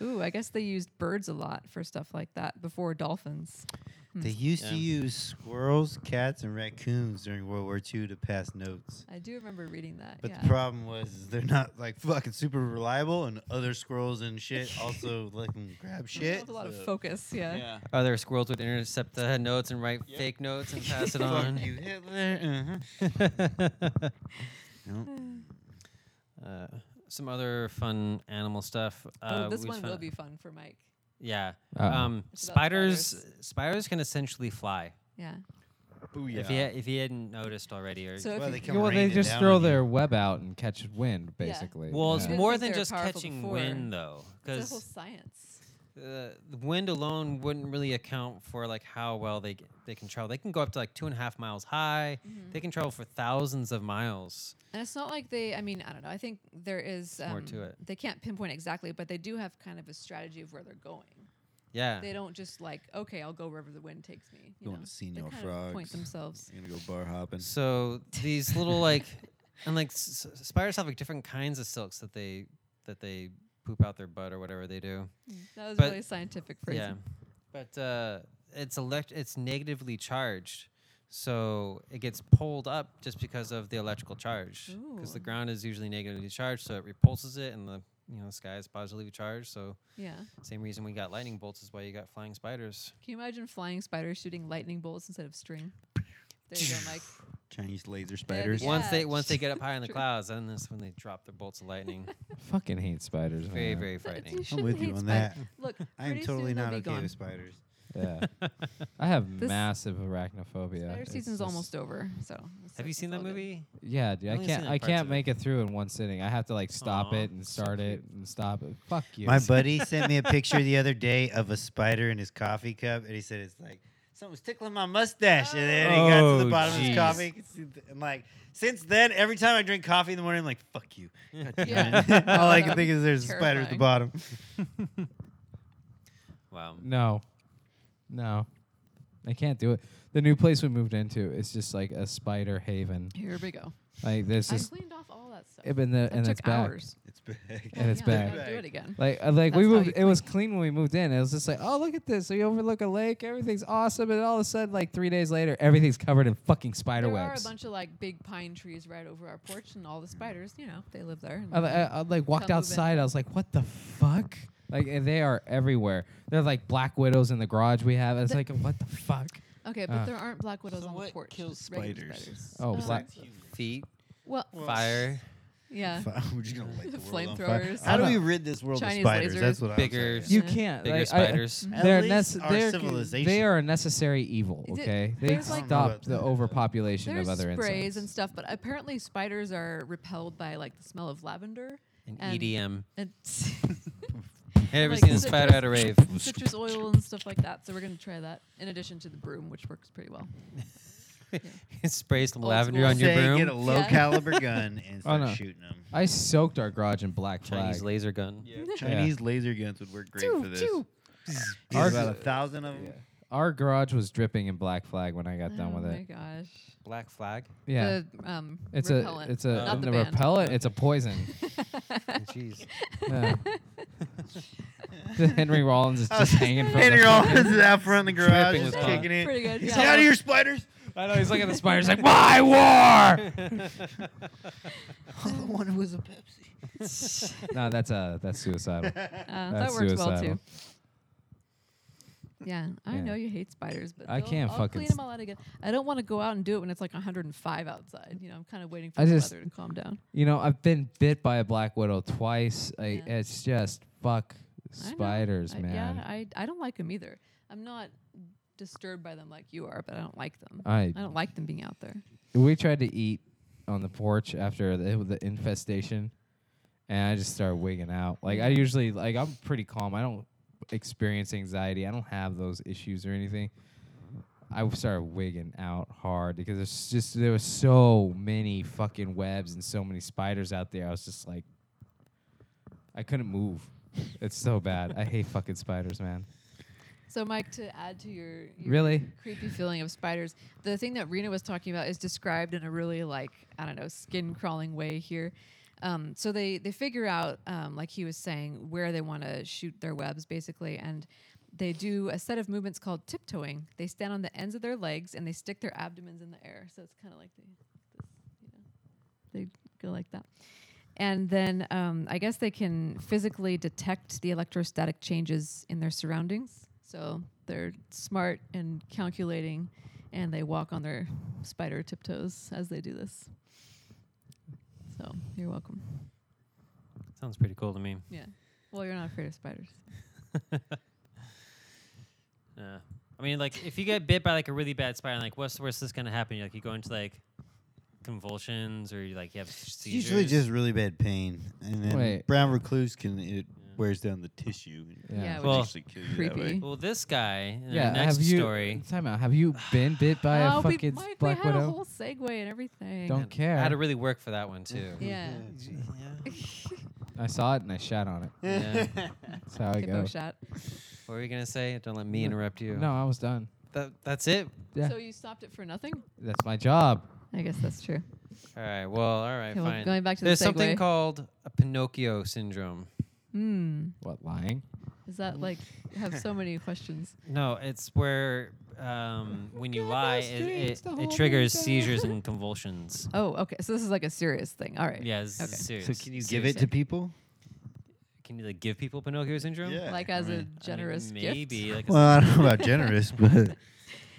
S2: Ooh, I guess they used birds a lot for stuff like that before dolphins.
S3: <laughs> They used
S1: Yeah.
S3: to use squirrels, cats, and raccoons during World War II to pass notes.
S2: I do remember reading that.
S3: But
S2: yeah.
S3: the problem was is they're not like fucking super reliable, and other squirrels and
S2: <laughs>
S3: shit also like can grab
S2: We don't
S3: shit.
S2: have a lot of
S3: so-
S2: focus. Yeah.
S3: Yeah.
S1: Other Oh, squirrels would intercept the notes and write fake notes
S3: <laughs>
S1: and pass it
S3: Fuck
S1: on. <laughs>
S3: you, Hitler. uh-huh.
S2: <sighs>
S1: uh, some other fun animal stuff. Uh,
S2: oh, this
S1: we
S2: one
S1: found-
S2: will be fun for Mike.
S1: Yeah.
S4: Uh-oh.
S1: Um,
S2: It's about
S1: spiders, spiders can essentially fly.
S2: Yeah.
S3: Booyah.
S1: If you if you hadn't noticed already, or
S2: So if
S3: Well,
S2: you-
S3: they come
S4: Well, they
S3: raining
S4: just
S3: down
S4: throw
S3: on you.
S4: their web out and catch wind, basically.
S1: well, it's
S2: Yeah.
S1: more than
S2: Didn't think they were
S1: just
S2: powerful
S1: catching
S2: before.
S1: wind though,
S2: It's a whole
S1: because
S2: science.
S1: uh, the wind alone wouldn't really account for like how well they c- they can travel. They can go up to like two and a half miles high.
S2: Mm-hmm.
S1: They can travel for thousands of miles.
S2: And it's not like they, I mean, I don't know. I think there is. Um,
S1: More to it.
S2: They can't pinpoint exactly, but they do have kind of a strategy of where they're going.
S1: Yeah.
S2: They don't just like, okay, I'll go wherever the wind takes me. You
S3: Going
S2: know?
S3: to
S2: they
S3: senior
S2: kind
S3: frogs.
S2: of point
S1: <laughs>
S2: themselves.
S3: You're gonna go bar hopping.
S1: So these
S2: <laughs>
S1: little like, and like s- s- spiders have like different kinds of silks that they that they poop out their butt or whatever they do.
S2: That was
S1: But-
S2: really scientific phrasing.
S1: Yeah, but uh, it's elect it's negatively charged, so it gets pulled up just because of the electrical charge. Because the
S2: Ooh.
S1: ground is usually negatively charged, so it repulses it, and the you know sky is positively charged. So
S2: Yeah.
S1: same reason we got lightning bolts is why you got flying spiders.
S2: Can you imagine flying spiders shooting lightning bolts instead of string? There you go,
S1: <laughs>
S2: Mike.
S3: Chinese laser spiders.
S2: yeah.
S1: Once they once they
S2: <laughs>
S1: get up high in the
S2: True.
S1: clouds, then that's when they drop their bolts of
S2: <laughs>
S1: lightning.
S4: fucking hate spiders.
S1: very
S4: man.
S1: very
S2: That-
S1: frightening.
S2: shouldn't
S3: with you
S2: hate
S3: on
S2: spiders.
S3: that.
S4: <laughs>
S2: Look,
S3: I am
S2: pretty
S3: totally
S2: soon they'll
S3: not
S2: be
S3: okay
S2: gone.
S3: with spiders.
S1: <laughs>
S4: Yeah. I have
S2: This-
S4: massive arachnophobia.
S2: Spider
S4: It's
S2: season's
S4: just-
S2: almost over, so. it's
S1: Have
S2: like
S1: you
S2: it's
S1: seen
S2: all
S1: that
S2: good.
S1: movie?
S4: Yeah, dude.
S1: I've
S4: I
S1: only
S4: can't.
S1: seen, like,
S4: I
S1: parts
S4: can't
S1: of it.
S4: make it through in one sitting. I have to like stop
S1: Aw,
S4: it and
S1: so
S4: start it
S1: cute.
S4: and stop it. Fuck you.
S3: My buddy sent me a picture the other day of a spider in his coffee cup, and he said it's like something's tickling my mustache. And then he got to
S4: Oh,
S3: the bottom of
S4: jeez.
S3: his coffee. he could see th- I'm like, since then, every time I drink coffee in the morning, I'm like, fuck you.
S1: <laughs>
S3: <laughs>
S2: Yeah.
S3: All I
S2: that'd
S3: can think is there's a spider at the
S2: terrifying.
S3: bottom.
S1: Wow.
S4: No, no, I can't do it. The new place we moved into is just like a spider haven.
S2: Here we go.
S4: Like this
S2: I
S4: is.
S2: cleaned off all that stuff.
S4: It been the,
S2: that
S4: and
S2: took
S4: it's back.
S2: hours.
S3: It's <laughs> big.
S4: And it's
S2: yeah,
S4: back.
S2: I gotta do it again.
S4: Like, I- like we
S2: That's how
S4: moved.
S2: you
S4: It was clean when we moved in. It was just like, oh, look at this. So you overlook a lake. Everything's awesome. And all of a sudden, like three days later, everything's covered in fucking spider
S2: there
S4: webs.
S2: are a bunch of like big pine trees right over our porch, and all the spiders, you know, they live there. and
S4: I, I, I like walked
S2: Come move in.
S4: outside. I was like, what the fuck? Like and they are everywhere. They're like black widows in the garage we have. It's
S2: The-
S4: like what the fuck?
S2: Okay, but
S4: Ah.
S2: there aren't black widows
S3: So
S2: on the
S3: what
S2: porch.
S3: kills
S2: just regular
S3: spiders?
S4: Oh,
S2: Um,
S4: black-
S1: Feet,
S2: Well,
S1: fire,
S2: yeah.
S3: We're just gonna light the world on fire.
S2: Flamethrowers.
S3: How do we rid this world
S2: Chinese
S3: of spiders?
S2: lasers.
S3: That's what
S1: Bigger
S3: I'm
S1: You
S4: You
S2: Yeah.
S4: can't.
S1: bigger
S4: like, I-
S2: <laughs>
S1: spiders.
S3: At
S4: they're
S3: least
S4: nec-
S3: our
S4: they're
S3: civilization.
S4: They are a necessary evil.
S2: Is it-
S4: Okay, they
S2: there's, like-
S4: stop the
S3: There's
S4: overpopulation
S2: There's
S4: of other
S2: sprays
S4: insects.
S2: and stuff, but apparently spiders
S1: E
S2: are repelled by like the smell of lavender
S1: and
S2: and-
S1: EDM.
S2: and
S1: Hey, ever
S2: <laughs> Like <laughs>
S1: seen a
S2: citrus-
S1: spider at a rave?
S2: citrus oil and stuff like that. So we're gonna try that in addition to the broom, which works pretty well.
S1: <laughs> Spray some
S2: Old
S1: lavender
S2: school.
S1: on your
S5: Say get a
S1: broom.
S5: low
S2: Yeah.
S5: caliber gun and start
S4: no.
S5: shooting
S2: <laughs>
S5: them.
S4: I soaked our garage in black flag.
S1: Chinese laser gun.
S5: Chinese laser guns would work great for this.
S4: Ours
S5: There's about
S4: is-
S5: a thousand of them.
S4: Yeah. Our garage was dripping in black flag when I got done
S2: oh
S4: with
S2: my
S4: it.
S2: gosh.
S1: Black <laughs> flag.
S4: Yeah.
S2: The um,
S4: it's
S2: repellent. <laughs>
S4: a it's a,
S2: Not
S4: n-
S2: the
S4: a
S2: band.
S4: repellent. It's
S2: <laughs>
S4: a poison.
S2: Oh,
S1: Jeez.
S4: Yeah. <laughs> Henry Rollins
S2: <laughs>
S4: is just hanging from
S5: Henry
S4: the
S5: Rollins is out front in the garage,
S4: dripping
S5: just
S4: with blood.
S5: kicking it.
S2: Pretty good.
S5: He's
S2: yeah.
S5: like,
S2: <laughs>
S5: out of here, spiders!
S4: I know he's looking <laughs> at the spider. He's like, "My <laughs> war."
S2: Oh,
S5: All I wanted was a <laughs> Pepsi.
S4: no, that's uh, that's suicidal.
S2: Uh, that
S4: That's
S2: works well
S4: suicidal.
S2: too. Yeah, I
S4: Yeah.
S2: know you hate spiders, but
S4: I
S2: they'll-
S4: can't
S2: I'll
S4: fucking
S2: clean
S4: s-
S2: them all out again. I don't want to go out and do it when it's like 105 outside. You know, I'm kind of waiting for
S4: I
S2: the
S4: just-
S2: weather to calm down.
S4: You know, I've been bit by a black widow twice. I,
S2: Yeah.
S4: It's just fuck
S2: I know.
S4: spiders,
S2: I-
S4: man.
S2: Uh, Yeah, I I don't like them either. I'm not disturbed by them like you are, but I don't like them.
S4: I
S2: I don't like them being out there.
S4: we tried to eat on the porch after the, the infestation, and I just started wigging out. Like I usually like I'm pretty calm. I don't experience anxiety. I don't have those issues or anything. I w- started wigging out hard because there's just there was so many fucking webs and so many spiders out there. I was just like, I couldn't move. It's so bad. I hate fucking spiders, man.
S2: So, Mike, to add to your, your
S4: Really?
S2: creepy feeling of spiders, the thing that Rena was talking about is described in a really like I don't know skin crawling way here. Um, so they they figure out, um, like he was saying, where they want to shoot their webs basically, and they do a set of movements called tiptoeing. They stand on the ends of their legs and they stick their abdomens in the air. So it's kind of like they, this, you know, they go like that. And then um, I guess they can physically detect the electrostatic changes in their surroundings. So they're smart and calculating, and they walk on their spider tiptoes as they do this. So you're welcome.
S1: Sounds pretty cool to me.
S2: Yeah. Well, you're not afraid of spiders.
S1: Yeah. I mean, like if you get bit by like a really bad spider, like what's the worst that's gonna happen? You like you go into like convulsions or you like you have
S5: It's
S1: seizures.
S5: usually just really bad pain. And then
S4: Wait.
S5: brown recluse can, it wears down the tissue.
S4: Yeah.
S2: Yeah,
S5: It
S1: Well,
S5: actually kill you that way.
S2: Creepy.
S1: well, this guy. in our
S4: Yeah.
S1: next
S4: have you?
S1: story.
S4: Time out. Have you been bit by
S2: Oh,
S4: a
S2: we,
S4: fucking
S2: Mike, we
S4: black
S2: had
S4: widow?
S2: a whole segue and everything. <laughs>
S4: Don't care.
S1: I had to really work for that one too.
S2: Yeah.
S4: I saw it and I shot on it.
S1: yeah.
S4: That's how I
S2: Okay, bow
S4: go.
S2: shot.
S1: What were you gonna say? Don't let me interrupt you.
S4: No, I was done.
S1: That, that's it.
S4: Yeah.
S2: So you stopped it for nothing?
S4: That's my job.
S2: I guess that's true.
S1: All right. Well. All right.
S2: Okay, well,
S1: fine.
S2: going back to the
S1: There's something
S2: segue.
S1: called a Pinocchio syndrome.
S2: Hmm.
S4: What lying?
S2: Is that like I have so many questions?
S1: No, it's where um, when you
S4: Give
S1: lie,
S4: us
S1: it,
S4: dreams
S1: it,
S4: to hold
S1: it triggers
S4: me down.
S1: seizures
S2: <laughs>
S1: and convulsions.
S2: Oh, okay. So this is like a serious thing. All right.
S1: Yeah, this
S2: Okay.
S1: is serious.
S5: So can you give it to people?
S1: Can you like give people Pinocchio syndrome?
S5: Yeah.
S2: Like
S5: I
S2: as
S5: mean- I
S2: a
S5: mean,
S1: I mean,
S2: generous gift.
S1: maybe. Like, a-
S5: <laughs> Well, I don't know about generous, but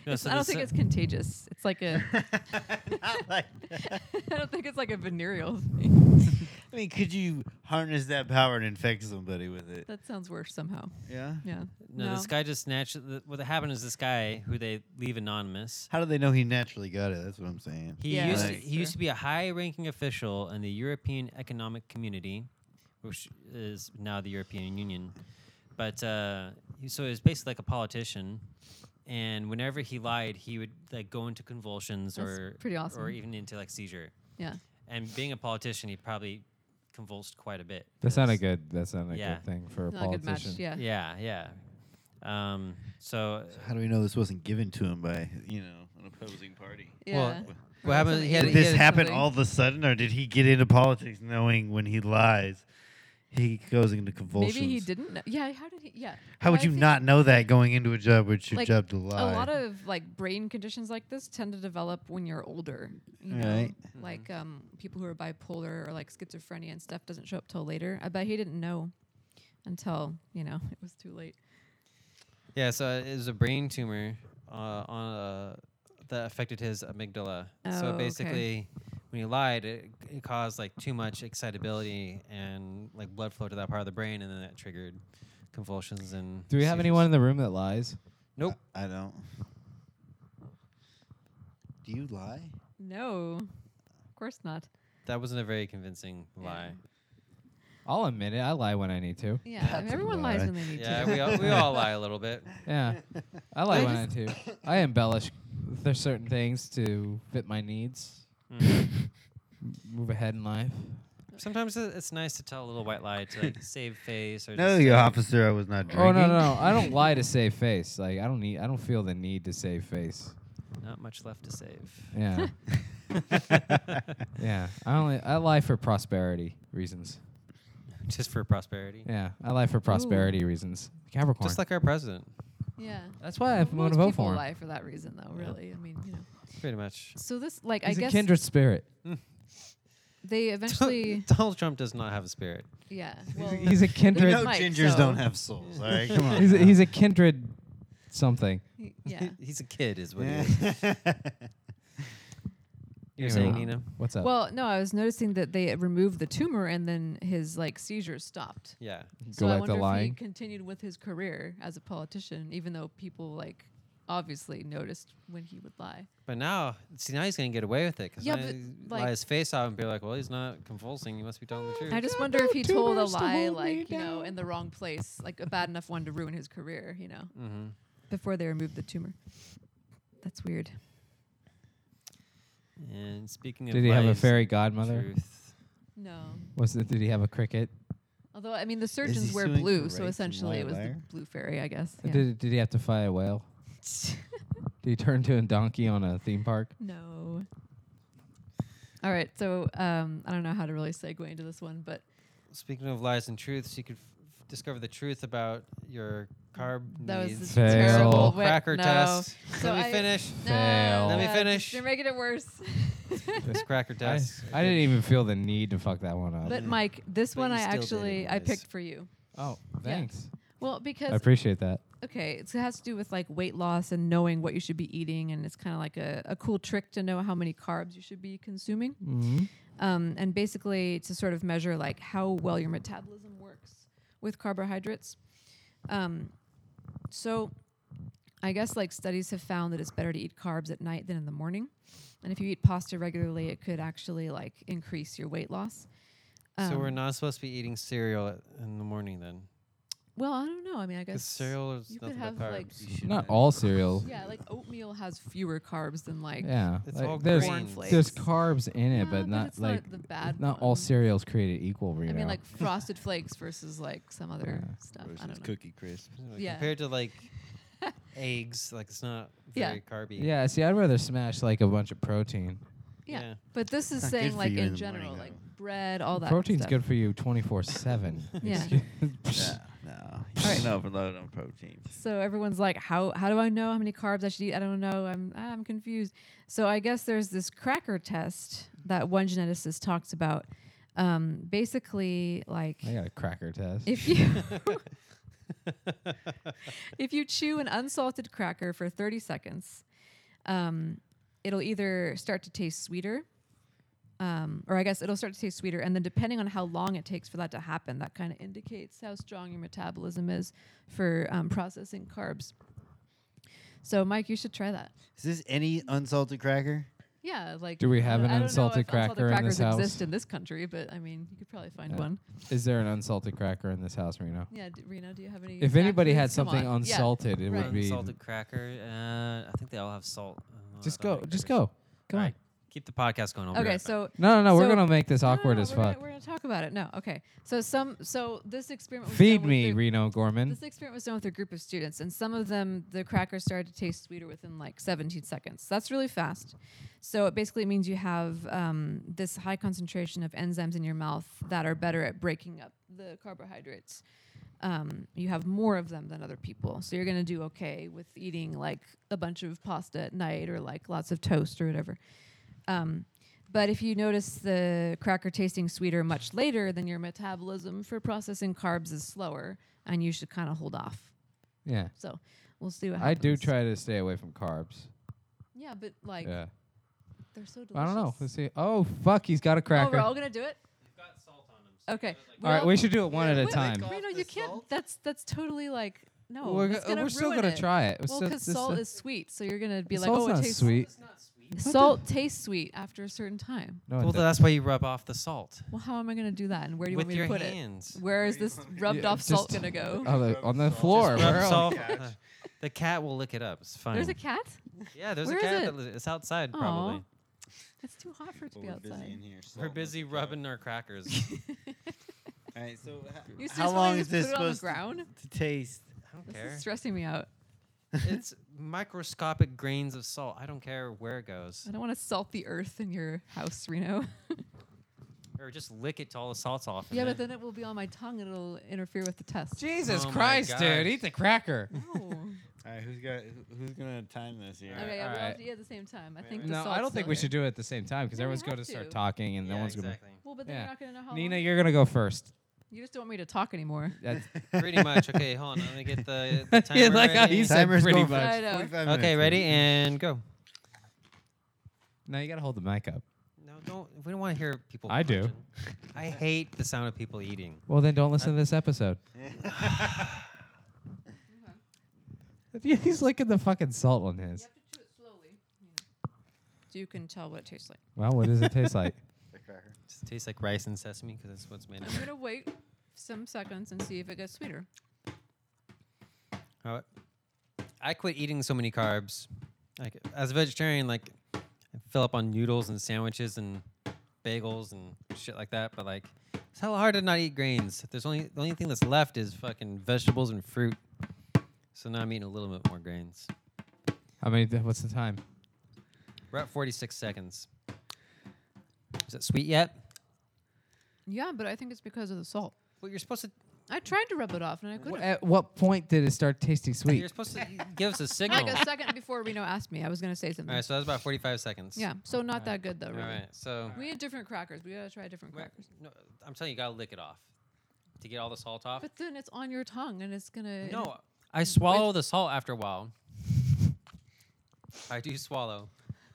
S1: no, so
S2: I don't
S1: this-
S2: think it's contagious. It's like
S5: <laughs>
S3: <laughs>
S2: a.
S5: not like that.
S2: <laughs> I don't think it's like a venereal thing.
S5: I mean, could you harness that power and infect somebody with it?
S2: That sounds worse somehow.
S5: Yeah.
S2: Yeah.
S1: no, This guy just naturally. What happened is this guy who they leave anonymous.
S5: How do they know he naturally got it? That's what I'm saying.
S1: He
S2: Yeah,
S1: used to,
S5: that's
S1: he used
S2: true.
S1: to be a high-ranking official in the European Economic Community, which is now the European Union. But uh, he- so he was basically like a politician, and whenever he lied, he would like go into convulsions
S2: That's
S1: or
S2: pretty awesome.
S1: or even into like seizure.
S2: Yeah.
S1: And being a politician, he probably convulsed quite a bit. for
S4: That's not a
S1: this.
S4: good. That's not a
S1: Yeah.
S4: good thing for a
S2: Not a good match.
S4: politician.
S2: Yeah.
S1: Yeah, yeah. Um, so
S5: How do we know this wasn't given to him by you know an opposing party?
S2: Yeah.
S1: Well,
S2: Or
S1: what happened?
S2: something
S1: He had,
S2: like
S5: Did
S1: he
S5: this
S1: had,
S5: happen
S2: something.
S5: all of a sudden, or did he get into politics knowing when he lies, he goes into convulsions?
S2: Maybe he didn't know. Yeah. How did he? Yeah.
S5: How would
S2: I
S5: you
S2: think
S5: not know that going into a job where it's your
S2: Like,
S5: job to lie?
S2: A lot of like brain conditions like this tend to develop when you're older. You know?
S5: Right.
S2: Like um, people who are bipolar or like schizophrenia and stuff doesn't show up till later. I bet he didn't know until you know it was too late.
S1: yeah, so it was a brain tumor uh, on uh, that affected his amygdala.
S2: Oh,
S1: so
S2: okay.
S1: basically, when he lied, it, it caused like too much excitability and like blood flow to that part of the brain, and then that triggered convulsions and.
S4: Do we have
S1: seizures.
S4: anyone in the room that lies?
S1: Nope.
S5: I don't. Do you lie?
S2: No, of course not.
S1: That wasn't a very convincing lie.
S4: I'll admit it. I lie when I need to.
S2: Yeah, I mean, everyone lies
S5: lie.
S2: when they need
S1: Yeah,
S2: to.
S1: we
S2: <laughs>
S1: all, we all lie a little bit.
S4: Yeah, I lie when I need to. I embellish. There's certain things to fit my needs. Move ahead in life.
S1: Sometimes it- it's nice to tell a little white lie to like save face
S5: <laughs>
S1: or
S5: No,
S1: just,
S5: you officer, I was not drinking.
S4: Oh no, no, I don't lie to save face. Like I don't need. I don't feel the need to save face.
S1: not much left to save.
S4: Yeah, <laughs> yeah. I only I lie for prosperity reasons.
S1: <laughs> just for prosperity.
S4: Yeah, I lie for prosperity reasons. Capricorn.
S1: Just like our president,
S2: yeah.
S4: That's why I'm going
S2: Most
S4: to vote
S2: people
S4: for him.
S2: lie for that reason, though. Really, I mean, you know.
S1: pretty
S2: <laughs>
S1: much.
S2: So this, like,
S4: He's
S2: I
S4: a
S2: guess
S4: kindred spirit. <laughs>
S2: they eventually,
S1: Donald Trump does not have a spirit.
S2: yeah.
S4: He's
S2: Well,
S4: a- <laughs> He's a
S5: We
S4: kindred.
S5: know
S2: <laughs> Mike,
S5: gingers
S2: so-
S5: don't have souls. All right, come on.
S4: He's a, he's a kindred something. <laughs>
S2: he- yeah.
S1: He's a kid, is what
S5: <laughs>
S1: he is.
S3: <laughs>
S5: That's
S1: You're
S4: Anyway,
S1: saying, Nina?
S4: What's up?
S2: Well, no, I was noticing that they removed the tumor and then his like seizures stopped.
S1: Yeah.
S2: So
S4: Go
S2: I
S4: back
S2: wonder
S4: to
S2: if
S4: lying.
S2: he continued with his career as a politician, even though people like obviously noticed when he would lie.
S1: But now, see, now he's going to get away with it because
S2: Yeah,
S1: now
S2: but,
S1: he
S2: like-
S1: lie his face out and be like, well, he's not convulsing. He must be telling the truth.
S2: I just wonder if he told a
S4: tumors to
S2: lie,
S4: hold me
S2: like you know,
S4: down.
S2: in the wrong place, like a bad enough one to ruin his career, you know,
S1: mm-hmm.
S2: before they removed the tumor. That's weird.
S1: And speaking of
S4: Did he have a
S1: lies,
S4: fairy godmother?
S1: truth.
S2: No,
S4: Was it? Did he have a cricket?
S2: although I mean, the surgeons
S5: he
S2: wear
S5: suing for
S2: blue,
S5: rape
S2: so
S5: and
S2: essentially
S5: lie
S2: it was the
S5: liar?
S2: blue fairy, I guess. yeah.
S4: Did Did he have to fly
S2: <laughs>
S4: a whale? Did he turn to a donkey on a theme park?
S2: no. All right, so um, I don't know how to really segue into this one, but
S1: Speaking of lies and truths, you could f- discover the truth about your carb
S2: That was
S1: needs.
S2: the
S4: Fail.
S2: terrible wi-
S1: cracker
S2: no.
S1: test.
S2: So
S1: Let me
S2: I-
S1: finish.
S2: No,
S4: Fail.
S1: Let me
S2: no,
S1: finish.
S2: just- You're making it worse. <laughs>
S1: this cracker
S4: I,
S1: test.
S4: I didn't even feel the need to fuck that one up.
S2: but Mike, this
S1: But
S2: one
S1: you
S2: I
S1: still did
S2: actually I
S1: anyways.
S2: picked for you.
S4: oh,
S2: <laughs>
S4: thanks.
S2: Well,
S4: I
S2: because
S4: appreciate that.
S2: okay, it's- it has to do with like weight loss and knowing what you should be eating, and it's kind of like a, a cool trick to know how many carbs you should be consuming,
S4: Mm-hmm.
S2: um, and basically to sort of measure like how well your metabolism works with carbohydrates. Um, so, I guess like studies have found that it's better to eat carbs at night than in the morning, and if you eat pasta regularly, it could actually like increase your weight loss.
S1: so we're
S2: Um,
S1: not supposed to be eating cereal at- in the morning then.
S2: Well, I don't know. I mean, I
S1: Because
S2: guess
S1: cereal is
S2: you could
S1: nothing
S2: have,
S1: but carbs.
S2: like,
S1: You should
S4: Not
S1: have-
S4: all cereal.
S2: Yeah, like oatmeal has fewer carbs than like
S4: Yeah,
S1: It's
S4: like,
S1: all
S4: there's
S1: green.
S4: there's
S2: flakes.
S4: carbs in it,
S2: Yeah,
S4: but not
S2: it's
S4: like
S2: not the bad.
S4: not all
S2: one.
S4: cereals created equal.
S2: I
S4: Reno.
S2: mean, like frosted flakes versus like some other
S4: Yeah.
S2: stuff. I don't know.
S5: Cookie crisp.
S1: Like,
S2: Yeah.
S1: Compared to
S2: <laughs>
S1: like eggs, like it's not
S2: Yeah.
S1: very carby.
S4: yeah. See, I'd rather smash like a bunch of protein.
S2: Yeah.
S1: Yeah.
S2: but this is
S5: not good
S2: saying
S5: for
S2: like
S5: you
S2: in,
S5: in the morning,
S2: general,
S5: though.
S2: like bread, all that.
S4: Protein's
S2: stuff.
S4: good for you
S2: <laughs>
S4: 24 seven.
S2: Yeah.
S5: <laughs>
S4: <laughs>
S5: Yeah, no, you
S2: Alright.
S5: can overload on protein.
S2: So everyone's like, how how do I know how many carbs I should eat? I don't know. I'm I'm confused. So I guess there's this cracker test that one geneticist talks about. Um, basically, like
S4: I got a cracker test.
S2: If you <laughs> if you chew an unsalted cracker for 30 seconds, um, it'll either start to taste sweeter, um, or I guess it'll start to taste sweeter, and then depending on how long it takes for that to happen, that kind of indicates how strong your metabolism is for um, processing carbs. So, Mike, you should try that.
S5: Is this any unsalted cracker?
S2: Yeah, like.
S4: Do we
S2: I
S4: have
S2: don't-
S4: an
S2: I don't know
S4: unsalted
S2: if
S4: cracker in
S2: crackers
S4: this house?
S2: exist in this country, but I mean, you could probably find
S4: Yeah.
S2: one.
S4: Is there an unsalted cracker in this house, Reno?
S2: Yeah, d- Reno, do you have any?
S4: If anybody had
S2: acronyms? Come
S4: something
S2: on. Yeah.
S4: unsalted, it
S2: Right.
S4: would be
S1: Salted cracker. Uh, I think they all have salt. I don't know
S4: just
S1: about
S4: go,
S1: other
S4: just
S1: crackers.
S4: go. Come
S1: All
S4: on.
S1: right, Keep the podcast going. I'll be
S2: Okay,
S1: right back.
S2: so
S4: No, no, no. we're
S2: So-
S4: gonna make this
S2: No, no,
S4: awkward
S2: no,
S4: as
S2: we're
S4: fuck.
S2: Gonna, we're gonna talk about it. No, okay. So some, so this experiment. Was
S4: Feed
S2: done
S4: me,
S2: With a-
S4: Reno Gorman.
S2: this experiment was done with a group of students, and some of them, the crackers started to taste sweeter within like 17 seconds. That's really fast. So it basically means you have um, this high concentration of enzymes in your mouth that are better at breaking up the carbohydrates. Um, you have more of them than other people, so you're gonna do okay with eating like a bunch of pasta at night or like lots of toast or whatever. Um, but if you notice the cracker tasting sweeter much later, then your metabolism for processing carbs is slower, and you should kind of hold off.
S4: Yeah,
S2: So we'll see what
S4: I
S2: happens.
S4: do try to stay away from carbs.
S2: Yeah, but like
S4: yeah,
S2: they're so delicious.
S4: I don't know. Let's see. Oh fuck, he's got
S2: Oh,
S4: a cracker.
S2: we're all gonna do it. Okay.
S4: all right, we should do it one at a
S2: wait,
S4: time.
S2: Wait, no, you can't. That's that's totally like no.
S4: we're
S2: that's
S4: go-
S2: gonna
S4: we're still
S2: ruin
S4: gonna
S2: it.
S4: try it.
S2: Well,
S4: So
S2: because
S4: this-
S2: salt
S4: uh,
S2: is sweet, so you're gonna be like,
S4: salt's
S2: oh, it
S4: not
S2: tastes
S4: sweet.
S1: It's not sweet.
S2: Salt tastes sweet after a certain time.
S4: No, it
S1: Well,
S4: doesn't.
S1: that's why you rub off the salt
S2: Well, how am I going to do that? And where do you
S1: with
S2: want me to
S1: your
S2: put
S1: hands.
S2: it? Where is
S5: Where you
S2: this
S5: want me to-
S2: rubbed
S4: Yeah,
S2: off salt
S4: just-
S2: going to go?
S4: <laughs> on Oh, the, on the
S5: Just
S4: floor.
S1: Rub
S4: where else?
S1: salt.
S2: <laughs>
S5: Catch.
S1: <laughs> The cat will lick it up. It's fine.
S2: There's a cat?
S1: yeah, there's
S2: Where
S1: a
S2: is
S1: cat.
S2: it?
S1: That li- it's outside probably.
S2: Aw. It's too hot for it to
S5: But
S2: be
S5: we're busy in
S2: outside.
S5: here.
S1: We're
S5: salt
S1: busy
S5: must be
S1: rubbing our
S4: <laughs>
S1: crackers.
S5: dry. All right, so h-
S2: You
S5: how
S2: seriously
S5: long
S2: wanna
S5: is
S2: just
S5: this
S2: put it on the
S5: supposed to,
S2: ground?
S5: to taste?
S1: I don't
S2: This
S1: care.
S2: is stressing me out.
S1: it's microscopic grains of salt. I don't care where it goes.
S2: <laughs> I don't want to salt the earth in your house, Reno.
S1: Or just lick it till all the salt's off. and
S2: yeah, but then it will be on my tongue and it'll interfere with the test. Oh.
S4: Jesus
S1: Oh my
S4: Christ,
S1: gosh.
S4: dude! Eat the
S2: <laughs>
S4: cracker.
S2: No.
S5: All right, who's got who- who's gonna time this here?
S2: Okay, yeah,
S4: all
S2: we all have
S4: right.
S2: to eat at the same time. I
S5: Wait,
S2: think
S5: wait.
S2: the
S4: No,
S2: salt's
S4: I don't think
S2: still
S4: we
S2: there.
S4: should do it at the same time because
S2: No, we
S4: everyone's
S2: have
S4: going to start
S2: to.
S4: talking and no
S1: Yeah,
S4: one's <laughs>
S1: exactly.
S2: Well, but then
S4: Yeah.
S2: you're not gonna know how
S4: going to. Nina,
S2: long.
S4: you're going to go first.
S2: You just don't want me to talk anymore.
S5: <laughs>
S4: That's-
S1: Pretty much. Okay, hold on. Let me get
S4: <laughs>
S1: the, the timer.
S4: Yeah, like how
S1: ready.
S4: <laughs> he said
S5: Timer's
S4: pretty
S5: going
S4: much.
S2: I know.
S5: 45 minutes.
S1: Okay, ready and go.
S4: No, you got to hold the mic up.
S1: No, don't. We don't want to hear people.
S4: I do.
S2: <laughs>
S1: crunching. I hate the sound of people eating.
S4: Well, then don't listen to this episode.
S1: <laughs>
S4: <laughs> He's licking the fucking salt on his.
S2: to chew it slowly. So you can tell what it tastes like.
S4: Well, what does
S2: <laughs>
S4: it taste like?
S1: Does it taste like rice and sesame? Because that's what's made
S2: I'm
S1: of.
S2: gonna wait some seconds and see if it gets sweeter.
S1: How I quit eating so many carbs. Like as a vegetarian, like I fill up on noodles and sandwiches and bagels and shit like that. But like, it's hella hard to not eat grains. There's only the only thing that's left is fucking vegetables and fruit. So now I'm eating a little bit more grains.
S4: How many? th- What's the time?
S1: We're at 46 seconds. Is that sweet yet?
S2: Yeah, but I think it's because of the salt.
S1: Well, you're supposed to.
S2: I tried to rub it off and I couldn't.
S4: At what point did it start tasting
S1: You're
S4: sweet?
S1: supposed to give us a signal.
S2: Like a second before Reno asked me, I was gonna say
S1: All
S2: something.
S1: right, so that was about 45 seconds.
S2: Yeah, so not that good though.
S1: All
S2: Really.
S1: right, so.
S2: We had different crackers. We gotta try different
S1: Wait,
S2: crackers.
S1: No, I'm telling you, you gotta lick it off to get all the salt off.
S2: But then it's on your tongue and it's gonna.
S1: no, I swallow the salt after a while. I do swallow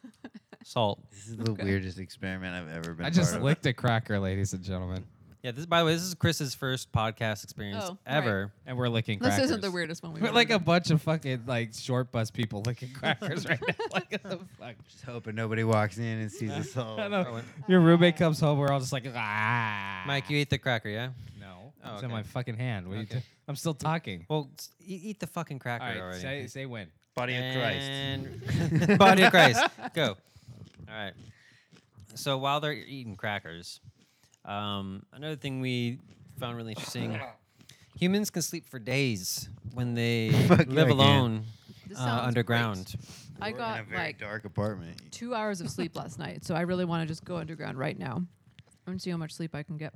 S1: <laughs> salt.
S5: This is the weirdest experiment I've ever been.
S4: I just
S5: part <laughs> of.
S4: licked a cracker, ladies and gentlemen,
S1: Yeah. This, by the way, this is Chris's first podcast experience
S2: Oh, right.
S1: ever.
S4: and we're licking.
S2: this
S4: Crackers.
S2: isn't the weirdest one we've
S4: We're
S2: ever
S4: like a
S2: done.
S4: bunch of fucking like short bus people licking <laughs> crackers right now.
S1: <laughs>
S4: Like what the fuck.
S5: Just hoping nobody walks in and sees us <laughs> all.
S4: I know.
S1: Oh, and-
S4: Your roommate comes home. We're all just like, ah.
S1: <laughs> Mike, you ate the cracker, yeah?
S4: No,
S1: Oh,
S4: it's in
S1: okay.
S4: my fucking hand. What are you
S1: Okay.
S4: do- I'm still talking.
S1: Well, s- e- eat the fucking cracker
S4: All right,
S1: already.
S4: say, say when.
S5: Body of Christ.
S1: And <laughs> Body of Christ. Go. All right. So while they're eating crackers, um, another thing we found really interesting humans can sleep for days when they
S5: Fuck yeah, I
S1: live
S5: can.
S1: alone
S2: This
S1: uh,
S2: sounds great.
S1: underground.
S2: I
S5: We're in a
S2: got
S5: very
S2: like
S5: dark apartment.
S2: two hours of sleep last night, so I really want to just go underground right now and see how much sleep I can get.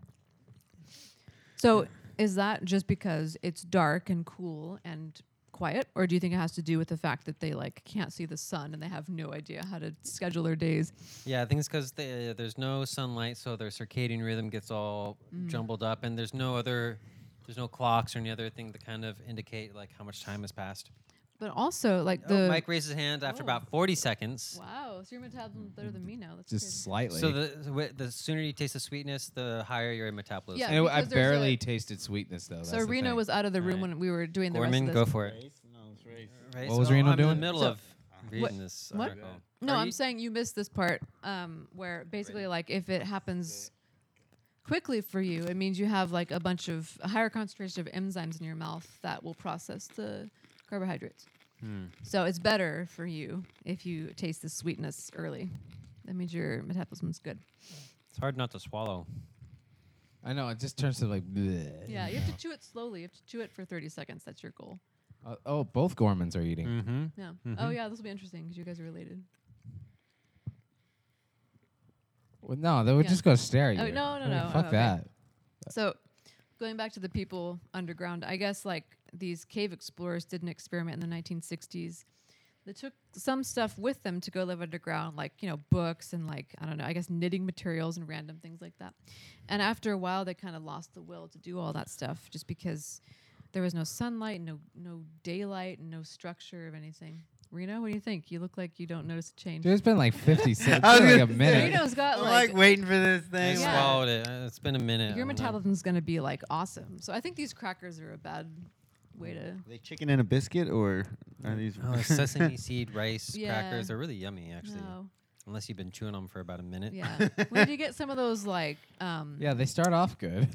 S2: So, is that just because it's dark and cool and quiet, or do you think it has to do with the fact that they like can't see the sun and they have no idea how to schedule their days?
S1: Yeah, I think it's because there's no sunlight, so their circadian rhythm gets all
S2: Mm-hmm.
S1: jumbled up, and there's no other. There's no clocks or any other thing that kind of indicate like how much time has passed.
S2: But also, like
S1: Oh,
S2: the
S1: Mike raises his hand after
S2: Oh.
S1: about 40 seconds.
S2: wow, so your metabolism's better than me now. That's
S4: Just slightly.
S1: So the so wi- the sooner you taste the sweetness, the higher your metabolism.
S2: Yeah.
S4: And I
S2: because there's
S4: barely
S2: a-
S4: tasted sweetness though.
S2: so
S4: that's the
S2: Reno
S4: thing.
S2: was out of the room
S1: Alright.
S2: when we were doing the
S1: Gorman,
S2: rest of
S1: go
S2: this.
S1: for it.
S5: No, it's
S1: Right,
S4: What was Reno
S1: I'm in
S4: doing?
S1: the middle
S2: So-
S1: of reading this
S2: what?
S1: article.
S2: No,
S1: Are
S2: I'm
S1: you-
S2: saying you missed this part um, where basically, like, if it happens quickly for you, it means you have like a bunch of a higher concentration of enzymes in your mouth that will process the carbohydrates. So it's better for you if you taste the sweetness early. That means your metabolism's good.
S1: It's hard not to swallow.
S4: I know it just turns to like. <laughs> bleh,
S2: Yeah,
S4: you
S2: you have
S4: know.
S2: to chew it slowly. You have to chew it for 30 seconds. That's your goal.
S4: Uh, oh, both Gormans are eating.
S1: Mm-hmm.
S2: No. Oh, yeah, this will be interesting because you guys are related.
S4: Well, no, they were
S2: Yeah.
S4: just gonna stare at
S2: Oh,
S4: you.
S2: no, no,
S4: I mean,
S2: no,
S4: Fuck
S2: okay.
S4: that.
S2: So, going back to the people underground, I guess like these cave explorers did an experiment in the 1960s. They took some stuff with them to go live underground, like, you know, books and like, I don't know, I guess knitting materials and random things like that. And after a while, they kind of lost the will to do all that stuff just because there was no sunlight, no no daylight, and no structure of anything. Reno, what do you think? You look like you don't notice a change.
S4: Dude, it's been like 50 cents.
S5: I was
S4: like a
S5: gonna say-
S4: minute.
S2: Reno's got
S5: I'm like, waiting for this
S1: I
S5: thing.
S2: Yeah.
S1: swallowed it. Uh, It's been a minute.
S2: your
S1: I don't know.
S2: metabolism's going to be like awesome. So I think these crackers are a bad way to.
S5: Are they chicken and a biscuit, or are these? <laughs>
S2: <laughs>
S1: Oh, sesame seed rice
S2: Yeah.
S1: crackers. They're really yummy, actually.
S2: No,
S1: Unless you've been chewing them for about a minute.
S2: Yeah.
S4: <laughs>
S2: Where do you get some of those like um
S4: Yeah, they start off good.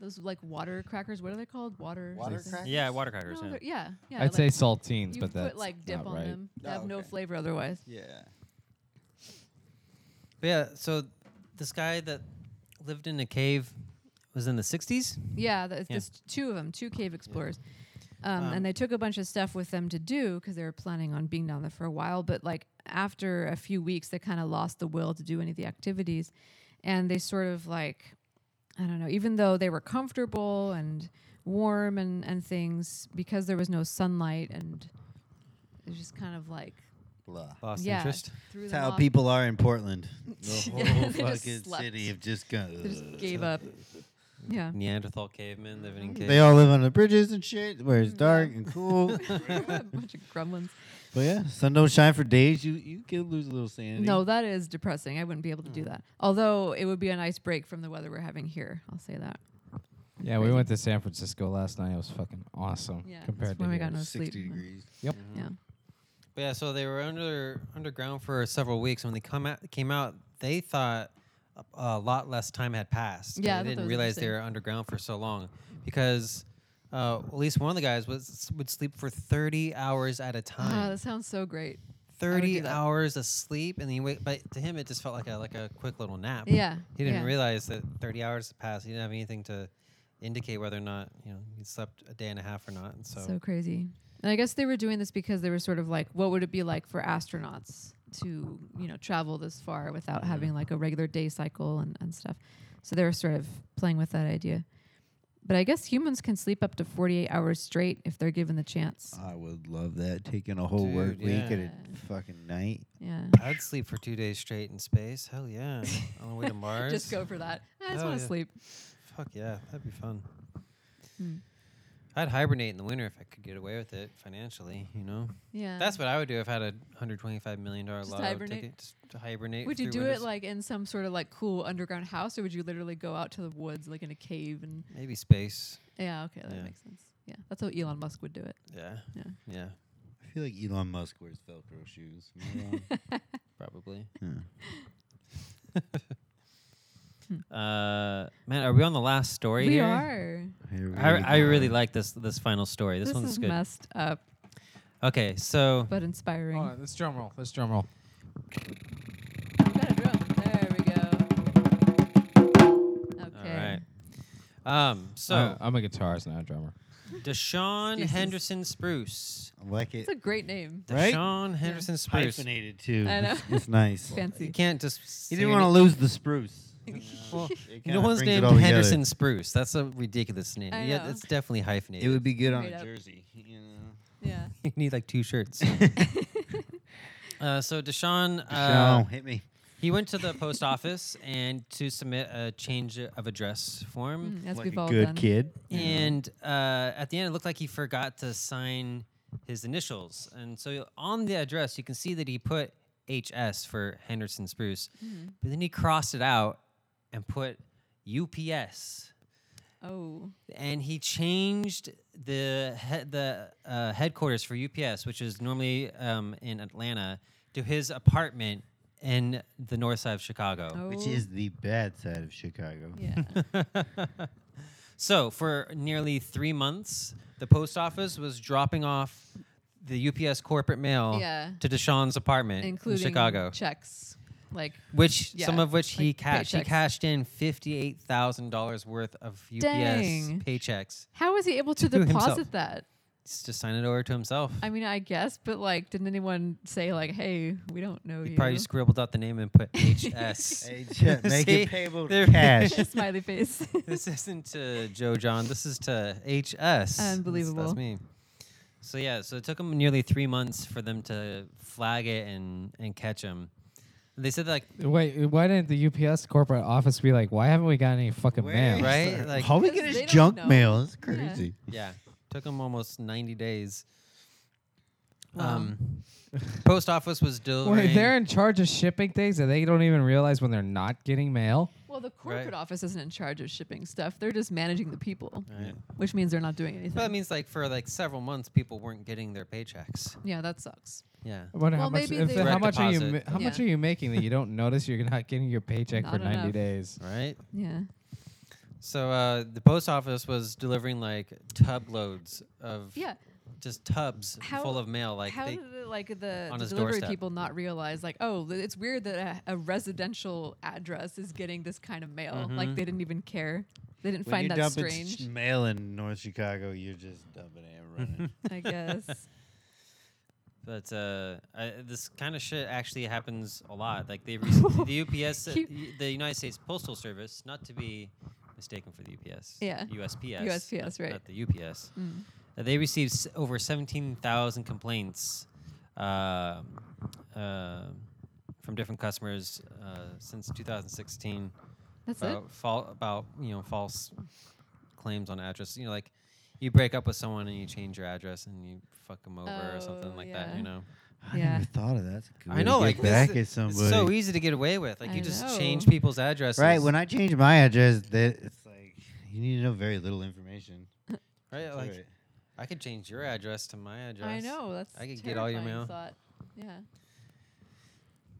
S2: those like water crackers? What are they called? Water
S3: Water
S2: something?
S3: crack?
S1: Yeah, water
S2: No,
S1: crackers. yeah.
S2: they're- yeah. Yeah.
S4: I'd
S2: like,
S4: say saltines,
S2: you
S4: but that's
S2: put like dip
S4: not
S2: on
S4: right.
S2: them. They
S3: Oh,
S2: have no
S3: okay.
S2: flavor otherwise.
S3: Yeah.
S1: But yeah, so this guy that lived in a cave was in the 60s.
S2: Yeah, that's
S1: Yeah.
S2: just two of them, two cave explorers. Um,
S1: Um,
S2: and they took a bunch of stuff with them to do because they were planning on being down there for a while. But like after a few weeks, they kind of lost the will to do any of the activities, and they sort of like, I don't know. Even though they were comfortable and warm and and things, because there was no sunlight and it was just kind of like
S3: Blah.
S1: Lost
S2: yeah,
S1: interest.
S2: threw
S5: That's
S2: them
S5: how
S2: off.
S5: people are in
S2: <laughs>
S5: Portland. The whole
S2: Yeah, they just
S5: fucking
S2: slept.
S5: city have just gone. <laughs>
S2: They just gave up.
S1: <laughs>
S2: Yeah. <laughs>
S1: Neanderthal cavemen living
S2: Mm.
S1: in caves.
S5: They all live on the bridges and shit, where it's dark and
S2: <laughs>
S5: cool.
S2: a bunch of gremlins.
S5: but yeah, sun don't shine for days. You you could lose a little sanity.
S2: No, that is depressing. I wouldn't be able to do that. Although it would be a nice break from the weather we're having here. I'll say that.
S4: Yeah, we went to San Francisco last night. It was fucking awesome.
S2: Yeah, that's
S4: compared to
S2: when we
S4: here.
S2: got no sleep.
S5: sixty degrees.
S2: Yeah.
S1: But yeah, so they were under underground for several weeks. And when they come out, came out, they thought a, a lot less time had passed.
S2: Yeah, I thought
S1: they
S2: that
S1: didn't
S2: was
S1: realize they
S2: interesting.
S1: were underground for so long because uh, at least one of the guys was would sleep for thirty hours at a
S2: Ah,
S1: time.
S2: that sounds so great. do
S1: thirty
S2: that.
S1: hours of sleep, and then you wait. But to him, it just felt like a like a quick little nap.
S2: Yeah.
S1: He didn't
S2: yeah.
S1: realize that 30 hours had passed. He didn't have anything to indicate whether or not you know he slept a day and a half or not. And so,
S2: So. crazy. And I guess they were doing this because they were sort of like, what would it be like for astronauts to, you know, travel this far without having like a regular day cycle and, and stuff. So they were sort of playing with that idea. But I guess humans can sleep up to 48 hours straight if they're given the chance.
S5: I would love that. Taking a whole work
S1: Dude,
S5: week at a
S2: yeah.
S5: fucking night.
S2: Yeah.
S1: I'd sleep for two days straight in space. Hell
S2: <laughs>
S1: yeah, on the way to Mars.
S2: Just go for that. I just
S1: Oh,
S2: want to
S1: yeah.
S2: sleep.
S1: Fuck yeah, that'd be fun.
S2: Hmm.
S1: I'd hibernate in the winter if I could get away with it financially. You know,
S2: Yeah.
S1: that's what I would do if I had a 125 million dollar
S2: Just
S1: lotto
S2: hibernate?
S1: ticket. Just to hibernate.
S2: Would you
S1: through
S2: do
S1: winters.
S2: it like in some sort of like cool underground house, or would you literally go out to the woods, like in a cave? And
S1: maybe space?
S2: yeah, okay, that
S1: Yeah.
S2: makes sense. Yeah, that's how Elon Musk would do it.
S1: Yeah,
S2: Yeah.
S1: yeah,
S5: I feel like Elon Musk wears Velcro shoes. Am
S2: <laughs>
S5: I wrong?
S1: probably.
S5: Yeah.
S1: Uh, man, are we on the last story
S2: we
S1: here?
S2: are.
S5: Here we
S1: I, I
S5: go.
S1: really like this this final story. This,
S2: this
S1: one's
S2: is
S1: good.
S2: messed up,
S1: Okay, so
S2: but inspiring.
S4: Hold on, let's drum roll. Let's drum roll.
S2: We've got a drum. There we go. Okay.
S1: right. um, so
S4: Uh, I'm a guitarist, not a drummer.
S1: Deshaun
S2: Excuses.
S1: Henderson Spruce.
S5: I like it.
S2: It's a great name.
S5: Right?
S1: Deshaun Henderson Spruce.
S5: hyphenated too.
S2: I know.
S5: It's nice.
S1: You
S2: Fancy.
S1: can't just.
S5: He didn't want to lose the
S2: <laughs>
S5: spruce.
S1: Well,
S5: It kinda
S1: no one's
S5: brings it
S1: named
S5: all together.
S1: Henderson Spruce. That's a ridiculous name.
S2: I
S1: Yeah,
S2: know.
S1: it's definitely hyphenated.
S5: It would be good on
S2: Straight
S5: a
S2: up.
S5: jersey. You know?
S2: Yeah.
S1: <laughs> you need like
S5: <laughs>
S1: two shirts. uh, so Deshaun, uh,
S5: Uh, hit me.
S1: he went to the post office and to submit a change of address form.
S2: Mm, as
S5: like
S2: we've
S5: a
S2: all
S5: good
S2: done.
S5: kid.
S1: And uh, at the end, it looked like he forgot to sign his initials. And so on the address, you can see that he put HS for Henderson Spruce, but then he crossed it out and put UPS.
S2: Oh.
S1: And he changed the he- the uh, headquarters for UPS, which is normally um, in Atlanta, to his apartment in the north side of Chicago.
S2: Oh.
S5: Which is the bad side of Chicago.
S2: Yeah.
S1: so for nearly three months, the post office was dropping off the UPS corporate mail
S2: Yeah.
S1: to Deshaun's apartment <laughs>
S2: Including
S1: in Chicago,
S2: checks, like
S1: which some
S2: yeah,
S1: of which he
S2: like
S1: cashed. He
S2: paychecks.
S1: cashed in fifty-eight thousand dollars worth of UPS
S2: Dang.
S1: paychecks.
S2: how was he able to
S1: To himself.
S2: deposit that?
S1: He's just signing it over to himself.
S2: I mean, I guess, but like, didn't anyone say like, "Hey, we don't know
S1: he
S2: you"?
S1: probably
S2: <laughs>
S1: scribbled out the name and put HS.
S5: Hey, <laughs> Jet, make
S1: See?
S5: it payable
S1: There-
S5: to cash. <laughs>
S2: smiley face.
S1: <laughs> this isn't to Joe John. This is to HS. That's-
S2: Unbelievable.
S1: That's me. So yeah, so it took them nearly three months for them to flag it and and catch him. They said like
S4: Wait, uh, why didn't the UPS corporate office be like, why haven't we got any fucking
S5: Where
S4: mail?
S5: is
S4: <laughs>
S1: right, like
S5: All we
S2: Because
S5: get
S2: they
S5: is
S2: don't
S5: junk
S2: know.
S5: mail. It's
S2: Yeah.
S5: crazy.
S1: yeah, took them almost ninety days.
S2: Wow.
S1: Um, post office was
S4: Wait,
S1: delivering.
S4: they're in charge of shipping things and they don't even realize when they're not getting mail.
S2: Well, the corporate
S1: Right.
S2: office isn't in charge of shipping stuff. They're just managing the people,
S3: Right.
S2: which means they're not doing anything.
S1: But that means like for like several months, people weren't getting their paychecks.
S2: yeah, that sucks.
S1: Yeah.
S4: I wonder
S2: Well,
S4: how much,
S2: maybe
S4: if
S2: they-
S4: the- how
S1: Direct
S4: much are you ma-
S1: deposit.
S4: how much
S2: Yeah.
S4: are you making that you don't <laughs> notice you're not getting your paycheck for
S2: Not
S4: 90
S2: enough.
S4: days.
S1: Right.
S2: Yeah.
S1: So uh, the post office was delivering like tub loads of
S2: Yeah.
S1: just tubs
S2: How-
S1: full of mail. Like
S2: How
S1: they,
S2: did the, like the,
S1: on
S2: the
S1: his
S2: delivery
S1: doorstep.
S2: people not realize like oh th- it's weird that a, a residential address is getting this kind of mail like
S1: Mhm.
S2: they didn't even care they didn't
S5: When
S2: find
S5: you
S2: that
S5: dump it s-
S1: <laughs>
S2: strange
S5: mail in North Chicago, you're just dumping it and running.
S2: I guess
S1: but uh, I, this kind of shit actually happens a lot. Like they
S2: <laughs>
S1: recent, the UPS, uh,
S2: Keep-
S1: y- the United States Postal Service, not to be mistaken for the UPS.
S2: Yeah.
S1: USPS.
S2: USPS,
S1: not,
S2: right.
S1: Not the UPS.
S2: Mm.
S1: Uh, they received s- over 17,000 complaints um uh, from different customers uh, since 2016
S2: that's it
S1: about, fal- about you know false claims on address. You know, like you break up with someone and you change your address and you fuck them over or something
S2: Oh,
S1: like that.
S2: yeah.
S1: You know,
S5: <laughs> I
S2: Yeah.
S5: never thought of that. That's a good
S1: I
S5: way to
S1: know,
S5: get
S1: like, this
S5: back
S1: is-
S5: at somebody.
S1: it's so easy to get away with. Like
S2: I
S1: you just
S2: know.
S1: change people's addresses,
S5: Right. When I change my address, that it's like you need to know very little information.
S1: right?
S5: It's
S1: Like
S5: alright.
S1: I could change your address to my address.
S2: I know that's
S1: I could get all your
S2: terrifying
S1: mail.
S2: thought. yeah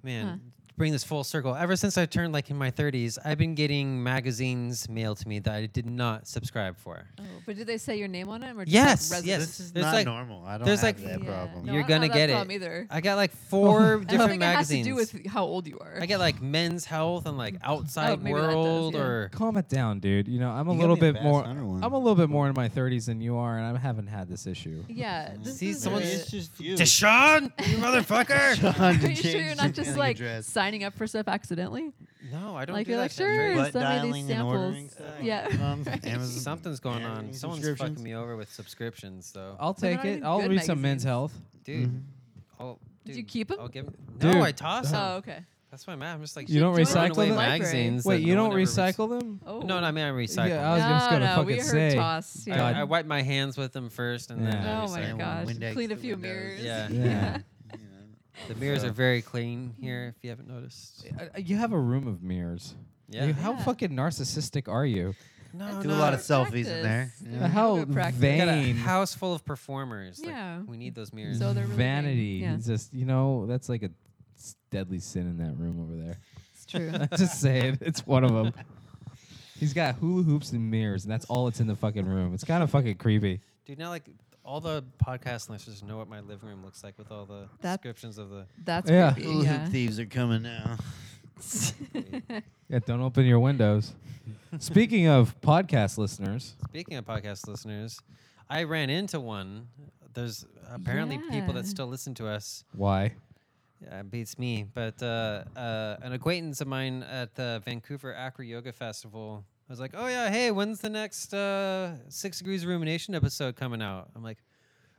S1: man.
S2: Huh.
S1: Bring this full circle. Ever since I turned like in my 30s, I've been getting magazines mailed to me that I did not subscribe for.
S2: oh but did they say your name on it or just, like,
S1: Yes,
S2: resident-
S1: yes.
S5: this is
S1: there's
S5: not
S1: like-
S5: normal. I don't
S1: there's
S5: have
S1: like-
S5: that
S2: Yeah.
S5: problem.
S2: No,
S1: You're
S2: I don't
S1: gonna
S2: have that
S1: get it.
S2: problem either
S1: I got
S2: <laughs>
S1: like four
S2: I don't
S1: different
S2: think
S1: magazines.
S2: it has to do with how old you are
S1: I get like Men's Health and like Outside
S2: Oh, maybe that does,
S1: World
S2: yeah.
S1: or
S4: Calm it down, dude. You know, I'm a
S5: You got
S4: little
S5: me a
S4: bit
S5: Bass
S4: more
S5: Hunter one.
S4: I'm a little bit more in my 30s than you are and I haven't had this issue.
S2: yeah this
S1: See,
S2: is
S1: someone's-
S2: the-
S5: it's just you.
S1: Deshaun,
S2: <laughs>
S1: you motherfucker.
S5: Trying to
S2: are you sure
S5: change
S2: you're
S5: your
S2: not just
S5: mailing
S2: like
S5: address.
S2: signing up for stuff accidentally?
S1: No, I don't
S2: Like,
S1: do
S2: you're
S1: that
S2: like,
S1: shit, Jerry.
S2: sure.
S5: butt
S2: some of these
S5: dialing and ordering
S2: samples.
S5: stuff?
S2: Yeah. <laughs>
S5: Um, Amazon.
S1: Something's going
S5: Yeah,
S1: on.
S5: any
S1: Someone's
S5: subscriptions? Oh.
S1: fucking me over with subscriptions, though.
S4: I'll
S2: they're
S4: take
S2: not
S4: it.
S2: even
S4: I'll read
S2: good
S4: some
S2: magazines.
S4: men's health.
S1: Dude,
S5: Mm-hmm.
S1: I'll,
S2: Did
S1: dude
S2: you keep 'em?
S1: I'll give.
S4: Dude.
S1: No, I toss them.
S2: Oh, okay.
S1: That's why I'm. at. I'm just like
S4: You don't
S1: throwing
S4: recycle
S1: away
S4: them?
S1: magazines.
S4: Wait,
S1: that no
S4: you don't
S1: one ever rec-
S4: recycle them?
S2: Oh.
S1: No, no, I mean I recycle.
S4: Yeah, I was just gonna
S2: no, we
S4: fucking
S2: heard
S4: say.
S2: toss.
S1: I,
S2: Yeah.
S4: God.
S1: I wipe my hands with them first, and then
S4: Yeah.
S1: I
S2: oh my
S1: recycle.
S2: gosh.
S5: Windex
S2: Clean a
S5: the
S2: few
S5: windows.
S2: mirrors.
S1: Yeah.
S4: Yeah.
S1: The mirrors
S5: So-
S1: are very clean here, if you haven't noticed.
S4: Uh, uh, You have a room of mirrors.
S1: Yeah.
S4: You- how
S2: Yeah.
S4: fucking narcissistic are you?
S1: no,
S5: Do a lot of selfies
S2: Practice.
S5: in there.
S2: Yeah.
S4: Uh, How
S2: Yoga practice.
S1: We got a
S4: vain.
S1: house full of performers. Like,
S2: Yeah.
S1: we need those mirrors.
S2: So Oh, they're really big.
S4: vanity.
S2: Yeah.
S4: It's just you know that's like a s- deadly sin in that room over there. <laughs>
S2: It's true.
S4: just saying, it's one of <laughs> them. He's got hula hoops and mirrors, and that's all it's in the fucking room. It's kind of fucking creepy.
S1: Dude, now like all the podcast listeners know what my living room looks like with all the
S2: That-
S1: descriptions of the.
S2: That's
S4: Yeah.
S2: creepy.
S5: Ooh,
S2: Yeah.
S5: Thieves are coming now.
S4: Yeah, don't open
S1: <laughs>
S4: your windows. Speaking of podcast listeners,
S1: Speaking of podcast listeners, I ran into one. There's apparently people that
S2: Yeah.
S1: still listen to us.
S4: why?
S1: Yeah, it beats me. But uh, uh, an acquaintance of mine at the Vancouver Acro Yoga Festival was like, "Oh yeah, hey, when's the next uh, Six Degrees of Rumination episode coming out?" I'm like,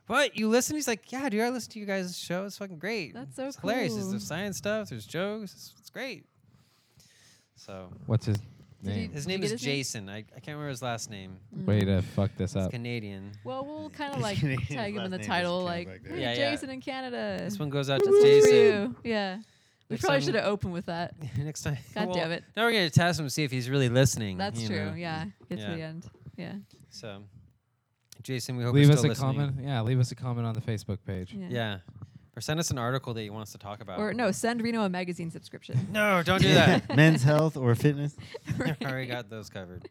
S1: "What? You listen?" He's like, "Yeah, dude, I listen to you guys' show. It's fucking great.
S2: That's so
S1: it's hilarious. There's
S2: cool."
S1: some science stuff. There's jokes. It's, it's great." So
S4: What's his
S2: Did he-
S4: name?
S1: his
S2: Did you
S1: name
S2: get
S1: is
S2: his name?
S1: Jason. I, I can't remember his last name.
S4: Way to fuck this
S1: It's
S4: up.
S1: Canadian.
S2: Well, we'll kind of
S5: His
S2: like
S5: Canadian
S2: tag him in
S5: last
S2: the
S5: name is
S2: title,
S5: kinda
S2: like
S5: like that.
S2: "Hey,
S1: Yeah, yeah.
S2: Jason in Canada.
S1: This one goes out
S2: That's
S1: to
S2: one for
S1: Jason.
S2: you. Yeah. We
S1: Next
S2: probably
S1: time-
S2: should have opened with that.
S1: <laughs> Next time.
S2: God damn it.
S1: Now we're gonna test him to see if he's really listening.
S2: That's
S1: you
S2: true.
S1: know.
S2: Yeah. Get
S1: Yeah.
S2: to the end. Yeah.
S1: So, Jason, we hope
S4: Leave
S1: you're
S4: us
S1: still
S4: a
S1: listening.
S4: comment. Yeah, leave us a comment on the Facebook page.
S2: Yeah.
S1: Yeah, or send us an article that you want us to talk about.
S2: Or no, send Reno a
S1: <laughs>
S2: magazine subscription. <laughs>
S1: no, don't do that.
S5: <laughs> Men's health or fitness?
S1: I already got those covered.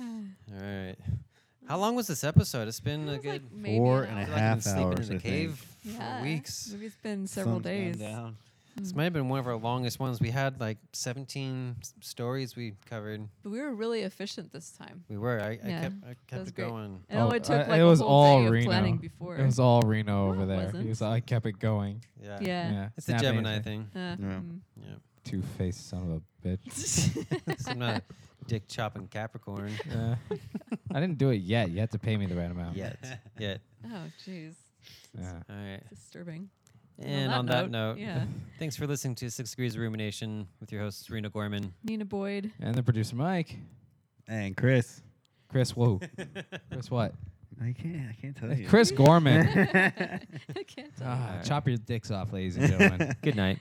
S1: All right. How long was this episode? It's been a
S2: It was, like,
S1: good.
S2: maybe
S5: Four
S2: an
S5: and a
S1: I feel
S2: hour.
S1: like I've been
S5: half
S1: sleeping
S5: hours,
S1: in
S5: I think.
S1: the cave
S2: Yeah.
S1: for weeks.
S2: Maybe it's been several days.
S1: This might have been one of our longest ones. We had like 17 s- stories we covered.
S2: But we were really efficient this time.
S1: We were. I, I
S2: Yeah,
S1: kept. I kept
S2: was
S1: it
S2: great.
S1: going.
S2: It
S4: Oh,
S2: only took
S4: uh,
S2: like
S4: it
S2: a
S4: was
S2: whole
S4: all
S2: day of
S4: Reno.
S2: planning before.
S4: It was all Reno
S2: No,
S4: over
S2: it
S4: there.
S2: wasn't.
S4: He was like, I kept it going.
S1: Yeah.
S4: Yeah.
S2: yeah.
S1: It's the
S4: not
S1: Gemini
S4: amazing.
S1: thing.
S2: <laughs>
S1: <laughs>
S2: Uh,
S5: Yeah.
S2: mm.
S1: Yeah.
S4: Two faced son of
S2: <laughs>
S4: a bitch.
S1: I'm not a dick
S5: <laughs>
S1: chopping Capricorn
S4: Uh, I didn't do it yet. You have to pay me the right
S2: <laughs>
S4: amount.
S1: yet. Yet.
S2: Oh, jeez,
S4: Yeah.
S1: All right.
S2: disturbing.
S1: And on that, note,
S2: yeah,
S1: thanks for listening to Six Degrees of Rumination with your hosts Rena Gorman.
S2: Nina Boyd.
S4: <laughs>
S2: <laughs>
S4: And the producer, Mike.
S5: And Chris.
S1: <laughs>
S4: Chris, whoa. Chris, what?
S5: I can't. I can't tell you.
S1: <laughs>
S4: Chris Gorman.
S2: I can't.
S4: Ah, chop your dicks off, ladies and gentlemen.
S1: Good night.